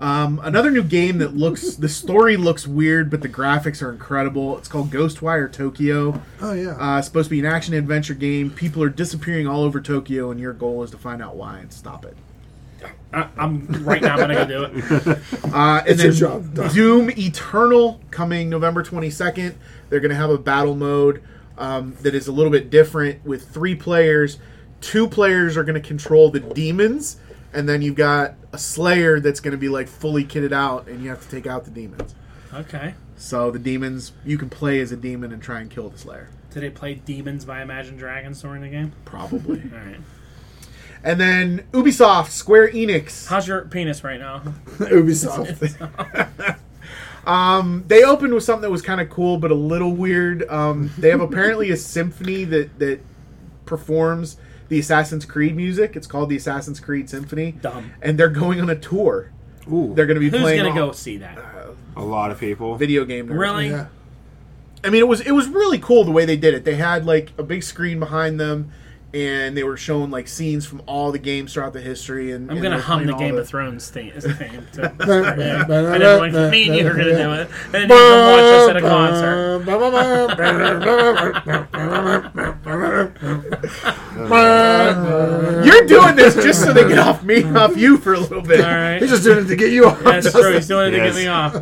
Speaker 4: Um, another new game that looks the story looks weird, but the graphics are incredible. It's called Ghostwire Tokyo.
Speaker 2: oh yeah
Speaker 4: Uh, it's supposed to be an action adventure game. People are disappearing all over Tokyo, and your goal is to find out why and stop it.
Speaker 1: I, I'm right now. I'm gonna go do it.
Speaker 4: Uh, and
Speaker 2: It's
Speaker 4: then
Speaker 2: your job, done.
Speaker 4: Doom Eternal coming November 22nd. They're going to have a battle mode um, that is a little bit different with three players. Two players are going to control the demons, and then you've got a Slayer that's going to be like fully kitted out, and you have to take out the demons.
Speaker 1: Okay.
Speaker 4: So the demons, you can play as a demon and try and kill the Slayer,
Speaker 1: Did they play Demons by Imagine Dragons during the game?
Speaker 4: probably.
Speaker 1: All right.
Speaker 4: (laughs) and then Ubisoft, Square Enix.
Speaker 1: How's your penis right now?
Speaker 2: Uh, ubisoft
Speaker 4: they opened with something that was kind of cool but a little weird. Um, they have apparently a symphony that that performs the Assassin's Creed music. It's called the Assassin's Creed Symphony.
Speaker 1: Dumb.
Speaker 4: And they're going on a tour.
Speaker 3: Ooh,
Speaker 4: They're going to be
Speaker 1: Who's
Speaker 4: playing
Speaker 1: gonna go see that?
Speaker 3: a lot of people.
Speaker 4: video game. nerds.
Speaker 1: Really?
Speaker 2: (laughs) yeah
Speaker 4: I mean, it was it was really cool the way they did it. They had like a big screen behind them. And they were showing like scenes from all the games throughout the history, and
Speaker 1: I'm
Speaker 4: and
Speaker 1: gonna
Speaker 4: they're
Speaker 1: hum
Speaker 4: playing
Speaker 1: the
Speaker 4: all
Speaker 1: Game of Thrones theme. theme
Speaker 2: (laughs)
Speaker 1: to, I didn't want to, me and you were gonna do (laughs)
Speaker 2: yeah
Speaker 1: it. I didn't even watch us at a concert.
Speaker 4: (laughs) You're doing this just so they get
Speaker 1: (laughs)
Speaker 4: off me, off you for a little bit.
Speaker 1: All right.
Speaker 2: He's just doing it to get you off.
Speaker 1: That's true. He's doing it to get me off.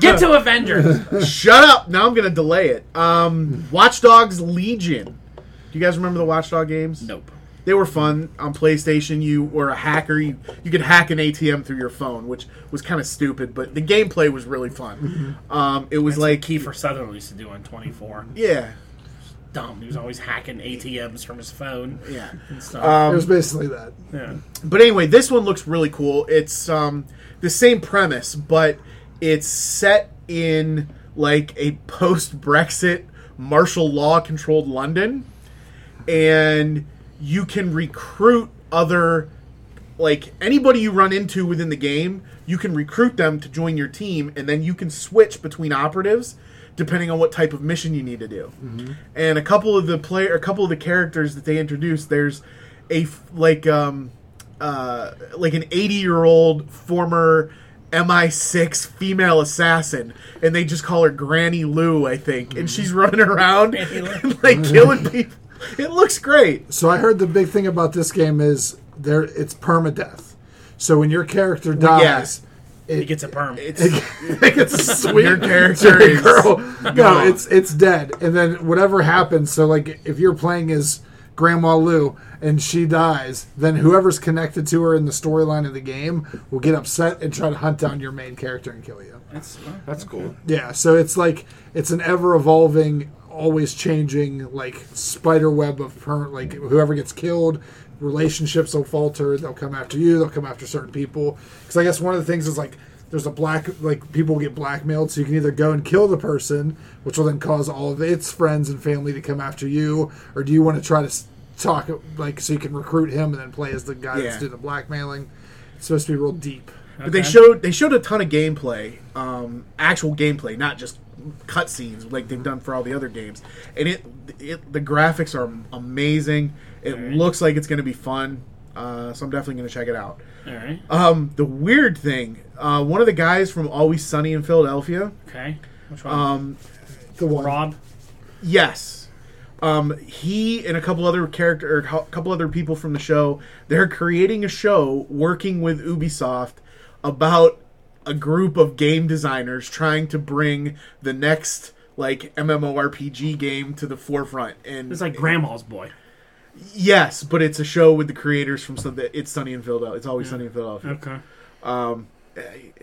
Speaker 1: (laughs) Get to Avengers.
Speaker 4: Shut up! Now I'm gonna delay it. Um, Watch Dogs Legion. Do you guys remember the Watchdog games?
Speaker 1: Nope.
Speaker 4: They were fun on PlayStation. You were a hacker. You, you could hack an ATM through your phone, which was kind of stupid, but the gameplay was really fun.
Speaker 1: Mm-hmm.
Speaker 4: Um, it was
Speaker 1: It's like
Speaker 4: like,
Speaker 1: Kiefer Sutherland used to do on 24.
Speaker 4: yeah,
Speaker 1: Dumb. He was always hacking ATMs from his phone
Speaker 4: yeah.
Speaker 1: and stuff.
Speaker 4: Um,
Speaker 2: It was basically that.
Speaker 1: yeah.
Speaker 4: But anyway, this one looks really cool. It's um, the same premise, but it's set in like a post Brexit martial law controlled London. And you can recruit other, like anybody you run into within the game, you can recruit them to join your team, and then you can switch between operatives depending on what type of mission you need to do. And a couple of the player, a couple of the characters that they introduced, there's a f- like um, uh, like an 80 year old former MI6 female assassin, and they just call her Granny Lou, I think, and she's running around
Speaker 1: Granny Lou.
Speaker 4: and, like killing people. It looks great. (laughs)
Speaker 2: So I heard the big thing about this game is there. It's permadeath. So when your character dies,
Speaker 1: He gets a perm.
Speaker 4: It's (laughs)
Speaker 2: it's
Speaker 4: weird (laughs) character.
Speaker 2: Jerry
Speaker 4: is-
Speaker 2: Curl. No,
Speaker 4: gone.
Speaker 2: it's it's dead. And then whatever happens, so like if you're playing as Grandma Lou and she dies, then whoever's connected to her in the storyline of the game will get upset and try to hunt down your main character and kill you.
Speaker 1: That's-
Speaker 3: That's cool.
Speaker 2: Yeah, so it's like it's an ever evolving, always changing like spider web of per- like whoever gets killed, relationships will falter. They'll come after you. They'll come after certain people. Because I guess one of the things is like there's a black like people get blackmailed, so you can either go and kill the person, which will then cause all of its friends and family to come after you, or do you want to try to s- talk like so you can recruit him and then play as the guy
Speaker 4: Yeah.
Speaker 2: that's doing the blackmailing? It's supposed to be real deep.
Speaker 4: But they
Speaker 1: Okay.
Speaker 4: showed they showed a ton of gameplay, um, actual gameplay, not just cutscenes like they've done for all the other games. And it, it the graphics are amazing. It looks like it's going to be fun. Uh, so I'm definitely going to check it out.
Speaker 1: All right.
Speaker 4: Um, the weird thing, uh, one of the guys from Always Sunny in Philadelphia,
Speaker 1: Okay. Which one?
Speaker 4: um,
Speaker 2: The one.
Speaker 1: Rob.
Speaker 4: Yes. Um, he and a couple other character, or a couple other people from the show, they're creating a show working with Ubisoft about a group of game designers trying to bring the next like MMORPG game to the forefront. And
Speaker 1: It's like Grandma's boy.
Speaker 4: yes, but it's a show with the creators from so that it's Sunny in Philadelphia. It's always Sunny in Philadelphia.
Speaker 1: Okay.
Speaker 4: uh,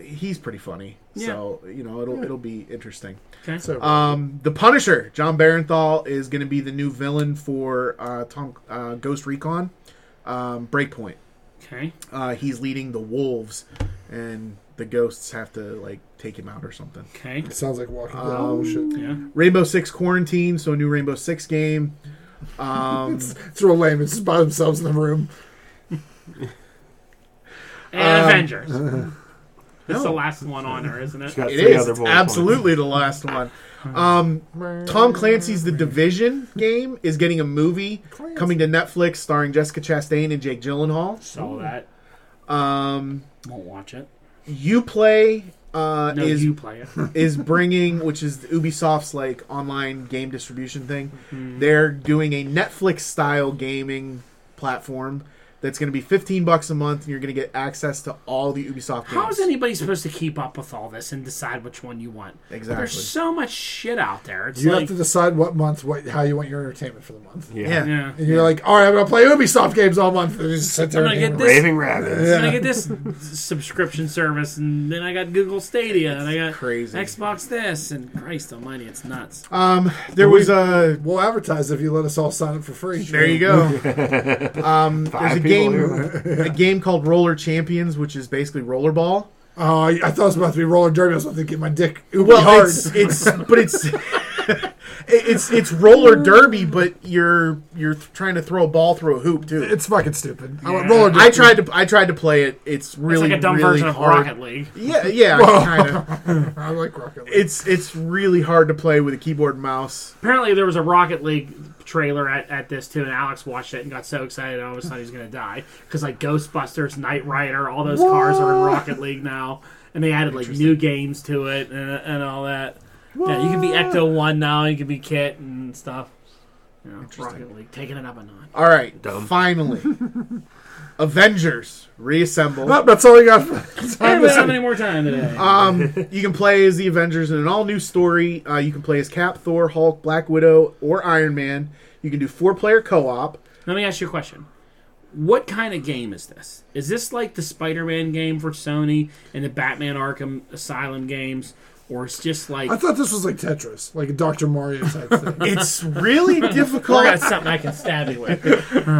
Speaker 4: he's pretty funny. So you know it'll it'll be interesting.
Speaker 1: Okay.
Speaker 2: So
Speaker 4: Um, the Punisher, John Barenthal, is going to be the new villain for uh, Tom uh, Ghost Recon um, Breakpoint.
Speaker 1: okay.
Speaker 4: Uh, he's leading the wolves, and the ghosts have to like take him out or something.
Speaker 1: Okay.
Speaker 2: it sounds like Walking Dead. oh shit!
Speaker 1: Yeah.
Speaker 4: Rainbow Six Quarantine, so a new Rainbow Six game. Um,
Speaker 2: It's real lame. It's just by themselves in the room.
Speaker 1: And
Speaker 4: (laughs)
Speaker 1: Avengers. That's the
Speaker 4: no.
Speaker 1: last one on her, isn't it?
Speaker 3: It's got
Speaker 4: it
Speaker 3: three
Speaker 4: is
Speaker 3: other
Speaker 4: it's
Speaker 3: bullet
Speaker 4: absolutely the last one. Um, Tom Clancy's The Division game is getting a movie
Speaker 2: Clancy.
Speaker 4: coming to Netflix, starring Jessica Chastain and Jake Gyllenhaal.
Speaker 1: Saw that.
Speaker 4: Um,
Speaker 1: Won't watch it.
Speaker 4: you play uh,
Speaker 1: No,
Speaker 4: is
Speaker 1: you play it.
Speaker 4: is bringing, which is Ubisoft's like online game distribution thing. They're doing a Netflix style gaming platform that's going to be 15 bucks a month, and you're going to get access to all the Ubisoft games.
Speaker 1: How is anybody supposed to keep up with all this and decide which one you want?
Speaker 4: Exactly.
Speaker 1: There's so much shit out there. It's
Speaker 2: You
Speaker 1: like,
Speaker 2: have to decide what month, what how you want your entertainment for the month.
Speaker 3: point.
Speaker 4: Yeah.
Speaker 1: yeah.
Speaker 2: And you're like, all right, I'm gonna play Ubisoft games all month. And you just sit there
Speaker 1: I'm
Speaker 2: and
Speaker 1: gonna
Speaker 2: game
Speaker 1: get
Speaker 2: it.
Speaker 1: this-
Speaker 3: Raving Rabbits.
Speaker 1: And I get this subscription service, and then I got Google Stadia, and I got
Speaker 4: crazy.
Speaker 1: Xbox this, and Christ Almighty, it's nuts.
Speaker 4: Um, there was a.
Speaker 2: We'll advertise if you let us all sign up for free.
Speaker 4: There you
Speaker 3: (laughs)
Speaker 4: go. Um, there's
Speaker 3: Five
Speaker 4: a
Speaker 3: people
Speaker 4: game,
Speaker 3: here.
Speaker 4: a game called Roller Champions, which is basically rollerball.
Speaker 2: Oh, I, I thought it was about to be roller derby. I was about to get my dick uber
Speaker 4: Well,
Speaker 2: hard.
Speaker 4: it's, it's but (laughs) it's it- it's it's roller derby, but you're you're trying to throw a ball through a hoop too.
Speaker 2: It's fucking stupid. I want
Speaker 1: Yeah.
Speaker 2: roller derby.
Speaker 4: I tried to I tried to play it. It's really
Speaker 1: it's like a dumb
Speaker 4: really
Speaker 1: version of
Speaker 4: hard.
Speaker 1: Rocket League.
Speaker 4: (laughs) Yeah, yeah,
Speaker 2: Whoa.
Speaker 4: kind of.
Speaker 2: I like Rocket League.
Speaker 4: (laughs) It's it's really hard to play with a keyboard and mouse.
Speaker 1: Apparently, there was a Rocket League trailer at, at this too, and Alex watched it and got so excited, and all of a sudden he's gonna die because like Ghostbusters, Knight Rider, all those cars are in Rocket League now, and they added like new games to it and, and all that. Yeah, you can be Ecto One now, you can be Kit and stuff. You know, Rocket League taking it up a notch.
Speaker 4: All right,
Speaker 2: (laughs)
Speaker 3: Dumb.
Speaker 4: finally, Avengers reassemble.
Speaker 2: Oh, that's all I got. For (laughs)
Speaker 1: Hey, we
Speaker 2: time
Speaker 1: don't have
Speaker 2: this
Speaker 1: any more time today.
Speaker 4: Um, you can play as the Avengers in an all new story. Uh, you can play as Cap, Thor, Hulk, Black Widow, or Iron Man. You can do four player co op.
Speaker 1: Let me ask you a question. What kind of game is this? Is this like the Spider-Man game for Sony and the Batman Arkham Asylum games, or it's just like
Speaker 2: I thought this was like Tetris, like a Dr. Mario type thing.
Speaker 4: It's
Speaker 2: (laughs)
Speaker 4: really
Speaker 1: I
Speaker 4: difficult.
Speaker 1: got something I can stab you with?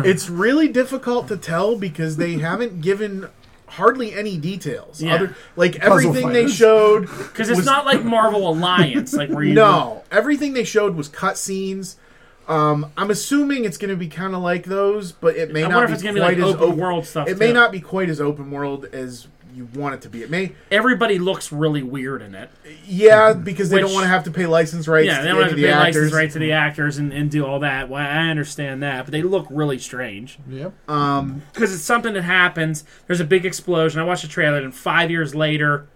Speaker 4: It's really difficult to tell because they haven't given hardly any details.
Speaker 1: Yeah.
Speaker 4: Other, like everything they
Speaker 2: fighters.
Speaker 4: showed
Speaker 1: Because it's not like Marvel Alliance, like where you
Speaker 4: No, everything they showed was cutscenes. Um, I'm assuming it's going to be kind of like those, but it may
Speaker 1: I
Speaker 4: not
Speaker 1: wonder
Speaker 4: be
Speaker 1: if it's
Speaker 4: quite
Speaker 1: gonna be like
Speaker 4: as
Speaker 1: open world stuff.
Speaker 4: It may
Speaker 1: too.
Speaker 4: not be quite as open world as you want it to be. It may,
Speaker 1: Everybody looks really weird in it.
Speaker 4: yeah, because they don't
Speaker 1: Mm-hmm. Which-
Speaker 4: want to have to pay license rights.
Speaker 1: Yeah,
Speaker 4: to
Speaker 1: they don't have to
Speaker 4: any of the
Speaker 1: pay license
Speaker 4: actors.
Speaker 1: rights to the actors and, and do all that. Well, I understand that, but they look really strange.
Speaker 2: yep.
Speaker 4: Um,
Speaker 1: because it's something that happens. There's a big explosion. I watched a trailer, and five years later,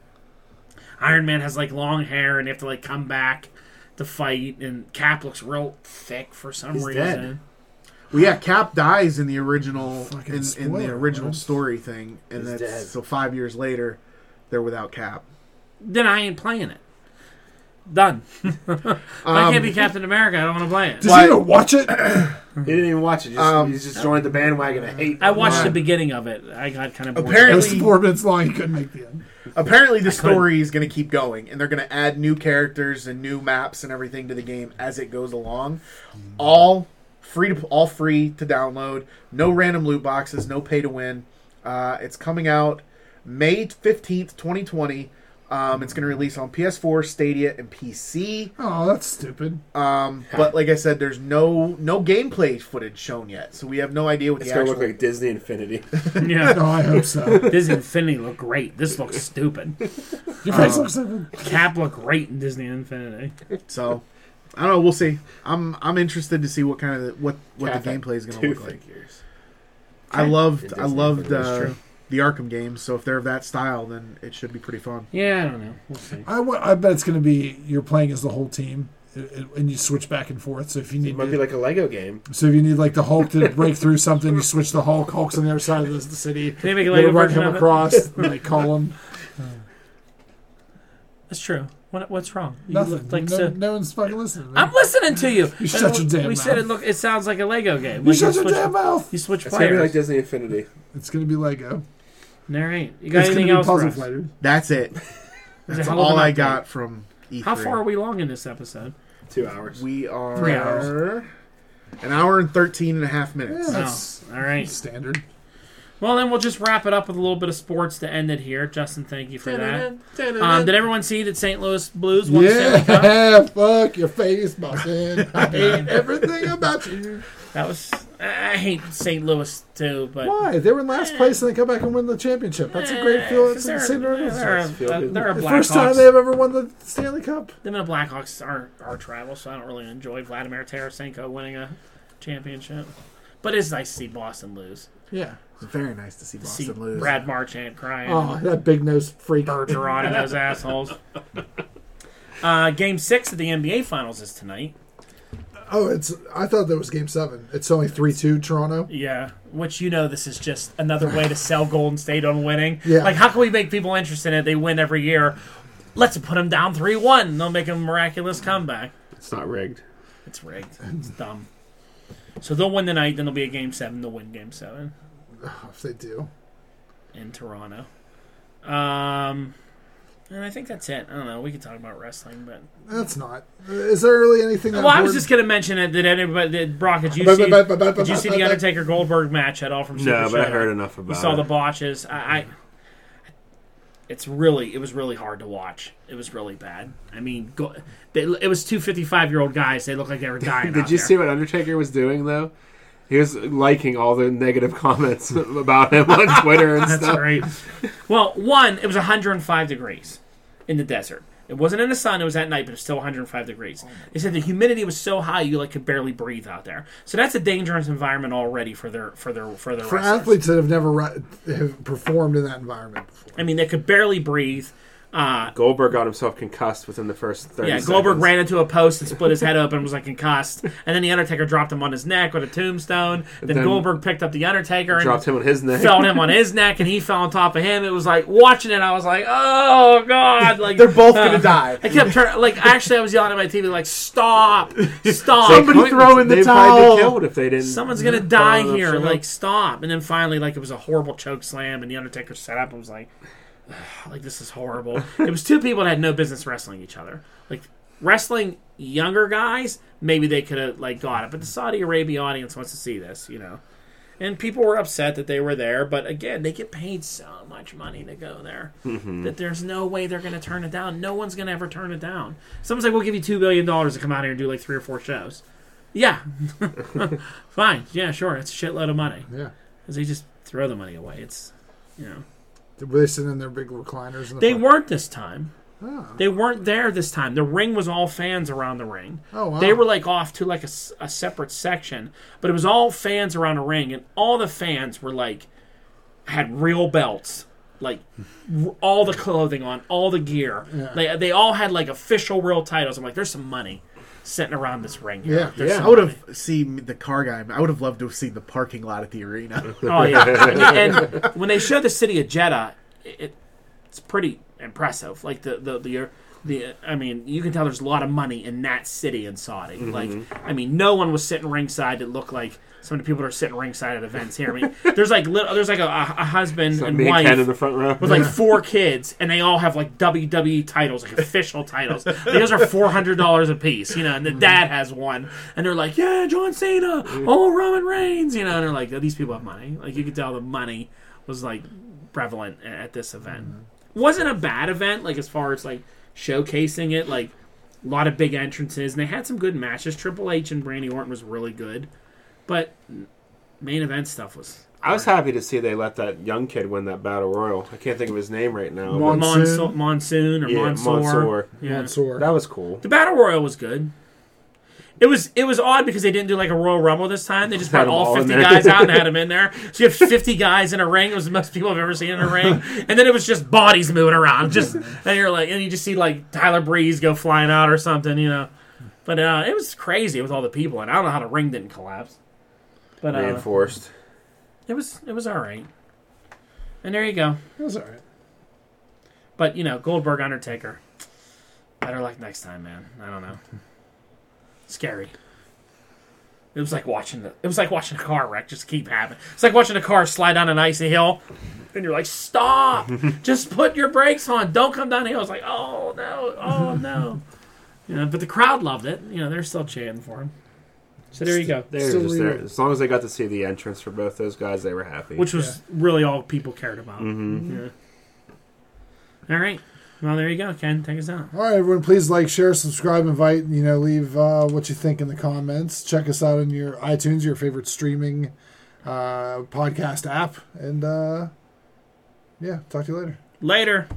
Speaker 1: Iron Man has like long hair, and they have to like come back to fight. And Cap looks real thick for some
Speaker 4: He's
Speaker 1: reason.
Speaker 4: dead. well, yeah, Cap dies in the original
Speaker 2: Fucking
Speaker 4: in, in the
Speaker 2: spoiler,
Speaker 4: original
Speaker 2: man.
Speaker 4: story thing, and
Speaker 3: He's
Speaker 4: that's
Speaker 3: dead.
Speaker 4: so five years later, they're without Cap.
Speaker 1: Then I ain't playing it. Done. (laughs) If I can't be
Speaker 4: Um,
Speaker 1: Captain America. I don't want to play it.
Speaker 2: Does
Speaker 4: Why-
Speaker 2: he even watch it?
Speaker 3: He didn't even watch it. Just,
Speaker 4: Um,
Speaker 3: he just joined the bandwagon of hate.
Speaker 1: I watched
Speaker 4: Why?
Speaker 1: the beginning of it. I got kind of bored.
Speaker 2: It
Speaker 4: Apparently-
Speaker 2: was four minutes long. He couldn't make the end.
Speaker 4: Apparently, the
Speaker 1: couldn't-
Speaker 4: story is going to keep going, and they're going to add new characters and new maps and everything to the game as it goes along. All free to all free to download. No random loot boxes. No pay to win. Uh, it's coming out May fifteenth, twenty twenty. Um, it's going to release on PS4, Stadia, and PC.
Speaker 2: Oh, that's stupid.
Speaker 3: (laughs)
Speaker 4: Um, but like I said, there's no no gameplay footage shown yet, so we have no idea what
Speaker 3: It's
Speaker 4: the
Speaker 3: gonna
Speaker 4: actual.
Speaker 3: look like Disney Infinity.
Speaker 1: (laughs) yeah.
Speaker 2: No, I hope so.
Speaker 1: Disney Infinity looked great. This looks stupid.
Speaker 2: Your face looks stupid.
Speaker 1: Cap looked great in Disney Infinity.
Speaker 4: so I don't know. We'll see. I'm I'm interested to see what kind of the, what what the
Speaker 3: Catholic
Speaker 4: gameplay is going to
Speaker 3: Two
Speaker 4: look like.
Speaker 3: figures.
Speaker 4: I loved
Speaker 3: It
Speaker 4: I
Speaker 3: is
Speaker 4: loved
Speaker 3: Infinity,
Speaker 4: uh,
Speaker 1: it's true.
Speaker 4: the Arkham games, so if they're of that style, then it should be pretty fun.
Speaker 1: Yeah, I don't know. We'll see.
Speaker 2: I, wa- I bet it's going to be you're playing as the whole team, it, it, and you switch back and forth. So if you
Speaker 3: It
Speaker 2: need,
Speaker 3: might
Speaker 2: to-
Speaker 3: be like a Lego game.
Speaker 2: so if you need like the Hulk to break through something, you switch the Hulk. Hulk's on the other side of the, the city.
Speaker 1: They make a
Speaker 2: They
Speaker 1: later
Speaker 2: run
Speaker 1: version
Speaker 2: him
Speaker 1: of it. (laughs)
Speaker 2: across. and they call him.
Speaker 1: That's true. What, what's wrong? You
Speaker 2: Nothing.
Speaker 1: looked like
Speaker 2: no,
Speaker 1: so-
Speaker 2: no one's fucking listening.
Speaker 1: I'm listening to you.
Speaker 2: You shut your damn
Speaker 1: We said it.
Speaker 2: mouth.
Speaker 1: Look, it sounds like a Lego game.
Speaker 2: you
Speaker 1: Like,
Speaker 2: shut your
Speaker 1: switch,
Speaker 2: damn mouth.
Speaker 1: You switch
Speaker 3: It's gonna be
Speaker 1: players.
Speaker 3: like Disney Infinity.
Speaker 2: It's going to be Lego.
Speaker 1: All right. You got anything else for us?
Speaker 4: That's it.
Speaker 1: It's a
Speaker 4: That's
Speaker 1: hell of
Speaker 4: all
Speaker 1: an
Speaker 4: I
Speaker 1: update.
Speaker 4: got from E3.
Speaker 1: How far are we long in this episode?
Speaker 3: Two hours.
Speaker 4: We are
Speaker 1: Three hours.
Speaker 4: an hour and 13 and a half minutes.
Speaker 1: Oh,
Speaker 2: Yeah. That's-
Speaker 1: all right.
Speaker 2: Standard.
Speaker 1: Well, then we'll just wrap it up with a little bit of sports to end it here. Justin, thank you for that. Um, did everyone see that St. Louis Blues won the Stanley Cup?
Speaker 2: Yeah, (laughs) fuck your
Speaker 1: (laughs)
Speaker 2: face, Boston. I hate everything about you.
Speaker 1: That was. I I hate St. Louis too, but
Speaker 2: Why? They were in last place and they come back and win the championship. That's a great feeling. It's
Speaker 1: eh, They're,
Speaker 2: a
Speaker 1: they're, they're, a, uh,
Speaker 2: the
Speaker 3: Feel good.
Speaker 1: they're a
Speaker 2: first time they
Speaker 1: Blackhawks.
Speaker 2: have ever won the Stanley Cup.
Speaker 1: Them and the Blackhawks are are travel, so I don't really enjoy Vladimir Tarasenko winning a championship. But it's nice to see Boston lose.
Speaker 2: Yeah.
Speaker 4: It's very nice to see Boston
Speaker 1: see
Speaker 4: lose.
Speaker 1: Brad Marchand crying.
Speaker 2: Oh, that big nose freak.
Speaker 1: Bergeron and those
Speaker 2: (laughs)
Speaker 1: assholes. Uh, game six of the NBA Finals is tonight.
Speaker 2: Oh, it's. I thought that was Game Seven. It's only three two Toronto.
Speaker 1: Yeah, which you know, this is just another way
Speaker 2: (laughs)
Speaker 1: to sell Golden State on winning.
Speaker 2: Yeah.
Speaker 1: Like, how can we make people interested in it? They win every year. Let's put them down three one. They'll make a miraculous comeback.
Speaker 3: It's not rigged.
Speaker 1: It's rigged.
Speaker 2: (laughs)
Speaker 1: It's dumb. So they'll win tonight. Then there'll be a game seven. They'll win game seven
Speaker 2: Oh, if they do,
Speaker 1: in Toronto. Um, and I think that's it. I don't know. We could talk about wrestling, but
Speaker 2: that's not. Is there really anything? That
Speaker 1: well, I was
Speaker 2: important?
Speaker 1: just gonna mention it. Did anybody? Did Brock? Did you
Speaker 2: But-
Speaker 1: see?
Speaker 2: but- but- but-
Speaker 1: Did you
Speaker 2: but-
Speaker 1: see
Speaker 2: but-
Speaker 1: the
Speaker 2: but-
Speaker 1: Undertaker Goldberg match at all from? Super
Speaker 3: No, but I
Speaker 1: Showdown?
Speaker 3: heard enough about
Speaker 1: You saw
Speaker 3: it.
Speaker 1: the botches. I, I, it's really it was really hard to watch. It was really bad. I mean, go, they, it was two 55 year old guys. They looked like they
Speaker 3: (laughs)
Speaker 1: were dying.
Speaker 3: Did
Speaker 1: out
Speaker 3: you
Speaker 1: there.
Speaker 3: see what Undertaker was doing though? He was liking all the negative (laughs) comments about him (laughs) on Twitter and
Speaker 1: That's
Speaker 3: stuff.
Speaker 1: great. Well, one, it was 105 degrees in the desert. It wasn't in the sun; it was at night, but it was still 105 degrees. They said the humidity was so high you like could barely breathe out there. So that's a dangerous environment already for their for their for their
Speaker 2: for
Speaker 1: wrestlers.
Speaker 2: athletes that have never ri- have performed in that environment before.
Speaker 1: I mean, they could barely breathe. Uh,
Speaker 3: Goldberg got himself concussed within the first thirty.
Speaker 1: yeah, Goldberg
Speaker 3: seconds.
Speaker 1: ran into a post and split his head open, was like concussed, and then the Undertaker dropped him on his neck with a tombstone. Then,
Speaker 3: Then
Speaker 1: Goldberg picked up the Undertaker and
Speaker 3: dropped him on his neck. (laughs)
Speaker 1: fell on him on his neck, and he fell on top of him. It was like watching it, I was like, oh god, like
Speaker 4: They're both
Speaker 1: Uh-huh.
Speaker 4: gonna die.
Speaker 1: I kept turning, like actually, I was yelling at my TV, like stop, stop,
Speaker 4: Somebody throw in the
Speaker 3: They'd probably be
Speaker 4: towel.
Speaker 3: killed if they didn't.
Speaker 1: someone's gonna die
Speaker 3: follow the
Speaker 1: here,
Speaker 3: show.
Speaker 1: like stop. And then finally, like it was a horrible choke slam, and the Undertaker set up and was like, like this is horrible. it was two people that had no business wrestling each other, like. Wrestling younger guys, maybe they could have like got it, but the Saudi Arabia audience wants to see this, you know. And people were upset that they were there, but again, they get paid so much money to go there that there's no way they're going to turn it down. No one's going to ever turn it down. Someone's like, "We'll give you two billion dollars to come out here and do like three or four shows." Yeah, fine. Yeah, sure. It's a shitload of money
Speaker 2: Yeah.
Speaker 1: 'Cause they just throw the money away. It's you know
Speaker 2: Were they sitting in their big recliners? In the
Speaker 1: they
Speaker 2: front?
Speaker 1: weren't this time.
Speaker 2: Oh.
Speaker 1: They weren't there this time. The ring was all fans around the ring.
Speaker 2: Oh, wow.
Speaker 1: They were like off to like a, s- a separate section, but it was all fans around a ring, and all the fans were like had real belts, like r- all the clothing on, all the gear. They they all had like official real titles. I'm like, there's some money sitting around this ring. Here.
Speaker 2: Yeah.
Speaker 1: There's
Speaker 2: Yeah.
Speaker 1: some
Speaker 4: I would have seen the car guy. I would have loved to have seen the parking lot at the arena.
Speaker 1: Oh yeah, and, and when they show the city of Jeddah, it, it's pretty impressive. Like the the the. The, I mean, you can tell there's a lot of money in that city in Saudi. Like, I mean, no one was sitting ringside that looked like some of the people that are sitting ringside at events here. I mean, there's like lit there's like a, a a husband
Speaker 3: Like
Speaker 1: and
Speaker 3: me and
Speaker 1: wife
Speaker 3: Ken in the front row.
Speaker 1: with like four kids, and they all have like WWE titles, like official titles. And those are four hundred dollars a piece, you know. And the dad has one, and they're like, "Yeah, John Cena, oh Roman Reigns," you know. And they're like, "These people have money." Like you could tell the money was like prevalent a- at this event. Wasn't a bad event, like as far as like showcasing it, like. A lot of big entrances, and they had some good matches. Triple H and Randy Orton was really good, but main event stuff was
Speaker 3: I was happy to see they let that young kid win that battle royal. I can't think of his name right now.
Speaker 2: Mon-
Speaker 3: but-
Speaker 1: Monsoon, Monsoon or
Speaker 3: yeah,
Speaker 1: Mansoor.
Speaker 3: Mansoor.
Speaker 1: Yeah.
Speaker 2: Mansoor.
Speaker 3: That was cool.
Speaker 1: The battle royal was good. It was it was odd because they didn't do like a Royal Rumble this time. They just brought
Speaker 3: Had 'em
Speaker 1: all
Speaker 3: all in
Speaker 1: fifty
Speaker 3: there.
Speaker 1: guys out and
Speaker 3: (laughs)
Speaker 1: had them in there. So you have fifty guys in a ring. It was the most people I've ever seen in a ring. And then it was just bodies moving around. Just and you're like and you just see like Tyler Breeze go flying out or something, you know. But uh, it was crazy with all the people, and I don't know how the ring didn't collapse. But uh,
Speaker 3: Reinforced.
Speaker 1: it was it was all right. And there you go.
Speaker 2: That was all right.
Speaker 1: But you know, Goldberg Undertaker. Better luck next time, man. I don't know. Scary. It was like watching the. It was like watching a car wreck just keep happening. It's like watching a car slide down an icy hill, and you're like, "Stop! just put your brakes on! Don't come down the hill!" It's like, "Oh no! Oh no!" You know, but the crowd loved it. You know, they're still chanting for him. So there you go.
Speaker 3: They were
Speaker 2: Still
Speaker 3: just there.
Speaker 2: leaving.
Speaker 3: As long as they got to see the entrance for both those guys, they were happy.
Speaker 1: Which was really all people cared about. Yeah. All right. Well, there you go, Ken. Take us out.
Speaker 2: All right, everyone, please like, share, subscribe, invite, you know, leave uh, what you think in the comments. Check us out on your iTunes, your favorite streaming uh, podcast app. And uh, yeah, talk to you later.
Speaker 1: Later.